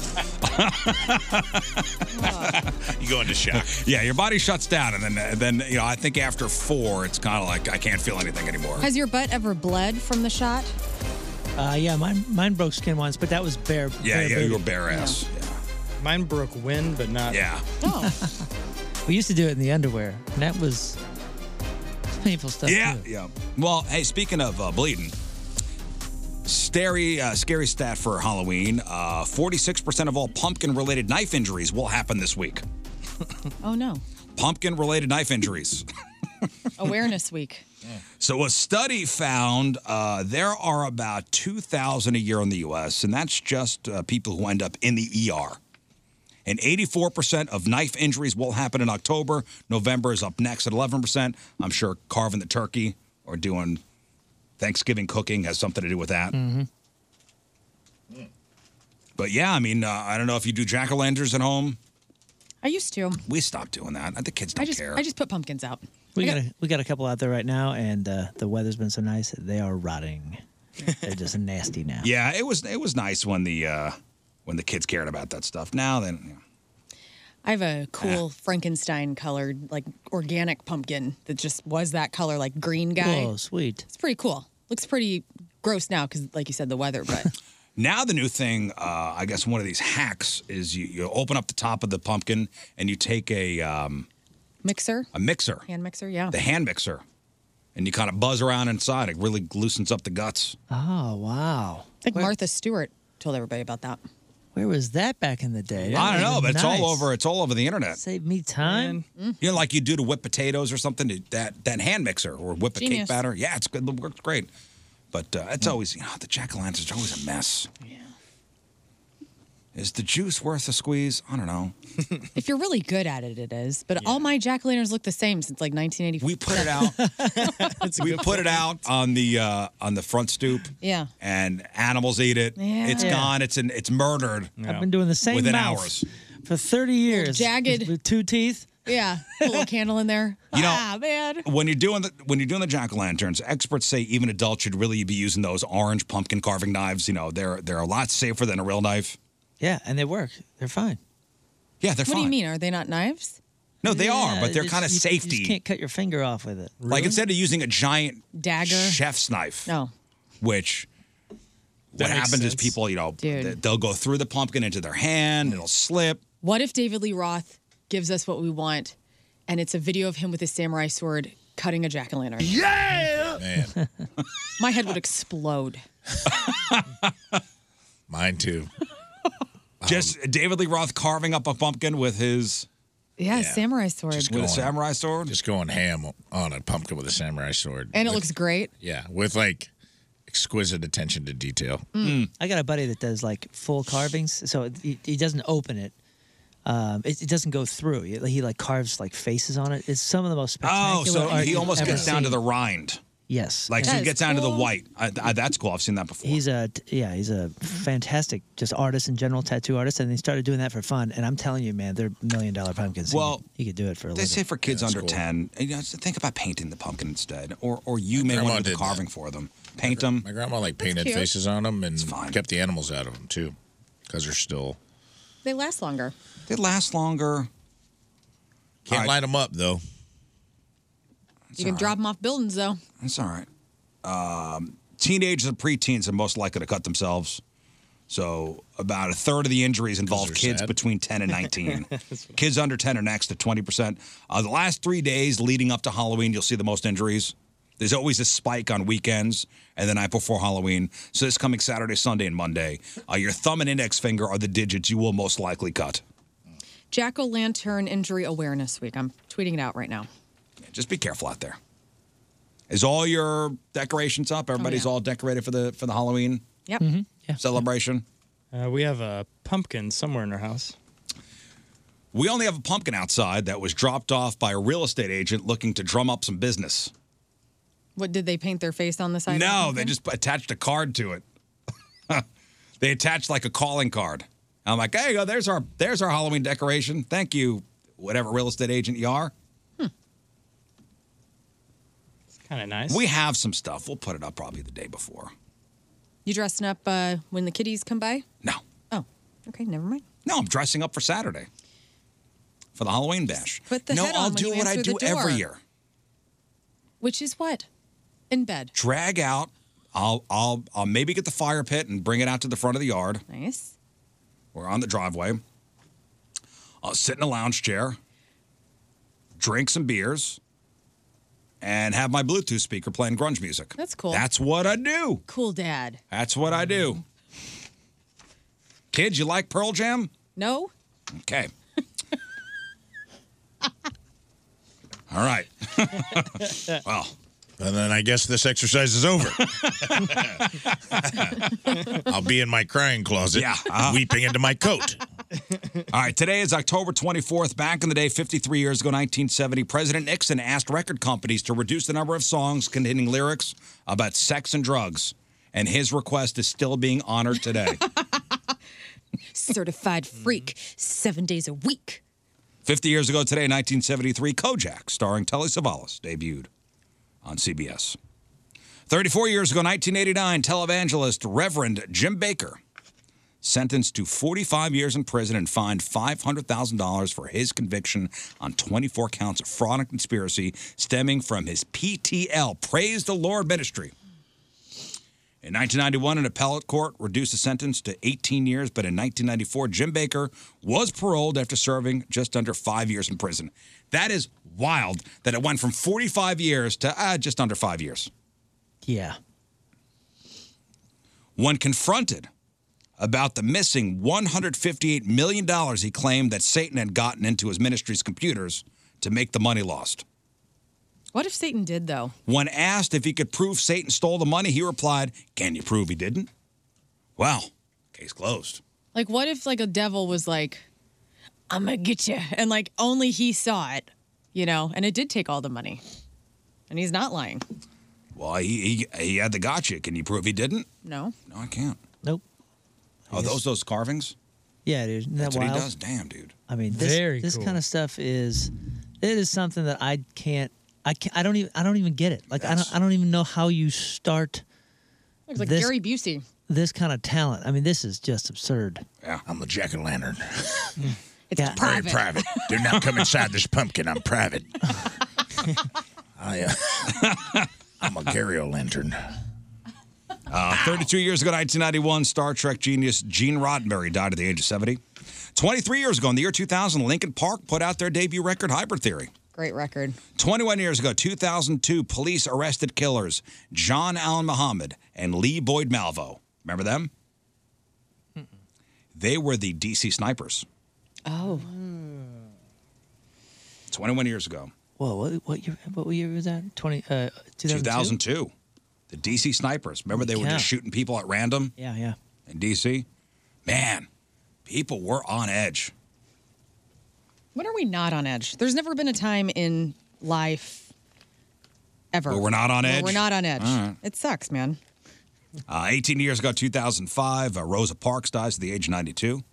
you go into shock. yeah, your body shuts down, and then and then you know I think after four, it's kind of like I can't feel anything anymore. Has your butt ever bled from the shot? Uh, yeah, mine mine broke skin once, but that was bare. Yeah, bare yeah, booty. you were bare ass. Mine broke wind, but not. Yeah. We used to do it in the underwear, and that was it's painful stuff. Yeah, too. yeah. Well, hey, speaking of uh, bleeding, scary, uh, scary stat for Halloween: uh, forty-six percent of all pumpkin-related knife injuries will happen this week. Oh no. Pumpkin-related knife injuries. Awareness week. So, a study found uh, there are about 2,000 a year in the U.S., and that's just uh, people who end up in the ER. And 84% of knife injuries will happen in October. November is up next at 11%. I'm sure carving the turkey or doing Thanksgiving cooking has something to do with that. Mm-hmm. But yeah, I mean, uh, I don't know if you do jack o' lanterns at home. I used to. We stopped doing that. The kids don't I just care. I just put pumpkins out. We I got got- a, we got a couple out there right now, and uh, the weather's been so nice they are rotting. They're just nasty now. Yeah, it was it was nice when the uh, when the kids cared about that stuff. Now then, you know, I have a cool Frankenstein colored, like organic pumpkin that just was that color, like green guy. Whoa, sweet. It's pretty cool. Looks pretty gross now because, like you said, the weather. But Now the new thing, uh, I guess one of these hacks is you, you open up the top of the pumpkin and you take a um, mixer, a mixer, hand mixer, yeah. the hand mixer, and you kind of buzz around inside. It really loosens up the guts. Oh wow! Like Martha Stewart told everybody about that. Where was that back in the day? That I don't was know, but it's all nice. over. It's all over the internet. Save me time. You know, like you do to whip potatoes or something. to- That that hand mixer or whip a cake Genius. batter. Yeah, it's good. It works great. But uh, Mm. it's always you know the jack o' lanterns are always a mess. Yeah. Is the juice worth a squeeze? I don't know. If you're really good at it, it is. But all my jack o' lanterns look the same since like 1984. We put it out. we put it out on the uh, on the front stoop, yeah. and animals eat it. Yeah. It's Yeah. gone. It's in, it's murdered. I've been doing the same within mouth hours. for thirty years. Jagged. With two teeth. Yeah. A little candle in there. You know, ah, man. When you're doing the when you're doing the jack o' lanterns, experts say even adults should really be using those orange pumpkin carving knives. You know, they're they're a lot safer than a real knife. Yeah, and they work. They're fine. Yeah, they're what fine. do you mean? Are they not knives? No, they are, but they're it's- kind of you- safety. You just can't cut your finger off with it. Like instead of using a giant Dagger. chef's knife, No. which That what makes happens is sense. people, you know, Dude. they- they'll go through the pumpkin into their hand. It'll slip. What if David Lee Roth gives us what we want and it's a video of him with his samurai sword cutting a jack o' lantern? Yeah! Man, My head would explode. mine too. Just David Lee Roth carving up a pumpkin with his Yeah, samurai sword. Just With a samurai sword? Just going ham on a pumpkin with a samurai sword. and it With- looks great. Yeah, with like exquisite attention to detail. Mm. Mm. I got a buddy that does like full carvings, so it- he, he doesn't open it. Um, it, it doesn't go through. He, he, like carves like faces on it. It's some of the most spectacular. Oh, so art he you've almost ever gets down to seen. the rind. Yes, Like so That he is gets down to the cool. white. I, I, that's cool. I've seen that before. He's a t- yeah, he's a Mm-hmm. fantastic just artist in general, tattoo artist, and he started doing that for fun. And I'm telling you, man, they're million dollar pumpkins. Well, he could, he could do it for a They living. say for kids under ten, you know, so think about painting the pumpkin instead, or or you may grandma want to do the did that. carving for them. Paint them. My grandma like painted cute. faces on them and kept the animals out of them too, because they're still They last longer. They last longer. can't light them up though. you can all drop them off buildings though. That's all right. Um, teenagers and preteens are most likely to cut themselves. So about a third of the injuries involve they're kids sad. between 10 and 19. kids under 10 are next to 20%. Uh, the last three days leading up to Halloween, you'll see the most injuries. There's always a spike on weekends and the night before Halloween. So this coming Saturday, Sunday, and Monday, uh, your thumb and index finger are the digits you will most likely cut. Jack o' lantern injury awareness week. I'm tweeting it out right now. Just be careful out there. Is all your decorations up? Everybody's yeah. all decorated for the for the Halloween Yep. Mhm. celebration. Uh, we have a pumpkin somewhere in our house. We only have a pumpkin outside that was dropped off by a real estate agent looking to drum up some business. What did they paint their face on the side? No, they just attached a card to it. they attached like a calling card. I'm like, hey, go, there's our there's our Halloween decoration. Thank you, whatever real estate agent you are. Hmm. Kind of nice. We have some stuff. We'll put it up probably the day before. You dressing up uh, when the kiddies come by? No. Oh, okay, never mind. No, I'm dressing up for Saturday for the Halloween bash. put the no, head on I'll when do you what I answer do the door. every year. Which is what? In bed. Drag out. I'll I'll I'll maybe get the fire pit and bring it out to the front of the yard Nice. or on the driveway. I'll sit in a lounge chair, drink some beers, and have my Bluetooth speaker playing grunge music. That's cool. That's what I do. cool, Dad. That's what I do. Mm-hmm. Kids, you like Pearl Jam? No. Okay. All right. well. And then I guess this exercise is over. I'll be in my crying closet, Yeah. weeping into my coat. All right, today is October 24th. Back in the day, 53 years ago, 1970, President Nixon asked record companies to reduce the number of songs containing lyrics about sex and drugs. And his request is still being honored today. Certified Mm-hmm. freak, seven days a week. 50 years ago today, 1973, Kojak, starring Telly Savalas, debuted on CBS. 34 years ago, 1989, televangelist Reverend Jim Baker sentenced to 45 years in prison and fined $500,000 for his conviction on 24 counts of fraud and conspiracy stemming from his PTL, Praise the Lord Ministry. In 1991, an appellate court reduced the sentence to 18 years, but in 1994, Jim Baker was paroled after serving just under five years in prison. That is wild that it went from 45 years to ah, just under five years. Yeah. When confronted about the missing $158 million he claimed that Satan had gotten into his ministry's computers to make the money lost. What if Satan did, though? When asked if he could prove Satan stole the money, he replied, Can you prove he didn't? Well, case closed. Like, what if, like, a devil was like, I'm going to get you. And, like, only he saw it, you know, and it did take all the money. And he's not lying. Well, he, he, he had the gotcha. Can you prove he didn't? No. No, I can't. Nope. Are those those carvings? Yeah, dude. Isn't that That's what wild? he does. Damn, dude. I mean, this, Very this cool. kind of stuff is it is something that I can't. I can't, I don't even I don't even get it. Like I That's- don't I don't even know how you start It's like This- Gary Busey. this kind of talent. I mean, this is just absurd. Yeah, I'm the jack o' lantern. It's Very private. Do not come inside this pumpkin. I'm private. I, uh, I'm a Gary o' lantern. Uh, 32 years ago, 1991, Star Trek genius Gene Roddenberry died at the age of 70. 23 years ago, in the year 2000, Lincoln Park put out their debut record, Hybrid Theory. Great record. 21 years ago, 2002, police arrested killers John Allen Muhammad and Lee Boyd Malvo. Remember them? They were the DC snipers Oh. 21 years ago. Whoa, what, what year? What year was that? Twenty uh, 2002? 2002. The DC snipers. Remember they were Yeah. just shooting people at random Yeah, yeah. in DC? Man, people were on edge. When are we not on edge? There's never been a time in life ever. Where we're not on where edge? We're not on edge. All right. It sucks, man. Uh, 18 years ago, 2005, uh, Rosa Parks dies at the age of 92.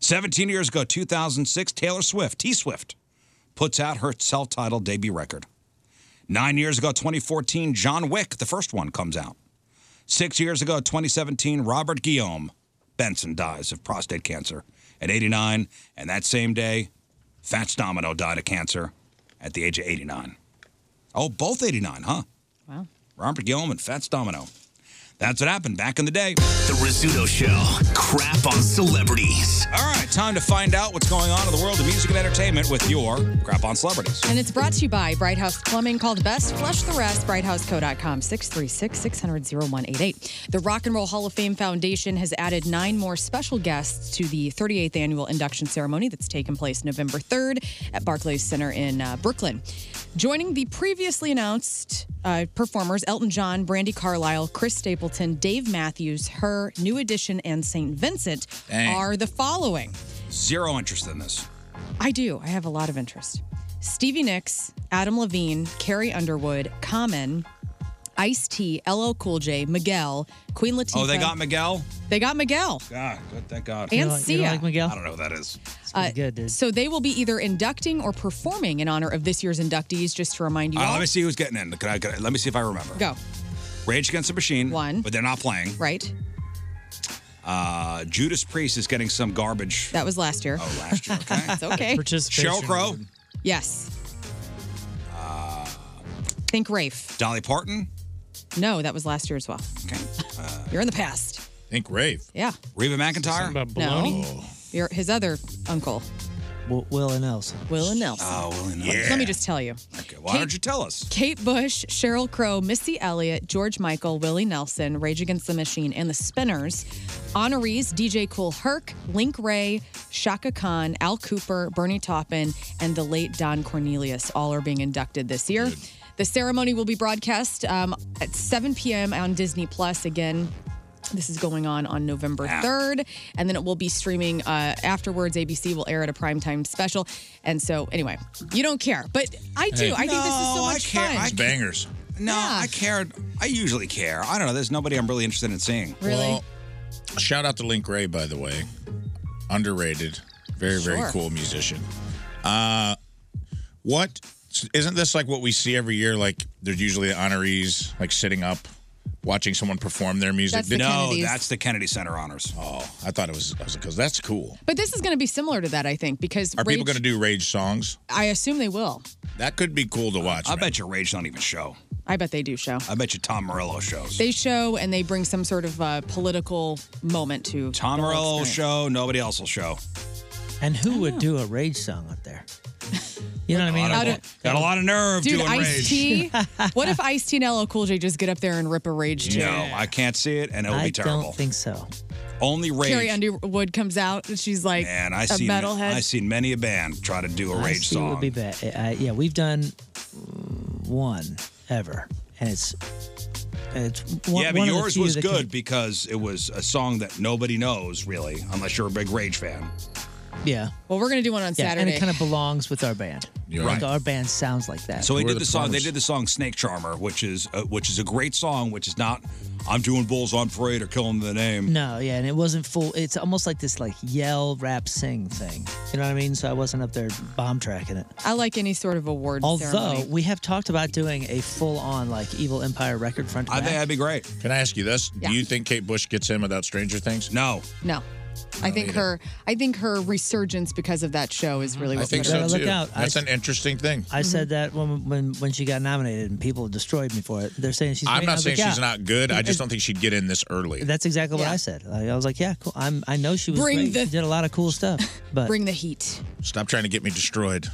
17 years ago, 2006, Taylor Swift, T Swift, puts out her self titled debut record. Nine years ago, 2014, John Wick, the first one, comes out. Six years ago, 2017, Robert Guillaume Benson dies of prostate cancer at 89. And that same day, Fats Domino died of cancer at the age of 89. Oh, both 89, huh? Wow. Robert Guillaume and Fats Domino. That's what happened back in the day. The Rizzuto Show. Crap on celebrities. All right, time to find out what's going on in the world of music and entertainment with your crap on celebrities. And it's brought to you by Bright House Plumbing, called Best. Flush the rest. BrightHouseCo.com, 636 600 0188. The Rock and Roll Hall of Fame Foundation has added nine more special guests to the 38th annual induction ceremony that's taking place November 3rd at Barclays Center in uh, Brooklyn. Joining the previously announced uh, performers Elton John, Brandy Carlisle, Chris Stapleton, Dave Matthews, Her, New Edition, and St. Vincent Dang. are the following. Zero interest in this. I do. I have a lot of interest. Stevie Nicks, Adam Levine, Carrie Underwood, Common, Ice T, LL Cool J, Miguel, Queen Latifah. Oh, they got Miguel. They got Miguel. God, good, thank God. And You don't- you don't Sia. like Miguel? I don't know who that is. Uh, So they will be either inducting or performing in honor of this year's inductees. Just to remind you All right, all. Uh, let me see who's getting in. Can I, can I- let me see if I remember. Go Rage Against the Machine. One. But they're not playing. right. Uh, Judas Priest is getting some garbage. That was last year. Oh, last year. Okay. it's okay. Sheryl Crow. Yes. Uh, Think Rafe. Dolly Parton. No, that was last year as well. Okay. Uh, You're in the past. Think Rave. Yeah. Reba McIntyre. No. Your his other uncle, Will, Will and Elsa. Will and Nelson. Oh, Will and Elsa. Let me just tell you. Okay, why Kate- don't you tell us? Kate Bush, Cheryl Crow, Missy Elliott, George Michael, Willie Nelson, Rage Against the Machine, and the Spinners. Honorees, DJ Cool Herc, Link Ray, Shaka Khan, Al Cooper, Bernie Taupin, and the late Don Cornelius all are being inducted this year. The ceremony will be broadcast um, at 7 p.m. on Disney Plus again. This is going on on November 3rd, and then it will be streaming uh, afterwards. ABC will air it a primetime special. And so, anyway, you don't care, but I do. Hey. I think this is so No, I much care. fun. I- Bangers. No, I care. I usually care. I don't know. There's nobody I'm really interested in seeing. Really? Well, shout out to Link Ray, by the way. Underrated. Very, Sure. very cool musician. Uh, what isn't this like what we see every year? Like there's usually honorees like sitting up, watching someone perform their music. That's the No, Kennedys. that's the Kennedy Center honors. Oh, I thought it was because that's cool. But this is going to be similar to that, I think, because Are people Rage- going to do rage songs? I assume they will. That could be cool to watch. I bet you Rage don't even show. I bet they do show. I bet you Tom Morello shows. They show and they bring some sort of uh, political moment to Tom Morello will show. Nobody else will show. And who would do a rage song up there? You know what I mean? Out of- Got a lot of nerve Dude, doing Ice Rage. T. what if Ice T and LL Cool J just get up there and rip a Rage too? No, I can't see it, and it'll I be don't terrible. think so. Only Rage. Carrie Underwood comes out and she's like Man, I a seen metalhead. I seen many a band try to do a I Rage see It would song. be bad. I, I- yeah, we've done mm, one ever, and it's it's one, yeah, but one of the yours few was that can- good because it was a song that nobody knows really, unless you're a big Rage fan. yeah. Well, we're gonna do one on Yeah, Saturday. and it kind of belongs with our band. You're like right. our band sounds like that. So they did the, song. They did the song "Snake Charmer," which is uh, which is a great song. Which is not "I'm doing bulls on parade" or "Killing the name." No, yeah, and it wasn't full. It's almost like this like yell, rap, sing thing. You know what I mean? So I wasn't up there bomb tracking it. I like any sort of award Although ceremony. we have talked about doing a full on like Evil Empire record front. to I back. think that'd be great. Can I ask you this? Yeah. Do you think Kate Bush gets in without Stranger Things? No. No. I think either. her I think her resurgence because of that show is really I what think put her- so Look too. out. I That's s- an interesting thing. I Mm-hmm. said that when, when when she got nominated and people destroyed me for it. They're saying she's. I'm great. I not was saying like, she's yeah. not good. I just don't think she'd get in this early. That's exactly what I said. Like, I was like, yeah, cool. I'm. I know she was. Bring great. the- she did a lot of cool stuff. But bring the heat. Stop trying to get me destroyed.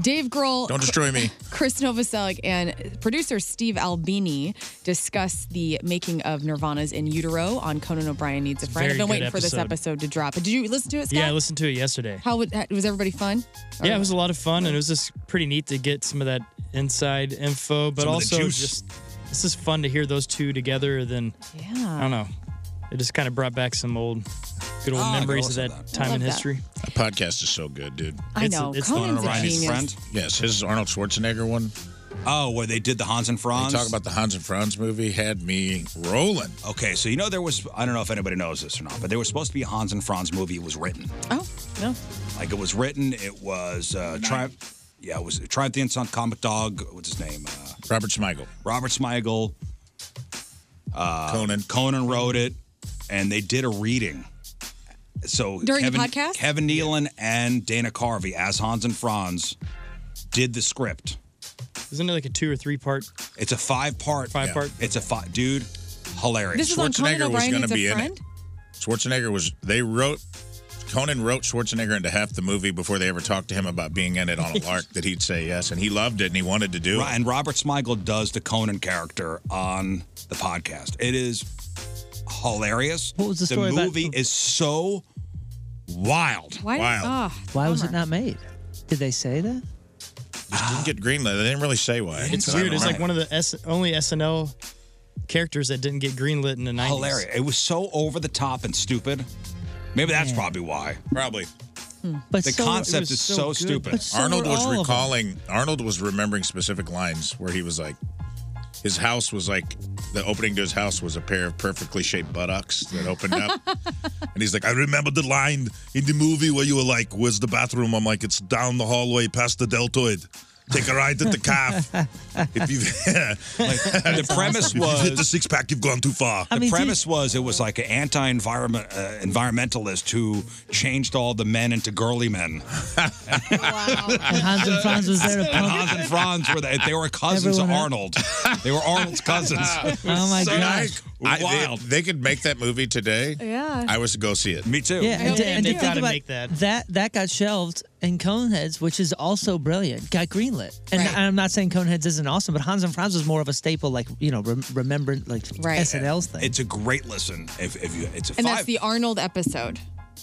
Dave Grohl Don't destroy me. Chris Novoselic and producer Steve Albini discuss the making of Nirvana's In Utero on Conan O'Brien Needs a Friend. very I've been good waiting for this episode. episode to drop. Did you listen to it, Scott? Yeah, I listened to it yesterday. How would, was everybody fun? Yeah, it was a lot of fun, and it was just pretty neat to get some of that inside info, but Some of the also juice. just it's just fun to hear those two together. Then Yeah. I don't know, it just kind of brought back some old, good old Oh, I can memories of listen that, to that. time I in love that. history. That podcast is so good, dude. I It's- know. it's the Conan's one a Ryan's genius. friend? Yes, his Arnold Schwarzenegger one. Oh, where they did the Hans and Franz. talk about the Hans and Franz movie had me rolling. Okay, so you know there was I don't know if anybody knows this or not, but there was supposed to be a Hans and Franz movie. It was written Oh, no. like it was written. It was uh, Tri- yeah, it was Triumph the Insult Comic Dog. What's his name? Uh, Robert Smigel. Robert Smigel. Uh, Conan. Conan wrote it, and they did a reading. So During the Kevin, podcast? Kevin Nealon and Dana Carvey as Hans and Franz did the script. Isn't it like a two or three part? It's a five part. Five part. It's a five. Dude, hilarious. This is on Conan O'Brien Needs a Friend? it. Schwarzenegger was. They wrote. Conan wrote Schwarzenegger into half the movie before they ever talked to him about being in it on a lark that he'd say yes, and he loved it and he wanted to do Ro- And Robert Smigel does the Conan character on the podcast. It is hilarious. What was the story about- movie is so wild. Why did- Wild. ah, oh, Why was it not made? Did they say that? it. Just didn't get greenlit. They didn't really say why. It's weird. It's like one of the S- only SNL characters that didn't get greenlit in the 90s. Hilarious. It was so over the top and stupid. Maybe that's probably why. Probably. Hmm. But the so- concept it was is so so, good. stupid. But so Arnold were was all of them. recalling. Arnold was remembering specific lines where he was like, his house was like the opening to his house was a pair of perfectly shaped buttocks that opened up, And he's like, I remember the line in the movie where you were like, Where's the bathroom? I'm like, It's down the hallway past the deltoid. Take a right at the calf. If you've the premise If you've hit the was- six pack, you've gone too far. the premise was it was like an anti-environment uh, environmentalist who changed all the men into girly men. And Hans and Franz was there. And Hans and Franz were they, they were cousins of Arnold. They were Arnold's cousins. Oh So gosh. I- wild. They, they could make that movie today. Yeah. I was to go see it. Me too. Yeah, and, to- and to think about that. that, got shelved in Coneheads, which is also brilliant, got greenlit. And Right. I'm not saying Coneheads isn't awesome, but Hans and Franz was more of a staple, like you know, rem- remember like Right. SNL's thing. It's a great listen. If, if you, it's a And five. that's the Arnold episode.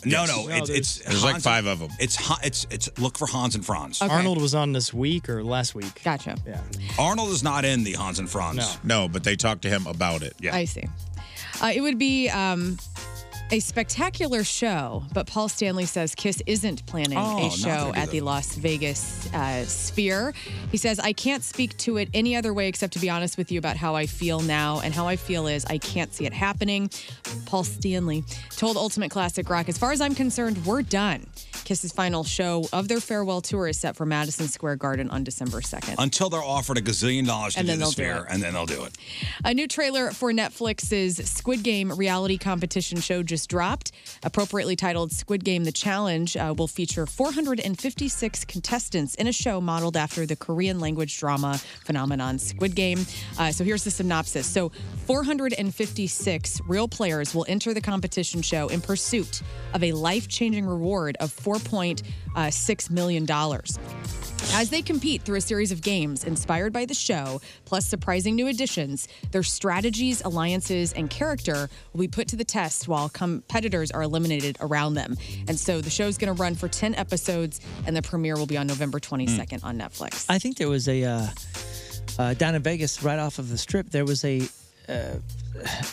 no, Yes. no, No, it's there's- it's There's like five of them. It's Ha- it's it's look for Hans and Franz. Arnold was on this week or last week. Gotcha. Yeah. Arnold is not in the Hans and Franz. No, but they talked to him about it. I see. Uh, it would be um, a spectacular show, but Paul Stanley says Kiss isn't planning Oh, a not show gonna do at the that. Las Vegas uh, Sphere. He says, I can't speak to it any other way except to be honest with you about how I feel now. And how I feel is I can't see it happening. Paul Stanley told Ultimate Classic Rock, as far as I'm concerned, we're done. Kiss's final show of their farewell tour is set for Madison Square Garden on December 2nd. Until they're offered a gazillion dollars to And do then the they'll do sphere, it. and then they'll do it. A new trailer for Netflix's Squid Game reality competition show just dropped. Appropriately titled Squid Game The Challenge uh, will feature 456 contestants in a show modeled after the Korean language drama phenomenon Squid Game. Uh, so here's the synopsis. So 456 real players will enter the competition show in pursuit of a life changing reward of $4.6 uh, million. As they compete through a series of games inspired by the show, plus surprising new additions, their strategies, alliances, and character will be put to the test while competitors are eliminated around them. And so the show's going to run for 10 episodes, and the premiere will be on November 22nd on Netflix. I think there was a uh, uh, down in Vegas, right off of the strip. There was a uh,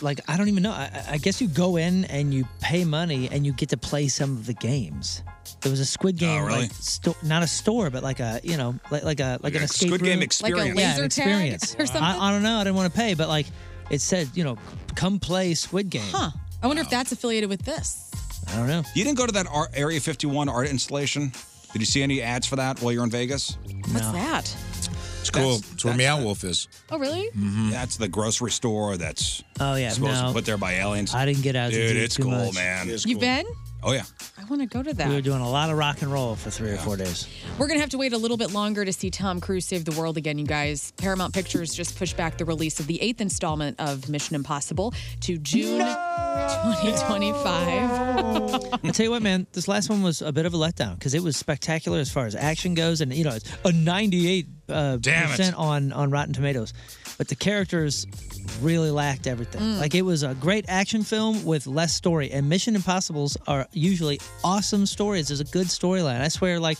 like I don't even know. I, I guess you go in and you pay money and you get to play some of the games. There was a Squid Game, Oh, really? like sto- not a store, but like a you know, like like a like, Like an a escape Squid Game room. experience. Like a yeah, an laser tag experience or something? I, I don't know. I didn't want to pay, but like it said, you know, come play Squid Game. Huh. I wonder if that's affiliated with this. I don't know. You didn't go to that art, Area 51 art installation? Did you see any ads for that while you're in Vegas? What's that? It's cool. That's, where Meow Mm-hmm. Wolf is. Oh, really? That's the grocery store that's Mm-hmm. Oh, yeah, supposed no. to put there by aliens. I didn't get out to Dude, do it's too cool, much. man. You've been? Oh, yeah. I want to go to that. We were doing a lot of rock and roll for three or four days. We're going to have to wait a little bit longer to see Tom Cruise save the world again, you guys. Paramount Pictures just pushed back the release of the eighth installment of Mission Impossible to June 2025. I tell you what, man, this last one was a bit of a letdown because it was spectacular as far as action goes, and you know, it's a 98 uh, Damn it. percent on on Rotten Tomatoes, but the characters really lacked everything. Mm. Like it was a great action film with less story, and Mission Impossible's are usually awesome stories. There's a good storyline. I swear, like.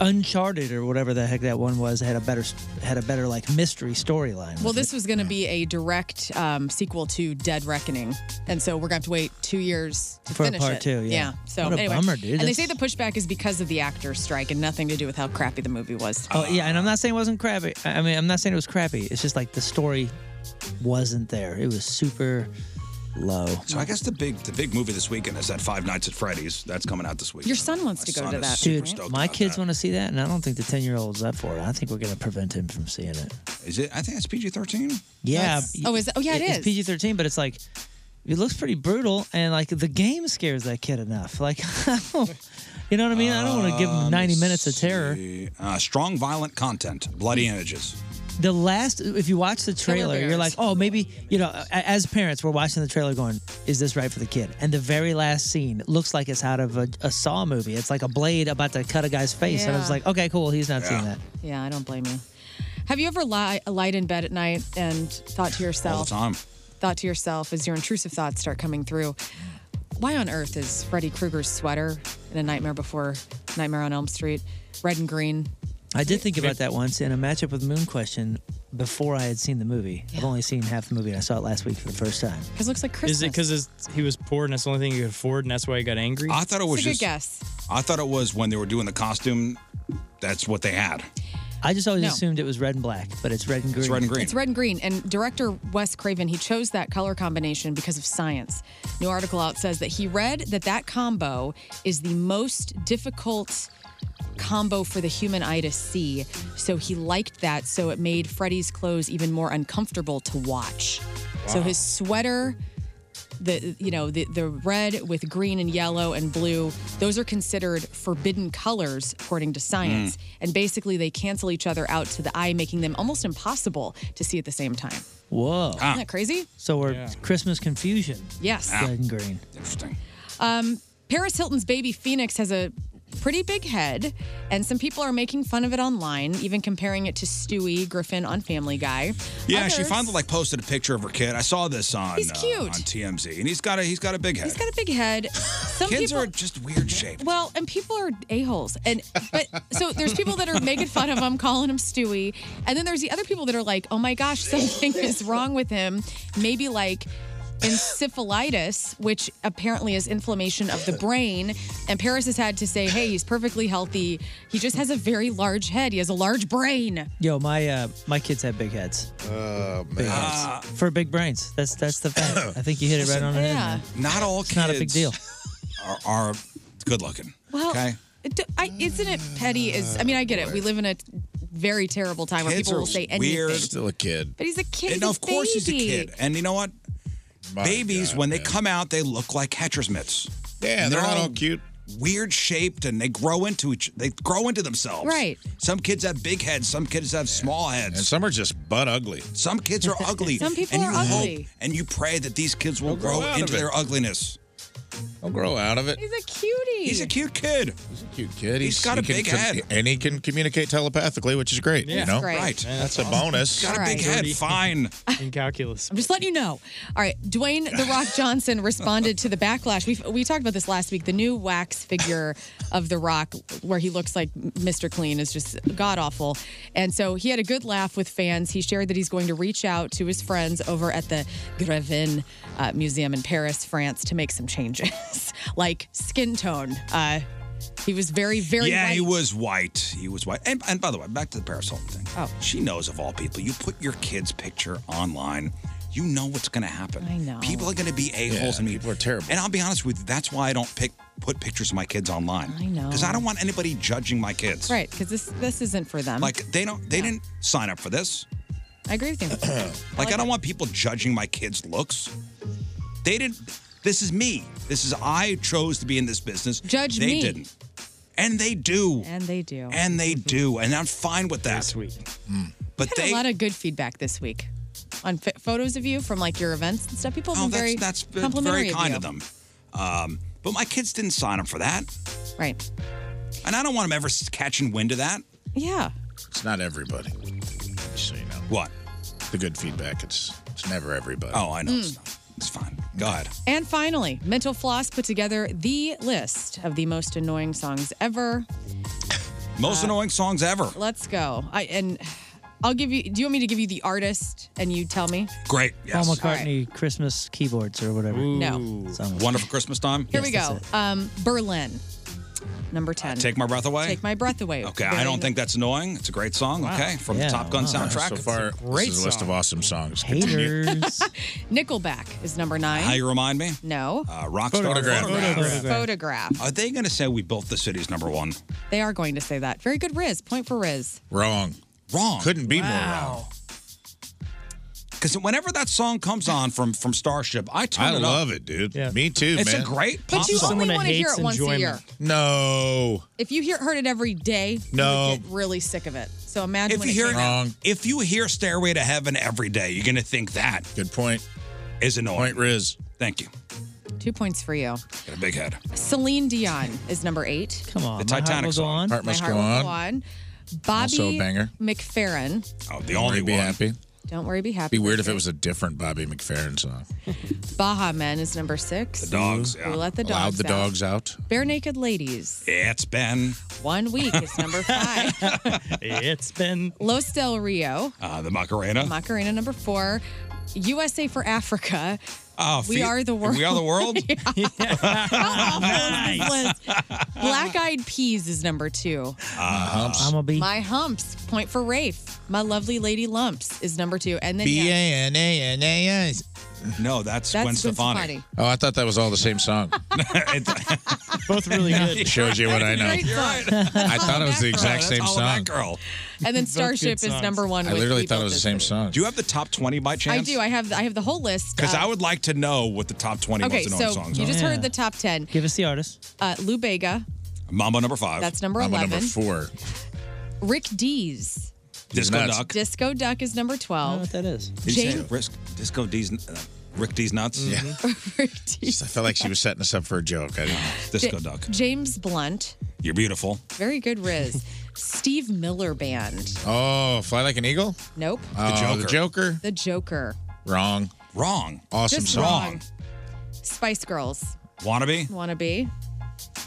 Uncharted or whatever the heck that one was had a better had a better like mystery storyline. Well, this was going to be a direct um, sequel to Dead Reckoning, and so we're going to have to wait two years to For finish part it. two, yeah. So What a anyway, bummer, dude. and they That's- say the pushback is because of the actors' strike and nothing to do with how crappy the movie was. Oh yeah, and I'm not saying it wasn't crappy. I I mean, I'm not saying it was crappy. It's just like the story wasn't there. It was super low. So I guess the big the big movie this weekend is that Five Nights at Freddy's. That's coming out this weekend. Your son wants to My go son to is that. super Dude, stoked my about kids that. want to see that, and I don't think the ten year old's up for it. I think we're going to prevent him from seeing it. Is it? I think it's PG thirteen. Yeah. That's- oh, is- oh, yeah, it is. It's PG thirteen, but it's like it looks pretty brutal, and like the game scares that kid enough. Like, you know what I mean? I don't want to give him ninety minutes of terror. Uh, strong violent content, bloody images. the last if you watch the trailer you're like oh maybe you know a- as parents we're watching the trailer going is this right for the kid and the very last scene looks like it's out of a, a saw movie it's like a blade about to cut a guy's face and i was Yeah. like okay cool he's not seeing Yeah. that Yeah, I don't blame you. Have you ever li- lied in bed at night and thought to yourself all the time. thought to yourself as your intrusive thoughts start coming through why on earth is Freddy Krueger's sweater in a nightmare before Nightmare on Elm Street red and green? i did think about that once in a matchup with moon question before i had seen the movie i've only seen half the movie and i saw it last week for the first time Because it looks like Christmas. Is it because he was poor and that's the only thing he could afford and that's why he got angry? I thought it It's a good guess. I thought it was when they were doing the costume. That's what they had. I just always No. assumed it was red and black, but it's red and green. It's red and green. It's red and green. And director Wes Craven, he chose that color combination because of science. New article out says that he read that that combo is the most difficult combo for the human eye to see. So he liked that. So it made Freddy's clothes even more uncomfortable to watch. So Wow. his sweater the you know the, the red with green and yellow and blue those are considered forbidden colors according to science Hmm. Mm. and basically they cancel each other out to the eye making them almost impossible to see at the same time Whoa. Ah. isn't that crazy So we're Christmas confusion. Yes. Ah. Red and green. Interesting. um, paris hilton's baby phoenix has a pretty big head and some people are making fun of it online even comparing it to stewie griffin on family guy Yeah, she Others- finally like posted a picture of her kid. I saw this on uh, He's cute. on TMZ, and he's got a he's got a big head. he's got a big head some Kids people are just weird shaped. Well, and people are a-holes. And but so there's people that are making fun of him, calling him Stewie. And then there's the other people that are like, "Oh my gosh, something is wrong with him." Maybe like encephalitis, which apparently is inflammation of the brain. And Paris has had to say, "Hey, he's perfectly healthy. He just has a very large head. He has a large brain." Yo, my uh, my kids have big heads. Oh man. Big heads. Ah. For big brains. That's that's the fact. I think you hit it right on the head. Yeah. man. Not all It's kids not a big deal. Are, are good looking. Well, okay. d- I, isn't it petty? Is I mean, I get it. We live in a t- very terrible time where people will say anything. Still a kid. But he's a kid. And he's no, a of course he's a baby. kid. And you know what? Babies, when they come out, they look like catcher's mitts. Yeah, And they're not all cute. Weird shaped, and they grow into each. They grow into themselves. Right. Some kids have big heads. Some kids have small heads. And some are just butt ugly. Some kids are ugly. Some people and are you hope ugly. and you pray that these kids will grow grow, out into of it. their ugliness. They'll grow out of it. He's a cutie. He's a cute kid. He's a cute kid. He's got a can big com- head. and he can communicate telepathically, which is great. Yeah. you know, That's great. Right. That's, a bonus. Got a big Right. head, Fine. In calculus. I'm just letting you know. All right, Dwayne the Rock Johnson responded to the backlash. We we talked about this last week. The new wax figure of the Rock, where he looks like Mr. Clean, is just god awful. And so he had a good laugh with fans. He shared that he's going to reach out to his friends over at the Grevin uh, Museum in Paris, France, to make some changes, like skin tone. Uh, he was very, very yeah, white. he was white. He was white. And, and by the way, back to the Paris Hilton thing. Oh. She knows of all people. You put your kid's picture online, you know what's going to happen. I know. People are going to be a-holes. and people are terrible. And I'll be honest with you, that's why I don't pick put pictures of my kids online. I know. Because I don't want anybody judging my kids. right because this this isn't for them. Like they don't they didn't sign up for this. I agree with you. like, I don't want people judging my kids' looks. They didn't. This is me. This is I chose to be in this business. Judge they me. didn't, and they do, and they do. and they do, and I'm fine with that. sweet. But had they. a lot of good feedback this week on f- photos of you from like your events and stuff. People have oh, been very that's, that's been complimentary very kind of, of you. them. Um, but my kids didn't sign up for that, right? And I don't want them ever s- catching wind of that. Yeah. It's not everybody. Just so you know. What? The good feedback. It's it's never everybody. Oh, I know. Mm. It's fine. Go ahead. And finally, Mental Floss put together the list of the most annoying songs ever. Uh, Most annoying songs ever. Let's go. I and I'll give you. Do you want me to give you the artist and you tell me? Great. Paul Yes. McCartney Christmas keyboards or whatever. No. Wonderful Christmas time. Here we go. Um, Berlin, number ten. Uh, Take my breath away. Take my breath away. Okay, Very I don't think that's annoying. It's a great song. Wow. Okay, from Yeah, the Top Gun wow. soundtrack. So far, this is a list of awesome songs. Nickelback is number nine. How you remind me? no. Uh, Rockstar Photograph. Photograph. Photograph. Are they going to say we built the city's number one? They are going to say that. Very good, Riz. Point for Riz. Wrong. Wrong. Couldn't be more Wow. wrong. Because whenever that song comes on from from Starship, I turn I it up. love it, dude. Me too, It's man. a great But pop you song. only Someone that wanna hear hates it once a enjoyment. year. No. If you hear, heard it every day, you No. would get really sick of it. So imagine If when you hear it it, came out. if you hear Stairway to Heaven every day, you're going to think that. Good point. Is annoying. Point Riz. Thank you. Two points for you. Got a big head. Celine Dion is number eight. Come on. The Titanic song. Heart must My heart go will on. go on. Bobby Also a banger. McFerrin. Oh, the only be happy. Don't worry, be happy. Be weird if it was a different Bobby uh, McFerrin song. Baha Men is number six. We let the Allowed dogs the out. dogs out. Bare Naked Ladies. It's been One week is number five. It's been Los Del Rio. uh, the Macarena. Macarena number four. USA for Africa. Oh, we fe- are the world. We are the world. Black Eyed Peas is number two. Uh-huh. humps. I'm a bee. My humps. Point for Rafe. My lovely lady lumps is number two, and then B A yeah, N A N A S. No, that's, That's Gwen Gwen Stefani. Stefani. Oh, I thought that was all the same song. Both really good. Shows you what I know. Great song. I thought it was the That's exact all same about song. girl. and then Starship is number one. I with literally people thought it was the that- same song. Do you have the top twenty by I chance? do. I have I have the whole list. Because Uh, I would like to know what the top twenty Okay, most so known songs you are. just heard the top ten. Give us the artist. Uh, Lou Bega, Mambo number five. That's number Mambo number 11. four. Rick Dees, Disco Nuts. Duck. Disco Duck is number twelve. what that is? Did you say Jane- risk, Disco D's, uh, Rick D's nuts? Yeah. Mm-hmm. I felt like she was setting us up for a joke. I didn't. J- James Blunt, You're beautiful. very good Riz. Steve Miller Band. Oh, fly like an eagle. Nope. Oh, the Joker. The Joker. Wrong. Wrong. Awesome Just song. wrong. Spice Girls. Wannabe. Wannabe. Um,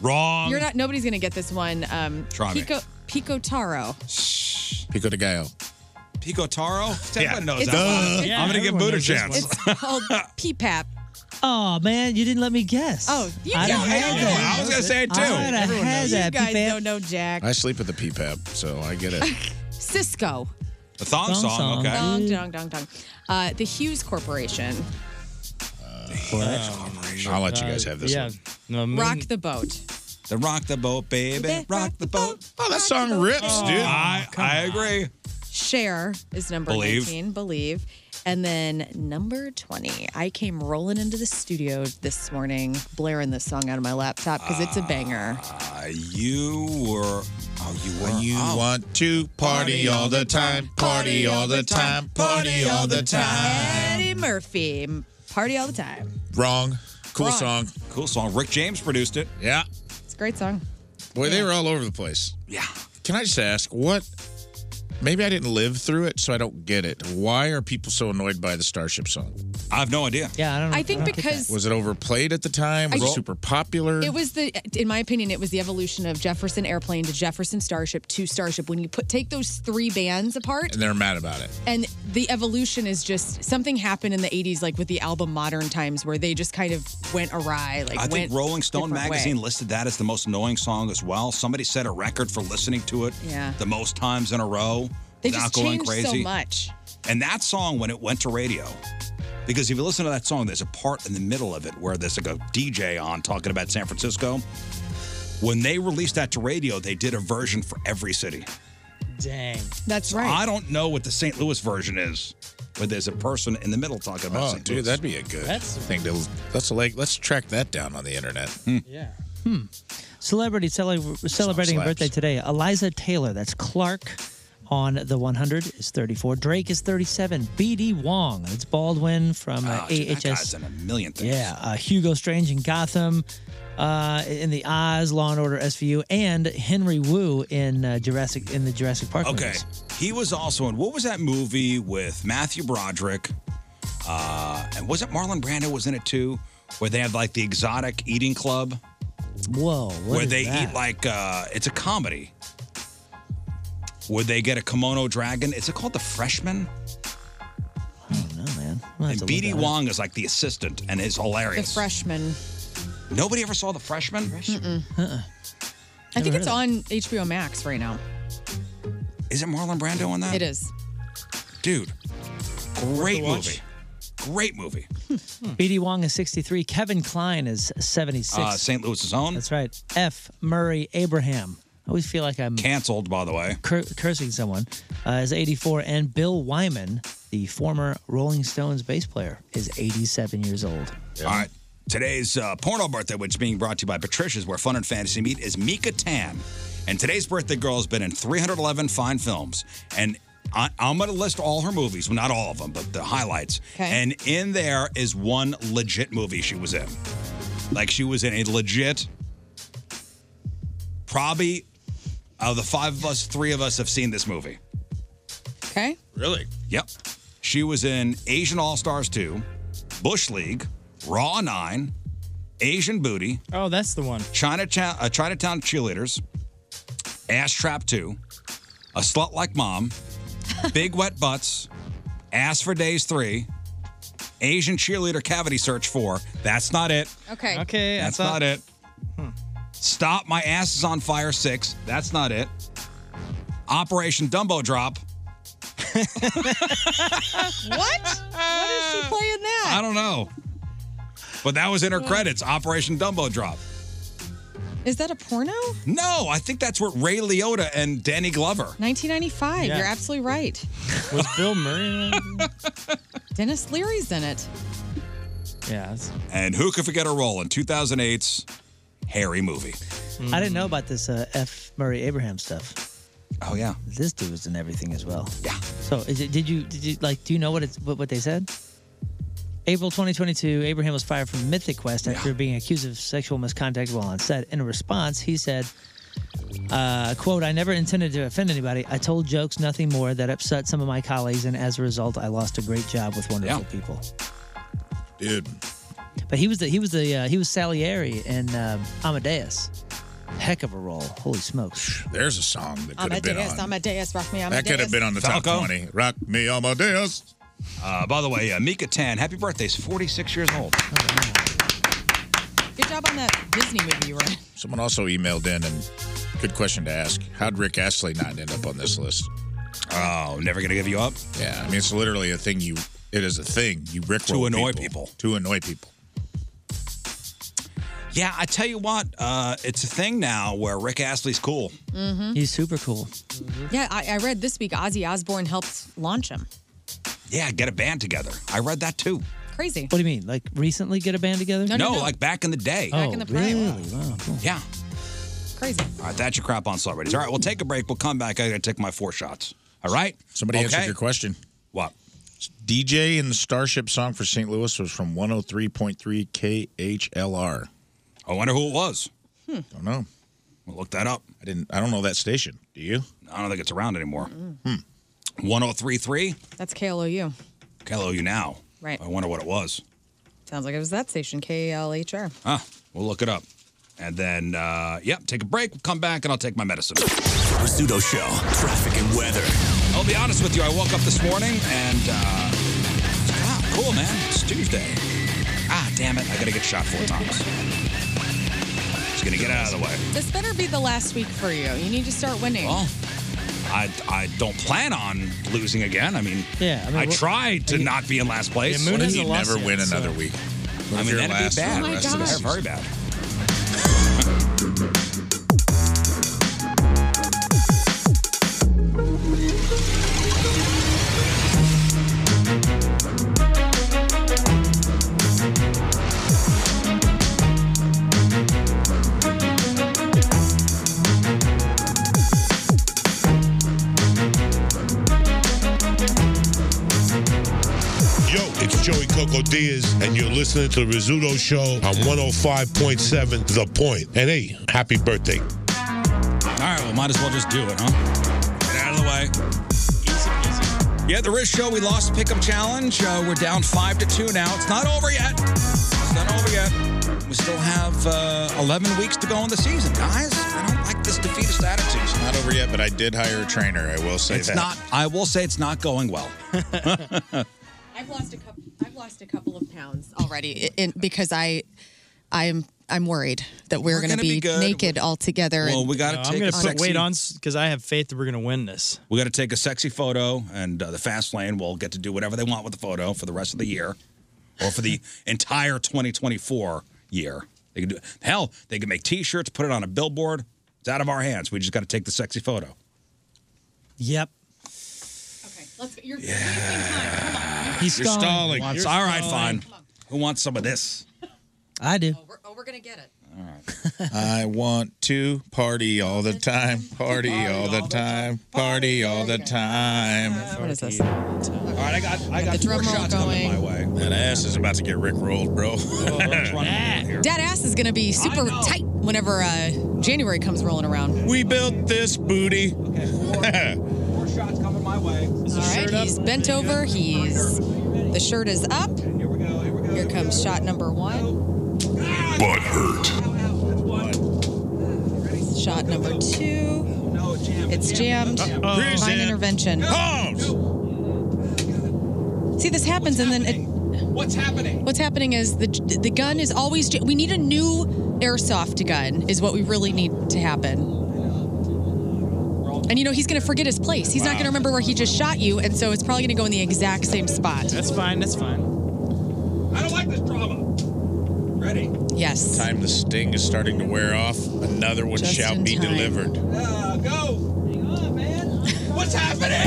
Wrong. You're not. Nobody's gonna get this one. Um, Try me. Pico Pico Taro. Pico de Gallo. Pico Taro? Everyone knows It's- that one. Duh. Yeah, I'm going to give everyone Boot a knows this chance. It's called PPAP. Oh man, you didn't let me guess. Oh, you I don't had know. that. I was gonna say it, too. I would've Everyone had knows that. it. You guys Pete Pep. don't know Oh, Jack. I sleep with the PPAP, so I get it. Cisco. The thong, Thong song, song. okay. Dong dong dong dong. Uh, the Hughes Corporation. Oh, I'll let you guys have this yeah. one. Rock the boat. The rock the boat, baby. Rock the boat. Oh, that song rips, dude. I, I agree. Share is number Believe. 19, believe. And then number 20, I came rolling into the studio this morning, blaring this song out of my laptop because it's a banger. Uh, you were. Oh, you were. You oh. want to party all the time, party all the time, party all the time. Eddie Murphy, party all the time. Wrong. Cool Wrong. song. Cool song. Rick James produced it. Yeah. It's a great song. Boy, they were all over the place. Yeah. Can I just ask what? Maybe I didn't live through it, so I don't get it. Why are people so annoyed by the Starship song? I have no idea. Yeah, I don't. know. I think I don't get because- that. was it overplayed at the time? I Was it just- super popular? It was the, in my opinion, it was the evolution of Jefferson Airplane to Jefferson Starship to Starship. When you put take those three bands apart, and they're mad about it. And the evolution is just something happened in the 80s, like with the album Modern Times, where they just kind of went awry. Like I think went Rolling Stone different way. magazine listed that as the most annoying song as well. Somebody set a record for listening to it Yeah. the most times in a row. They without just going changed crazy. so much. And that song, when it went to radio, because if you listen to that song, there's a part in the middle of it where there's like a DJ on talking about San Francisco. When they released that to radio, they did a version for every city. Dang. That's right. I don't know what the St. Louis version is, but there's a person in the middle talking about Oh, St. dude, Louis. that'd be a good That's- thing to. That's like let's track that down on the internet. Yeah. Hmm. Celebrity cele- celebrating a slaps. birthday today. Eliza Taylor, that's Clark on the 100 is 34. Drake is 37. BD Wong, that's Baldwin from uh, Oh, dude, that AHS. guy's in a million things. Yeah, uh, Hugo Strange in Gotham, uh, in the Oz, Law and Order SVU, and Henry Wu in uh, Jurassic in the Jurassic Park. Okay. movies. He was also in what was that movie with Matthew Broderick? Uh, and was it Marlon Brando was in it too? Where they had like the exotic eating club Whoa, what where is they that? eat like uh it's a comedy. Where they get a kimono dragon. Is it called the freshman? We'll have to And look BD that up. Wong is like the assistant and is The hilarious. freshman. Nobody ever saw the freshman? Mm-mm. Uh-uh. I think heard it's of on HBO Max right now. Is it Marlon Brando on that? It is. Dude. Great watch. movie. Great movie. BD Wong is 63. Kevin Klein is 76. Hmm. Uh, St. Louis's own. That's right. F. Murray Abraham. I always feel like I'm Canceled, by the way. cur- cursing someone. Uh, is 84. And Bill Wyman, the former Rolling Stones bass player, is 87 years old. All right. Today's uh, porno birthday, which is being brought to you by Patricia's, where fun and fantasy meet, is Mika Tan. And today's birthday girl has been in 311 fine films. And I, I'm going to list all her movies. Well, not all of them, but the highlights. And in there is one legit movie she was in. Like she was in a legit, probably of the five of us, three of us have seen this movie. Okay. Really? Yep. She was in Asian All Stars 2, Bush League, Raw 9, Asian Booty. Oh, that's the one. Chinatown, uh, Chinatown Cheerleaders, Ass Trap 2, A Slut Like Mom, Big Wet Butts, Ass for Days 3, Asian cheerleader cavity search for. That's not it. Okay. Okay. That's I not thought, Hmm. it. Stop My Ass is on Fire 6. That's not it. Operation Dumbo Drop. what? What is she playing that? I don't know. But that was in her credits, Operation Dumbo Drop. Is that a porno? No, I think that's what Ray Liotta and Danny Glover. 1995. Yeah. You're absolutely right. Was Bill Murray? Dennis Leary's in it. yeah. And who could forget her role in 2008's Harry movie? I didn't know about this uh, F. Murray Abraham stuff. Oh yeah, this dude was in everything as well. Yeah. So is it? Did you? Did you like? Do you know what it's what, what they said? April 2022, Abraham was fired from Mythic Quest after being accused of sexual misconduct while on set. In response, he said, uh, "Quote: I never intended to offend anybody. I told jokes, nothing more, that upset some of my colleagues, and as a result, I lost a great job with wonderful people." Dude. But he was the he was the uh, he was Salieri in um, Amadeus. Heck of a role. Holy smokes. There's a song that could have been Amadeus, on. Amadeus, rock me, Amadeus. That could have been on the top Falco? 20. Rock me Amadeus. Uh, by the way, uh, Mika Tan, happy birthday! She's 46 years old. Good job on that Disney movie you were in. Someone also emailed in and good question to ask. How'd Rick Astley not end up on this list? Oh, never gonna give you up? Yeah, I mean it's literally a thing you it is a thing. You Rick To annoy people. To annoy people. Yeah, I tell you what, uh, it's a thing now where Rick Astley's cool. Mm-hmm. He's super cool. Yeah, I, I read this week Ozzy Osbourne helped launch him. Yeah, get a band together. I read that too. Crazy. What do you mean? Like recently get a band together? No, like back in the day. oh, really? Wow. cool. Yeah. Crazy. All right, that's your crap on celebrities. All right, we'll take a break. We'll come back. I gotta take my four shots. All right. Somebody answered your question. What? DJ and the Starship song for St. Louis was from 103.3 KHLR. I wonder who it was. Hmm. Don't know. We'll look that up. I didn't I don't know that station. Do you? Mm-hmm. I don't think it's around anymore. Hmm. 1033. That's KLOU. KLOU now. Right. I wonder what it was. Sounds like it was that station, KLHR. Huh. We'll look it up. And then, uh, yep, take a break. We'll come back and I'll take my medicine. Rizzuto Show, traffic and weather. I'll be honest with you. I woke up this morning and uh, it's like, ah, cool, man. It's Tuesday. Ah, damn it. I got to get shot four times. Just going to get out of the way. This better be the last week for you. You need to start winning. Oh. Well, I, I don't plan on losing again. I mean, Yeah, I, tried to not be in last place. Yeah, Moon What if hasn't you lost never yet, win so- another week? What I if mean, you're that'd last for the be bad. Oh my rest of the gosh. season? very bad. Yo, it's Joey Coco Diaz, and you're listening to the Rizzuto Show on 105.7 The Point. And hey, happy birthday. All right, well, might as well just do it, huh? Get out of the way. Easy, easy. Yeah, the Riz Show, we lost the Pick'em Challenge. Uh, we're down 5 to 2 now. It's not over yet. It's not over yet. We still have uh, 11 weeks to go in the season, guys. I don't like this defeatist attitude. It's Not over yet, but I did hire a trainer. I will say It's that. not. I will say it's not going well. I've lost a couple. I've lost a couple of pounds already, i- in, because I, I'm, I'm worried that we're, We're going to gonna be be, good. naked all together. and- No, I'm gonna put weight on because I have faith that we're gonna win this. We got to take a sexy photo, and uh, the fast lane will get to do whatever they want with the photo for the rest of the year, or for the entire 2024 year. They can do hell. They can make T-shirts, put it on a billboard. It's out of our hands. We just got to take the sexy photo. Yep. Let's go. You're He's You're stalling. stalling. You're All right, stalling. fine. Who wants some of this? I do. Oh, we're gonna get it. I want to party all the time, party all the time, party all the time. What is this? All right, I got I got four shots coming my way. That ass is about to get Rick rolled, bro. Oh, Dad ass is gonna be super tight whenever uh, January comes rolling around. we built this booty. Four shots coming my way. All right, he's bent over. He's the shirt is up. Here we go. Here we go. Here comes shot number one. Butt hurt. Shot number two. It's jammed. Uh-oh. Here's Fine it. intervention. See, this happens, and then it, What's happening? What's happening is the the gun is always. We need a new airsoft gun. Is what we really need to happen. And you know he's going to forget his place. He's not Wow. going to remember where he just shot you, and so it's probably going to go in the exact same spot. That's fine. That's fine. I don't like this drama. Ready? Yes. Time the sting is starting to wear off. Another one Just shall in be time. delivered. go. Hang on, man. What's happening?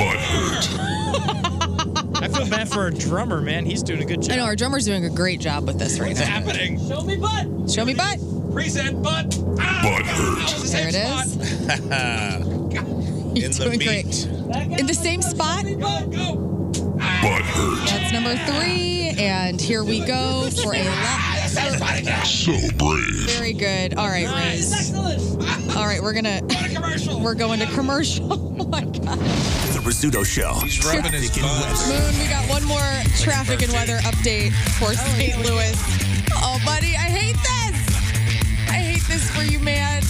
I feel bad for our drummer, man. He's doing a good I job. know our drummer's doing a great job with this right What's now. happening? Show me butt. Show me butt. Reset butt. Ah! There it is. In the doing meat. great. In the same spot. That's number three, and here we go for a lap. So brave. Very good. All right, Riz. All right, we're gonna. We're going to commercial. Oh my God. The Rizzuto Show. He's rubbing his butt. Moon, we got one more traffic and weather update for St. Louis. Oh, buddy, I hate this. I hate this for you, man.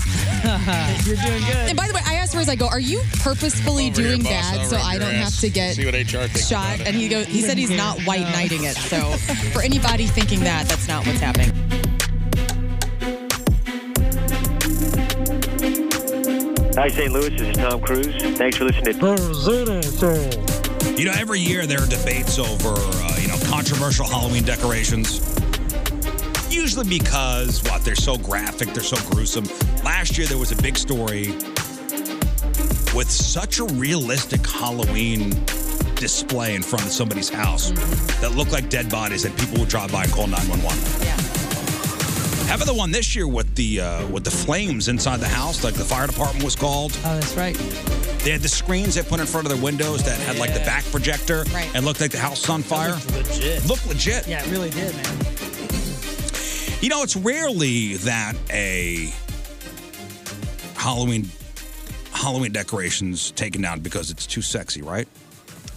You're doing good. And by the way, I asked Riz, I go, "Are you purposefully Over here, doing boss. that I'll so rip I your don't ass. have to get See what HR thinks shot?" about it. And he goes, he said he's not white knighting it. So for anybody thinking that, that's not what's happening. Hi, St. Louis. This is Tom Cruise. Thanks for listening. You know, every year there are debates over, uh, you know, controversial Halloween decorations. Usually because, what, they're so graphic, they're so gruesome. Last year there was a big story with such a realistic Halloween display in front of somebody's house that looked like dead bodies that people would drive by and call 911. Yeah. Having the one this year with the uh, with the flames inside the house, like the fire department was called. Oh, that's right. They had the screens they put in front of their windows that had like the back projector Right. and looked like the house was on fire. Legit. Looked legit. Yeah, it really did, man. You know, it's rarely that a Halloween Halloween decorations taken down because it's too sexy, right?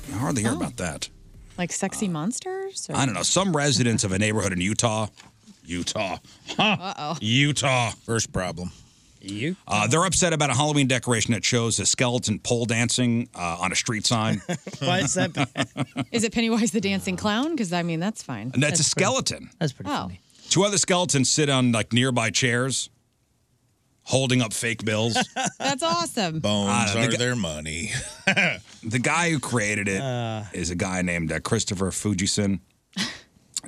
You hardly hear about that. Like sexy monsters? I don't know. Some residents of a neighborhood in Utah, Utah, Uh oh. Utah. First problem. You? Uh, they're upset about a Halloween decoration that shows a skeleton pole dancing uh, on a street sign. Why is that Is it Pennywise the Dancing Clown? Because I mean, that's fine. And that's, a skeleton. That's pretty. Oh, Two other skeletons sit on like nearby chairs, holding up fake bills. that's awesome. their money. the guy who created it is a guy named uh, Christopher Fujison.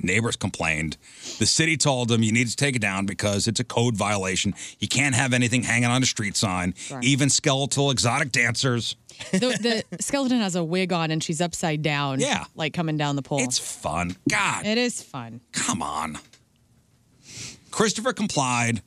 Neighbors complained. The city told him you need to take it down because it's a code violation. You can't have anything hanging on a street sign, Right. even skeletal exotic dancers. The, the skeleton has a wig on and she's upside down. Yeah. Like coming down the pole. It's fun. God. It is fun. come on. Christopher complied,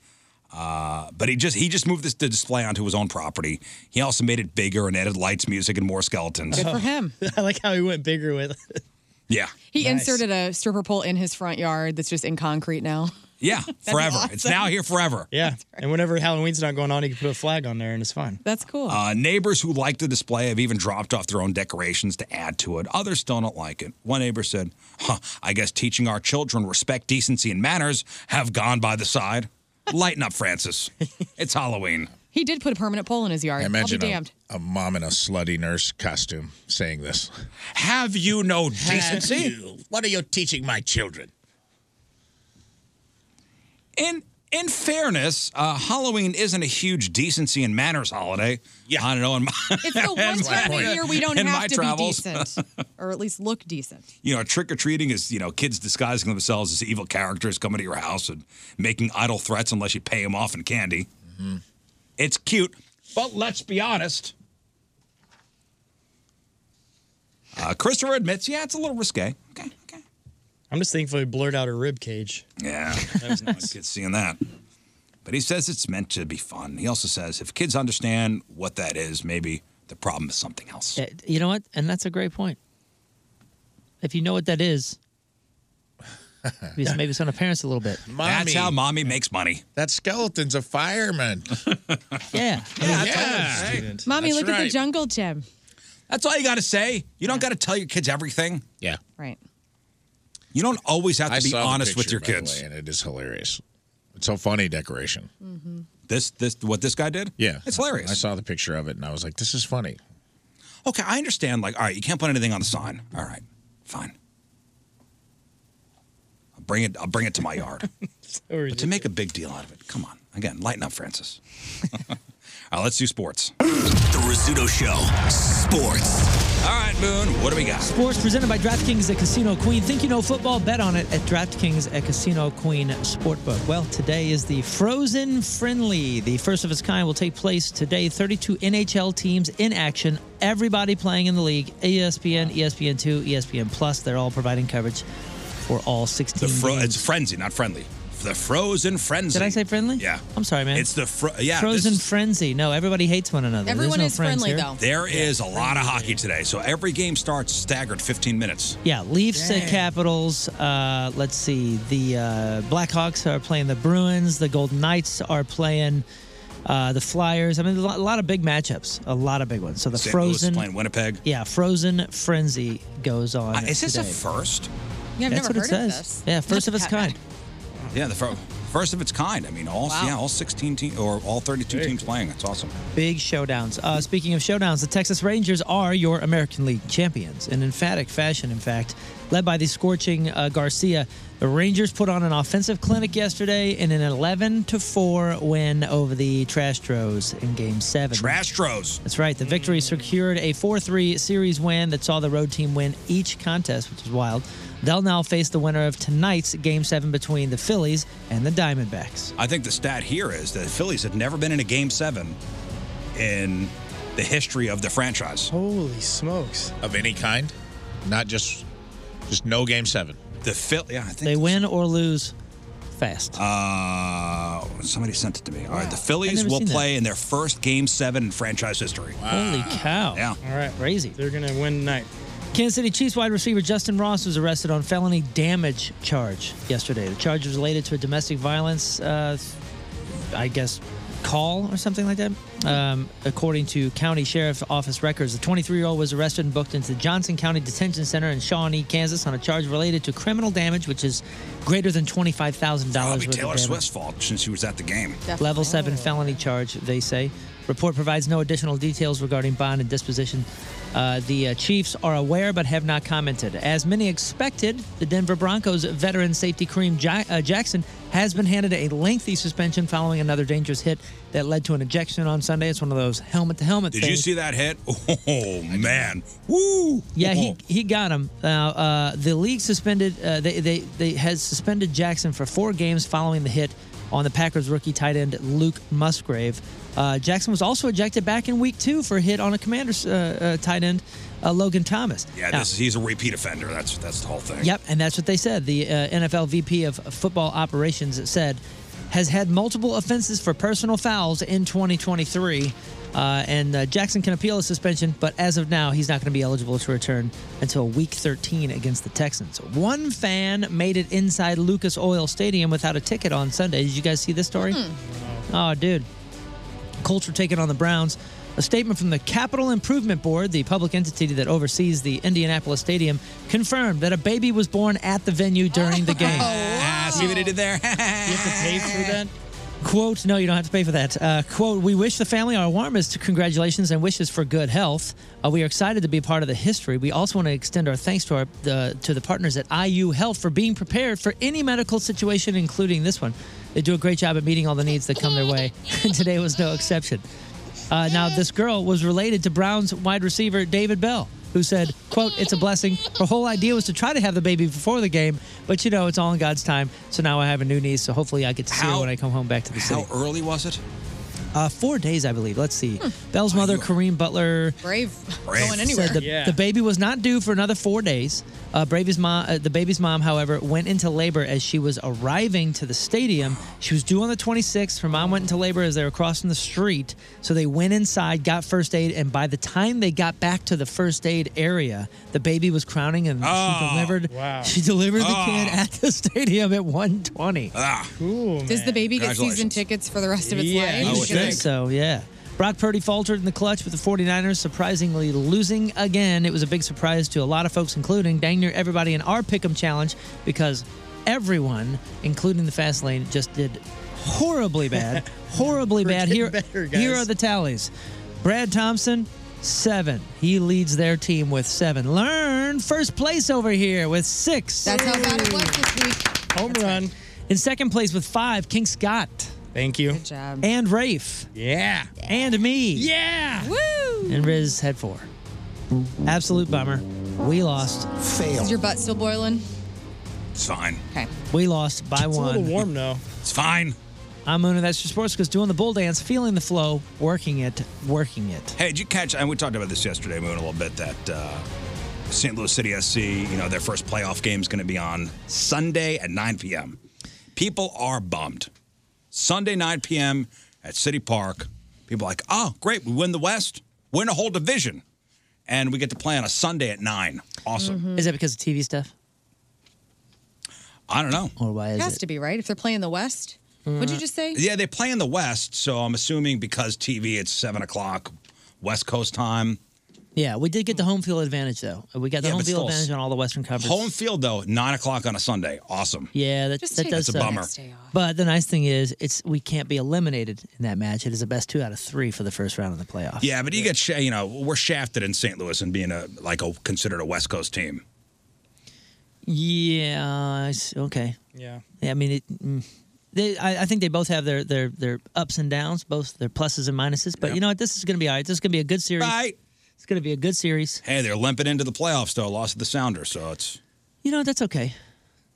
uh, but he just he just moved this the display onto his own property. He also made it bigger and added lights, music, and more skeletons. Good for him. I like how he went bigger with it. Yeah, He Nice. inserted a stripper pole in his front yard that's just in concrete now. yeah, forever. It's awesome. now here forever. Yeah. And whenever Halloween's not going on, you can put a flag on there and it's fine. That's cool. Uh, neighbors who like the display have even dropped off their own decorations to add to it. Others still don't like it. One neighbor said, huh, I guess teaching our children respect, decency, and manners have gone by the side. Lighten up, Francis. It's Halloween. He did put a permanent pole in his yard. I imagine I'll be a- damned. a, mom in a slutty nurse costume saying this. Have you no decency? What are you teaching my children? In in fairness, uh, Halloween isn't a huge decency and manners holiday. Yeah, I don't know. In my, It's the one That's my time point. a year we don't In my have to travels. be decent, or at least look decent. you know, trick or treating is you know kids disguising themselves as evil characters coming to your house and making idle threats unless you pay them off in candy. Hmm. It's cute, but let's be honest. Uh, Christopher admits, yeah, it's a little risque. I'm just thankful he blurred out a rib cage. Yeah, that was nice. Good seeing that. But he says it's meant to be fun. He also says if kids understand what that is, maybe the problem is something else. Uh, You know what? And that's a great point. If you know what that is, maybe it's- maybe it's on the parents a little bit. That's how mommy makes money. That skeleton's a fireman. yeah. Yeah. Mommy, That's look at the right. jungle gym. That's all you got to say. You don't got to tell your kids everything. Yeah. Right. You don't always have to I be saw the honest with picture, your by the kids. way, and it is hilarious. It's a funny decoration. Mm-hmm. This this what this guy did? Yeah, It's hilarious. I saw the picture of it and I was like, this is funny. Okay, I understand. Like, all right, you can't put anything on the sign. All right, fine. bring it. I'll bring it to my yard. but to ridiculous. make a big deal out of it, come on. Again, lighten up, Francis. All right, let's do sports. The Rizzuto Show. Sports. All right, Moon, what do we got? Sports presented by DraftKings at Casino Queen. Think you know football? Bet on it at DraftKings at Casino Queen Sportbook. Well, today is the Frozen Friendly. The first of its kind will take place today. 32 NHL teams in action. Everybody playing in the league. E ESPN, ESPN2, ESPN Plus. They're all providing coverage for all 16 The fro- games. it's frenzy, not friendly. The frozen frenzy. Did I say friendly? Yeah. I'm sorry, man. It's the fro- yeah. this Frozen Frenzy. No, everybody hates one another. There's Everyone no is friends friendly, here. though. There is a lot of hockey today, so every game starts staggered 15 minutes. Yeah, Leafs at Capitals. Uh, let's see. The uh, Blackhawks are playing the Bruins. The Golden Knights are playing uh, the Flyers. I mean, a lot, a lot of big matchups. A lot of big ones. So the St. Louis Frozen. playing Winnipeg. Yeah, Frozen Frenzy goes Oh, on. Uh, is this a today. first? Yeah, I've That's never what heard it of says. this. Yeah, first of its kind. Yeah, the fir- first of its kind. I mean, all yeah, all 16 teams or all 32 teams playing. That's awesome. Big showdowns. Uh, speaking of showdowns, the Texas Rangers are your American League champions in emphatic fashion, in fact. Led by the scorching uh, Garcia, the Rangers put on an offensive clinic yesterday in an 11 to 4 win over the Trash Tros in Game 7. Trash Tros. That's right. The victory secured a 4 3 series win that saw the road team win each contest, which is wild. They'll now face the winner of tonight's Game 7 between the Phillies and the Diamondbacks. I think the stat here is that the Phillies had never been in a game seven in the history of the franchise. Oh. Holy smokes. Of any kind? Not just just no game seven. The Phil yeah, I think They win or lose fast. Uh, somebody sent it to me. All right, the I've Phillies never will seen that. play in their first game seven in franchise history. Holy cow. Yeah. All right. Crazy. They're going to win tonight. Kansas City Chiefs wide receiver Justin Ross was arrested on felony damage charge yesterday. The charge was related to a domestic violence, uh, I guess, call or something like that. Um, according to county sheriff's office records, the 23-year-old was arrested and booked into the Johnson County Detention Center in Shawnee, Kansas, on a charge related to criminal damage, which is greater than twenty-five thousand dollars Probably worth Taylor of damage. Swift's fault since she was at the game. Level Oh. seven felony charge, they say. Report provides no additional details regarding bond and disposition. Uh, the uh, Chiefs are aware but have not commented. As many expected, the Denver Broncos veteran safety Kareem ja- uh, Jackson has been handed a lengthy suspension following another dangerous hit that led to an ejection on Sunday. It's one of those helmet to helmet Did things. you see that hit? Oh man! Woo! Yeah, he, he got him. Now, uh, the league suspended uh, they, they they has suspended Jackson for four games following the hit on the Packers rookie tight end Luke Musgrave. Uh, Jackson was also ejected back in Week Two for a hit on a Commanders uh, uh, tight end uh, Logan Thomas. Yeah, Now, this is, he's a repeat offender. That's that's the whole thing. Yep, and that's what they said. The uh, NFL VP of football operations said has had multiple offenses for personal fouls in 2023. Uh, and uh, Jackson can appeal his suspension, but as of now, he's not going to be eligible to return until Week 13 against the Texans. One fan made it inside Lucas Oil Stadium without a ticket on Sunday. Did you guys see this story? Oh, dude. Colts were taking on the Browns. A statement from the Capital Improvement Board, the public entity that oversees the Indianapolis Stadium, confirmed that a baby was born at the venue during the game. Oh, Ah, see what he did there? you have to pay for that. Quote, no, you don't have to pay for that. Uh, quote, we wish the family our warmest congratulations and wishes for good health. Uh, we are excited to be a part of the history. We also want to extend our thanks to our the, to the partners at IU Health for being prepared for any medical situation, including this one. They do a great job at meeting all the needs that come their way. And Today was no exception. Uh, now, this girl was related to Browns wide receiver David Bell, who said, quote, it's a blessing. Her whole idea was to try to have the baby before the game, but you know, it's all in God's time. So now I have a new niece, so hopefully I get to see her when I come home back to the city. How early was it? Uh, four days, I believe. Let's see. Bell's mother, Kareem Butler, Hmm. Brave. Brave. Going anywhere. said the, the baby was not due for another four days. Uh, Bravy's mom, uh, the baby's mom, however, went into labor as she was arriving to the stadium. She was due on the 26th. Her mom went into labor as they were crossing the street. So they went inside, got first aid, and by the time they got back to the first aid area, the baby was crowning and Oh. Oh. she delivered. She delivered the kid at the stadium at 1:20. Ah, cool. Oh, Does the baby get season tickets for the rest of its life? I would think so, yeah. Brock Purdy faltered in the clutch with the 49ers, surprisingly losing again. It was a big surprise to a lot of folks, including dang near everybody in our Pick'em Challenge, because everyone, including the fast lane, just did horribly bad. horribly bad. Here, better, guys. here are the tallies. Brad Thompson, seven. He leads their team with seven. Learn first place over here with six. That's how bad it was this week. Home run. In second place with five, King Scott. Thank you. Good job. And Rafe. Yeah. And me. Yeah. Woo. And Riz had four. Absolute bummer. We lost. Is your butt still boiling? It's fine. Okay. We lost by It's a one. little warm though. It's fine. I'm Una. That's your sports because doing the bull dance, feeling the flow, working it, working it. Hey, did you catch? And we talked about this yesterday, Moon, a little bit. That uh, St. Louis City SC, you know, their first playoff game is going to be on Sunday at 9 p.m. People are bummed. Sunday 9 p.m. at City Park. People are like, oh, great, we win the West, win a whole division, and we get to play on a Sunday at nine. Awesome. Mm-hmm. Is that because of TV stuff? I don't know. Or why It has to be, right? If they're playing the West? What'd you just say? Mm. Yeah, they play in the West, so I'm assuming because TV, it's seven o'clock West Coast time. Yeah, we did get the home field advantage though. We got the Yeah, home field but still, advantage on all the Western coverage. Home field though, nine o'clock on a Sunday. Awesome. Yeah, that, Just that take does That's a suck. bummer. Next day But the nice thing is, it's we can't be eliminated in that match. It is the best two out of three for the first round of the playoff. Yeah, but you get sha- you know we're shafted in St. Louis and being a like a considered a West Coast team. Yeah, it's- okay. Yeah. I mean, it, mm, they, I, I think they both have their, their their ups and downs, both their pluses and minuses. But you know what? This is going to be all right. This is going to be a good series. Right. It's going to be a good series. Hey, they're limping into the playoffs though, lost to the Sounders, so it's You know, that's okay.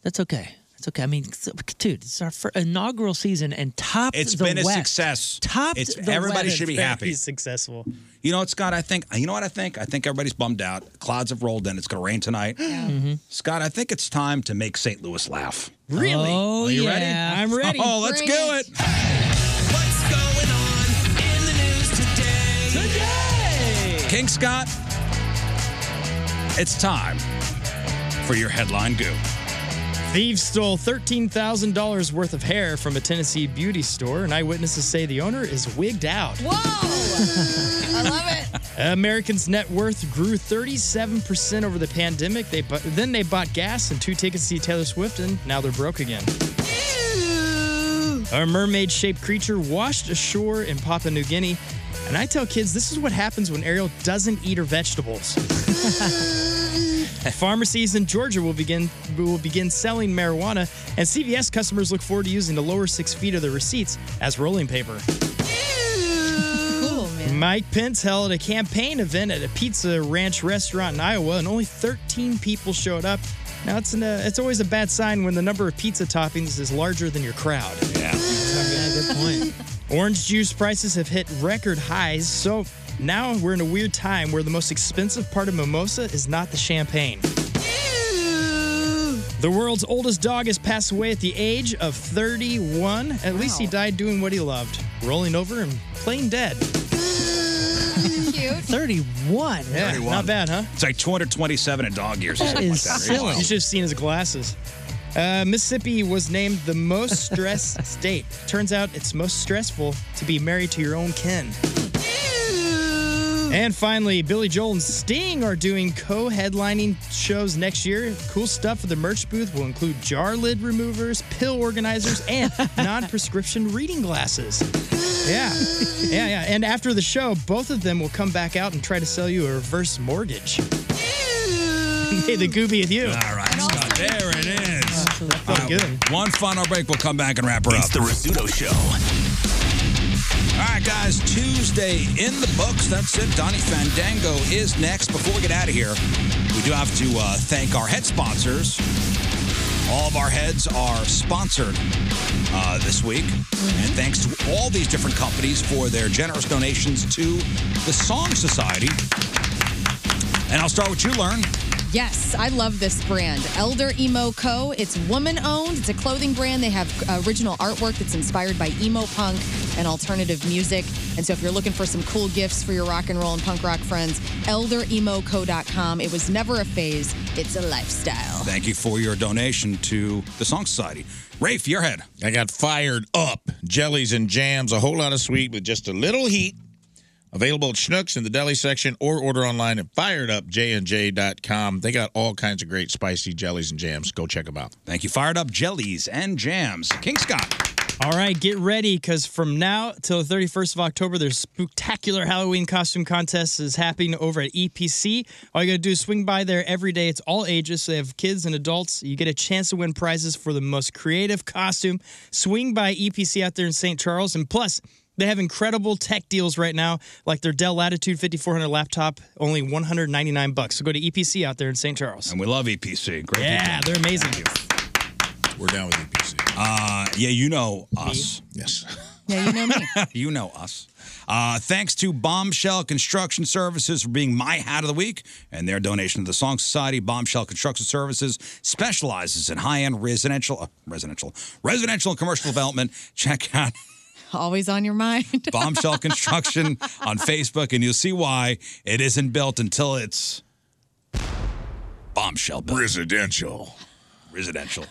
That's okay. That's okay. I mean, s- dude, it's our fir- inaugural season and top. it's the been a West. success. Topped it's the everybody West. should be Very happy. successful. You know what, Scott? I think you know what I think. I think everybody's bummed out. Clouds have rolled in. It's going to rain tonight. Scott, I think it's time to make St. Louis laugh. Really? Oh, Are you yeah. ready? I'm ready. Oh, let's Bring do it. it. King Scott, it's time for your headline goo. Thieves stole $13,000 worth of hair from a Tennessee beauty store, and eyewitnesses say the owner is wigged out. Whoa! I love it. Americans' net worth grew 37% over the pandemic. They bu- Then they bought gas and two tickets to see Taylor Swift, and now they're broke again. A mermaid shaped creature washed ashore in Papua New Guinea. And I tell kids this is what happens when Ariel doesn't eat her vegetables. Pharmacies in Georgia will begin will begin selling marijuana, and CVS customers look forward to using the lower six feet of their receipts as rolling paper. Mike Pence held a campaign event at a pizza ranch restaurant in Iowa, and only 13 people showed up. Now it's an, uh, it's always a bad sign when the number of pizza toppings is larger than your crowd. Yeah. good point. Orange juice prices have hit record highs, so now we're in a weird time where the most expensive part of mimosa is not the champagne. The world's oldest dog has passed away at the age of 31. At least he died doing what he loved, rolling over and playing dead. Cute. 31. Yeah, 31. not bad, huh? It's like 227 in dog years. or That something is like that. silly. You should have seen his glasses. Uh, Mississippi was named the most stressed state. Turns out it's most stressful to be married to your own kin. And finally, Billy Joel and Sting are doing co headlining shows next year. Cool stuff for the merch booth will include jar lid removers, pill organizers, and non prescription reading glasses. Yeah. Yeah, yeah. And after the show, both of them will come back out and try to sell you a reverse mortgage. hey, the goobie with you. All right, Scott, there it is. All right, One final break. We'll come back and wrap her up. It's the Rizzuto Show. All right, guys, Tuesday in the books. That's it. Donnie Fandango is next. Before we get out of here, we do have to uh, thank our head sponsors. All of our heads are sponsored uh, this week. And thanks to all these different companies for their generous donations to the Song Society. And I'll start with you, Learn. Yes, I love this brand, Elder Emo Co. It's woman owned, it's a clothing brand. They have uh, original artwork that's inspired by emo punk and alternative music. And so if you're looking for some cool gifts for your rock and roll and punk rock friends, elderemoco.com. It was never a phase, it's a lifestyle. Thank you for your donation to the Song Society. Rafe, your head. I got fired up. Jellies and jams, a whole lot of sweet with just a little heat. Available at Schnucks in the deli section or order online at firedupjandj.com. They got all kinds of great spicy jellies and jams. Go check them out. Thank you. Fired up jellies and jams. King Scott. All right, get ready because from now till the 31st of October, there's spectacular Halloween costume contest is happening over at EPC. All you got to do is swing by there every day. It's all ages, so they have kids and adults. You get a chance to win prizes for the most creative costume. Swing by EPC out there in St. Charles, and plus. They have incredible tech deals right now, like their Dell Latitude 5400 laptop, only 199 bucks. So go to EPC out there in St. Charles. And we love EPC. Great. Yeah, people. they're amazing. We're down with E EPC. Uh, yeah, you know us. Yes. Yeah, you know me. you know us. Uh, thanks to Bombshell Construction Services for being my hat of the week and their donation to the Song Society. Bombshell Construction Services specializes in high-end residential, uh, residential, residential and commercial development. Check out Always on your mind. Bombshell Construction on Facebook, and you'll see why it isn't built until it's bombshell built. Residential. Residential.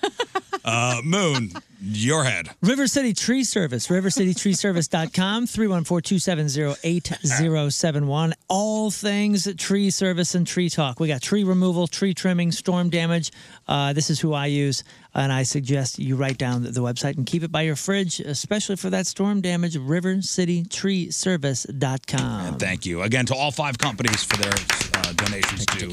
uh, Moon, your head. River City Tree Service, rivercitytreeservice.com, 314-270-8071. All things tree service and tree talk. We got tree removal, tree trimming, storm damage. Uh, this is who I use, and I suggest you write down the, the website and keep it by your fridge, especially for that storm damage, rivercitytreeservice.com. And thank you again to all five companies for their uh, donations to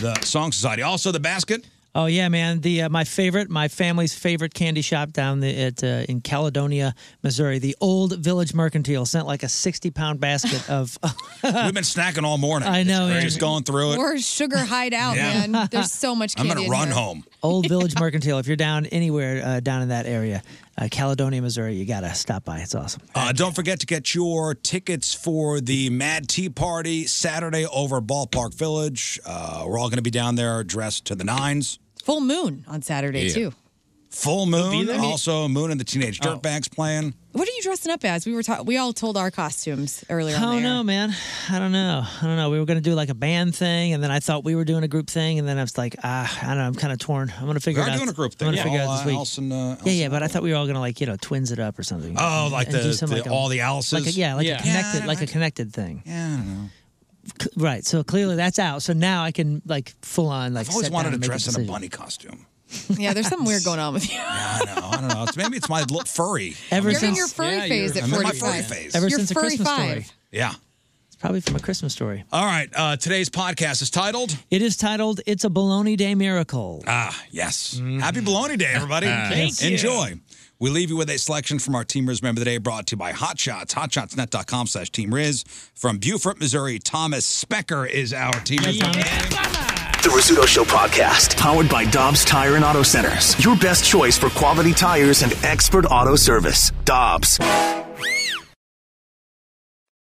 the Song Society. Also, the basket. Oh yeah, man! The uh, my favorite, my family's favorite candy shop down the, at uh, in Caledonia, Missouri. The Old Village Mercantile sent like a sixty-pound basket of. We've been snacking all morning. I know, We're man. Just going through it. Or sugar hideout, Yeah. man. There's so much I'm candy. gonna in run here. home. Old Village Mercantile. If you're down anywhere uh, down in that area, uh, Caledonia, Missouri, you gotta stop by. It's awesome. Uh, don't forget to get your tickets for the Mad Tea Party Saturday over at Ballpark Village. Uh, we're all going to be down there dressed to the nines. Full moon on Saturday, Yeah. too. Full We'll be Moon, there. also Moon and the Teenage Oh. Dirtbags playing. What are you dressing up as? We were ta- we all told our costumes earlier I on don't there. know, man. I don't know. I don't know. We were gonna do like a band thing, and then I thought we were doing a group thing, and then I was like, ah, I don't know. I'm kind of torn. I'm gonna figure We it are out. doing a group I'm thing. gonna Yeah. figure it All, out uh, this week. Allison, uh, yeah, yeah, but I thought we were all gonna like you know twins it up or something. Oh, like And the- the- all the Alices? Like a, yeah, like Yeah. a connected, Yeah, like a connected thing. Yeah, I don't know. Right. So clearly that's out. So now I can like full on like. I've always sit wanted down and to make dress in a decision. bunny costume. Yeah, there's something weird going on with you. I don't know. I don't know. It's, maybe it's my look furry. Ever You're in since your furry Yeah, phase you're- at I'm in my 45. furry phase. Ever You're since a furry Christmas story. five. Yeah. It's probably from a Christmas story. All right. Uh, today's podcast is titled. It is titled "It's a Baloney Day Miracle." Ah, yes. Happy Bologna Day, everybody. Mm. Thank you. Enjoy. We leave you with a selection from our Team Riz member of the day brought to you by Hot Shots, hotshotsnet.com slash Team Riz. From Beaufort, Missouri, Thomas Specker is our Team Riz. member of the day. The Rizzuto Show podcast, powered by Dobbs Tire and Auto Centers. Your best choice for quality tires and expert auto service. Dobbs.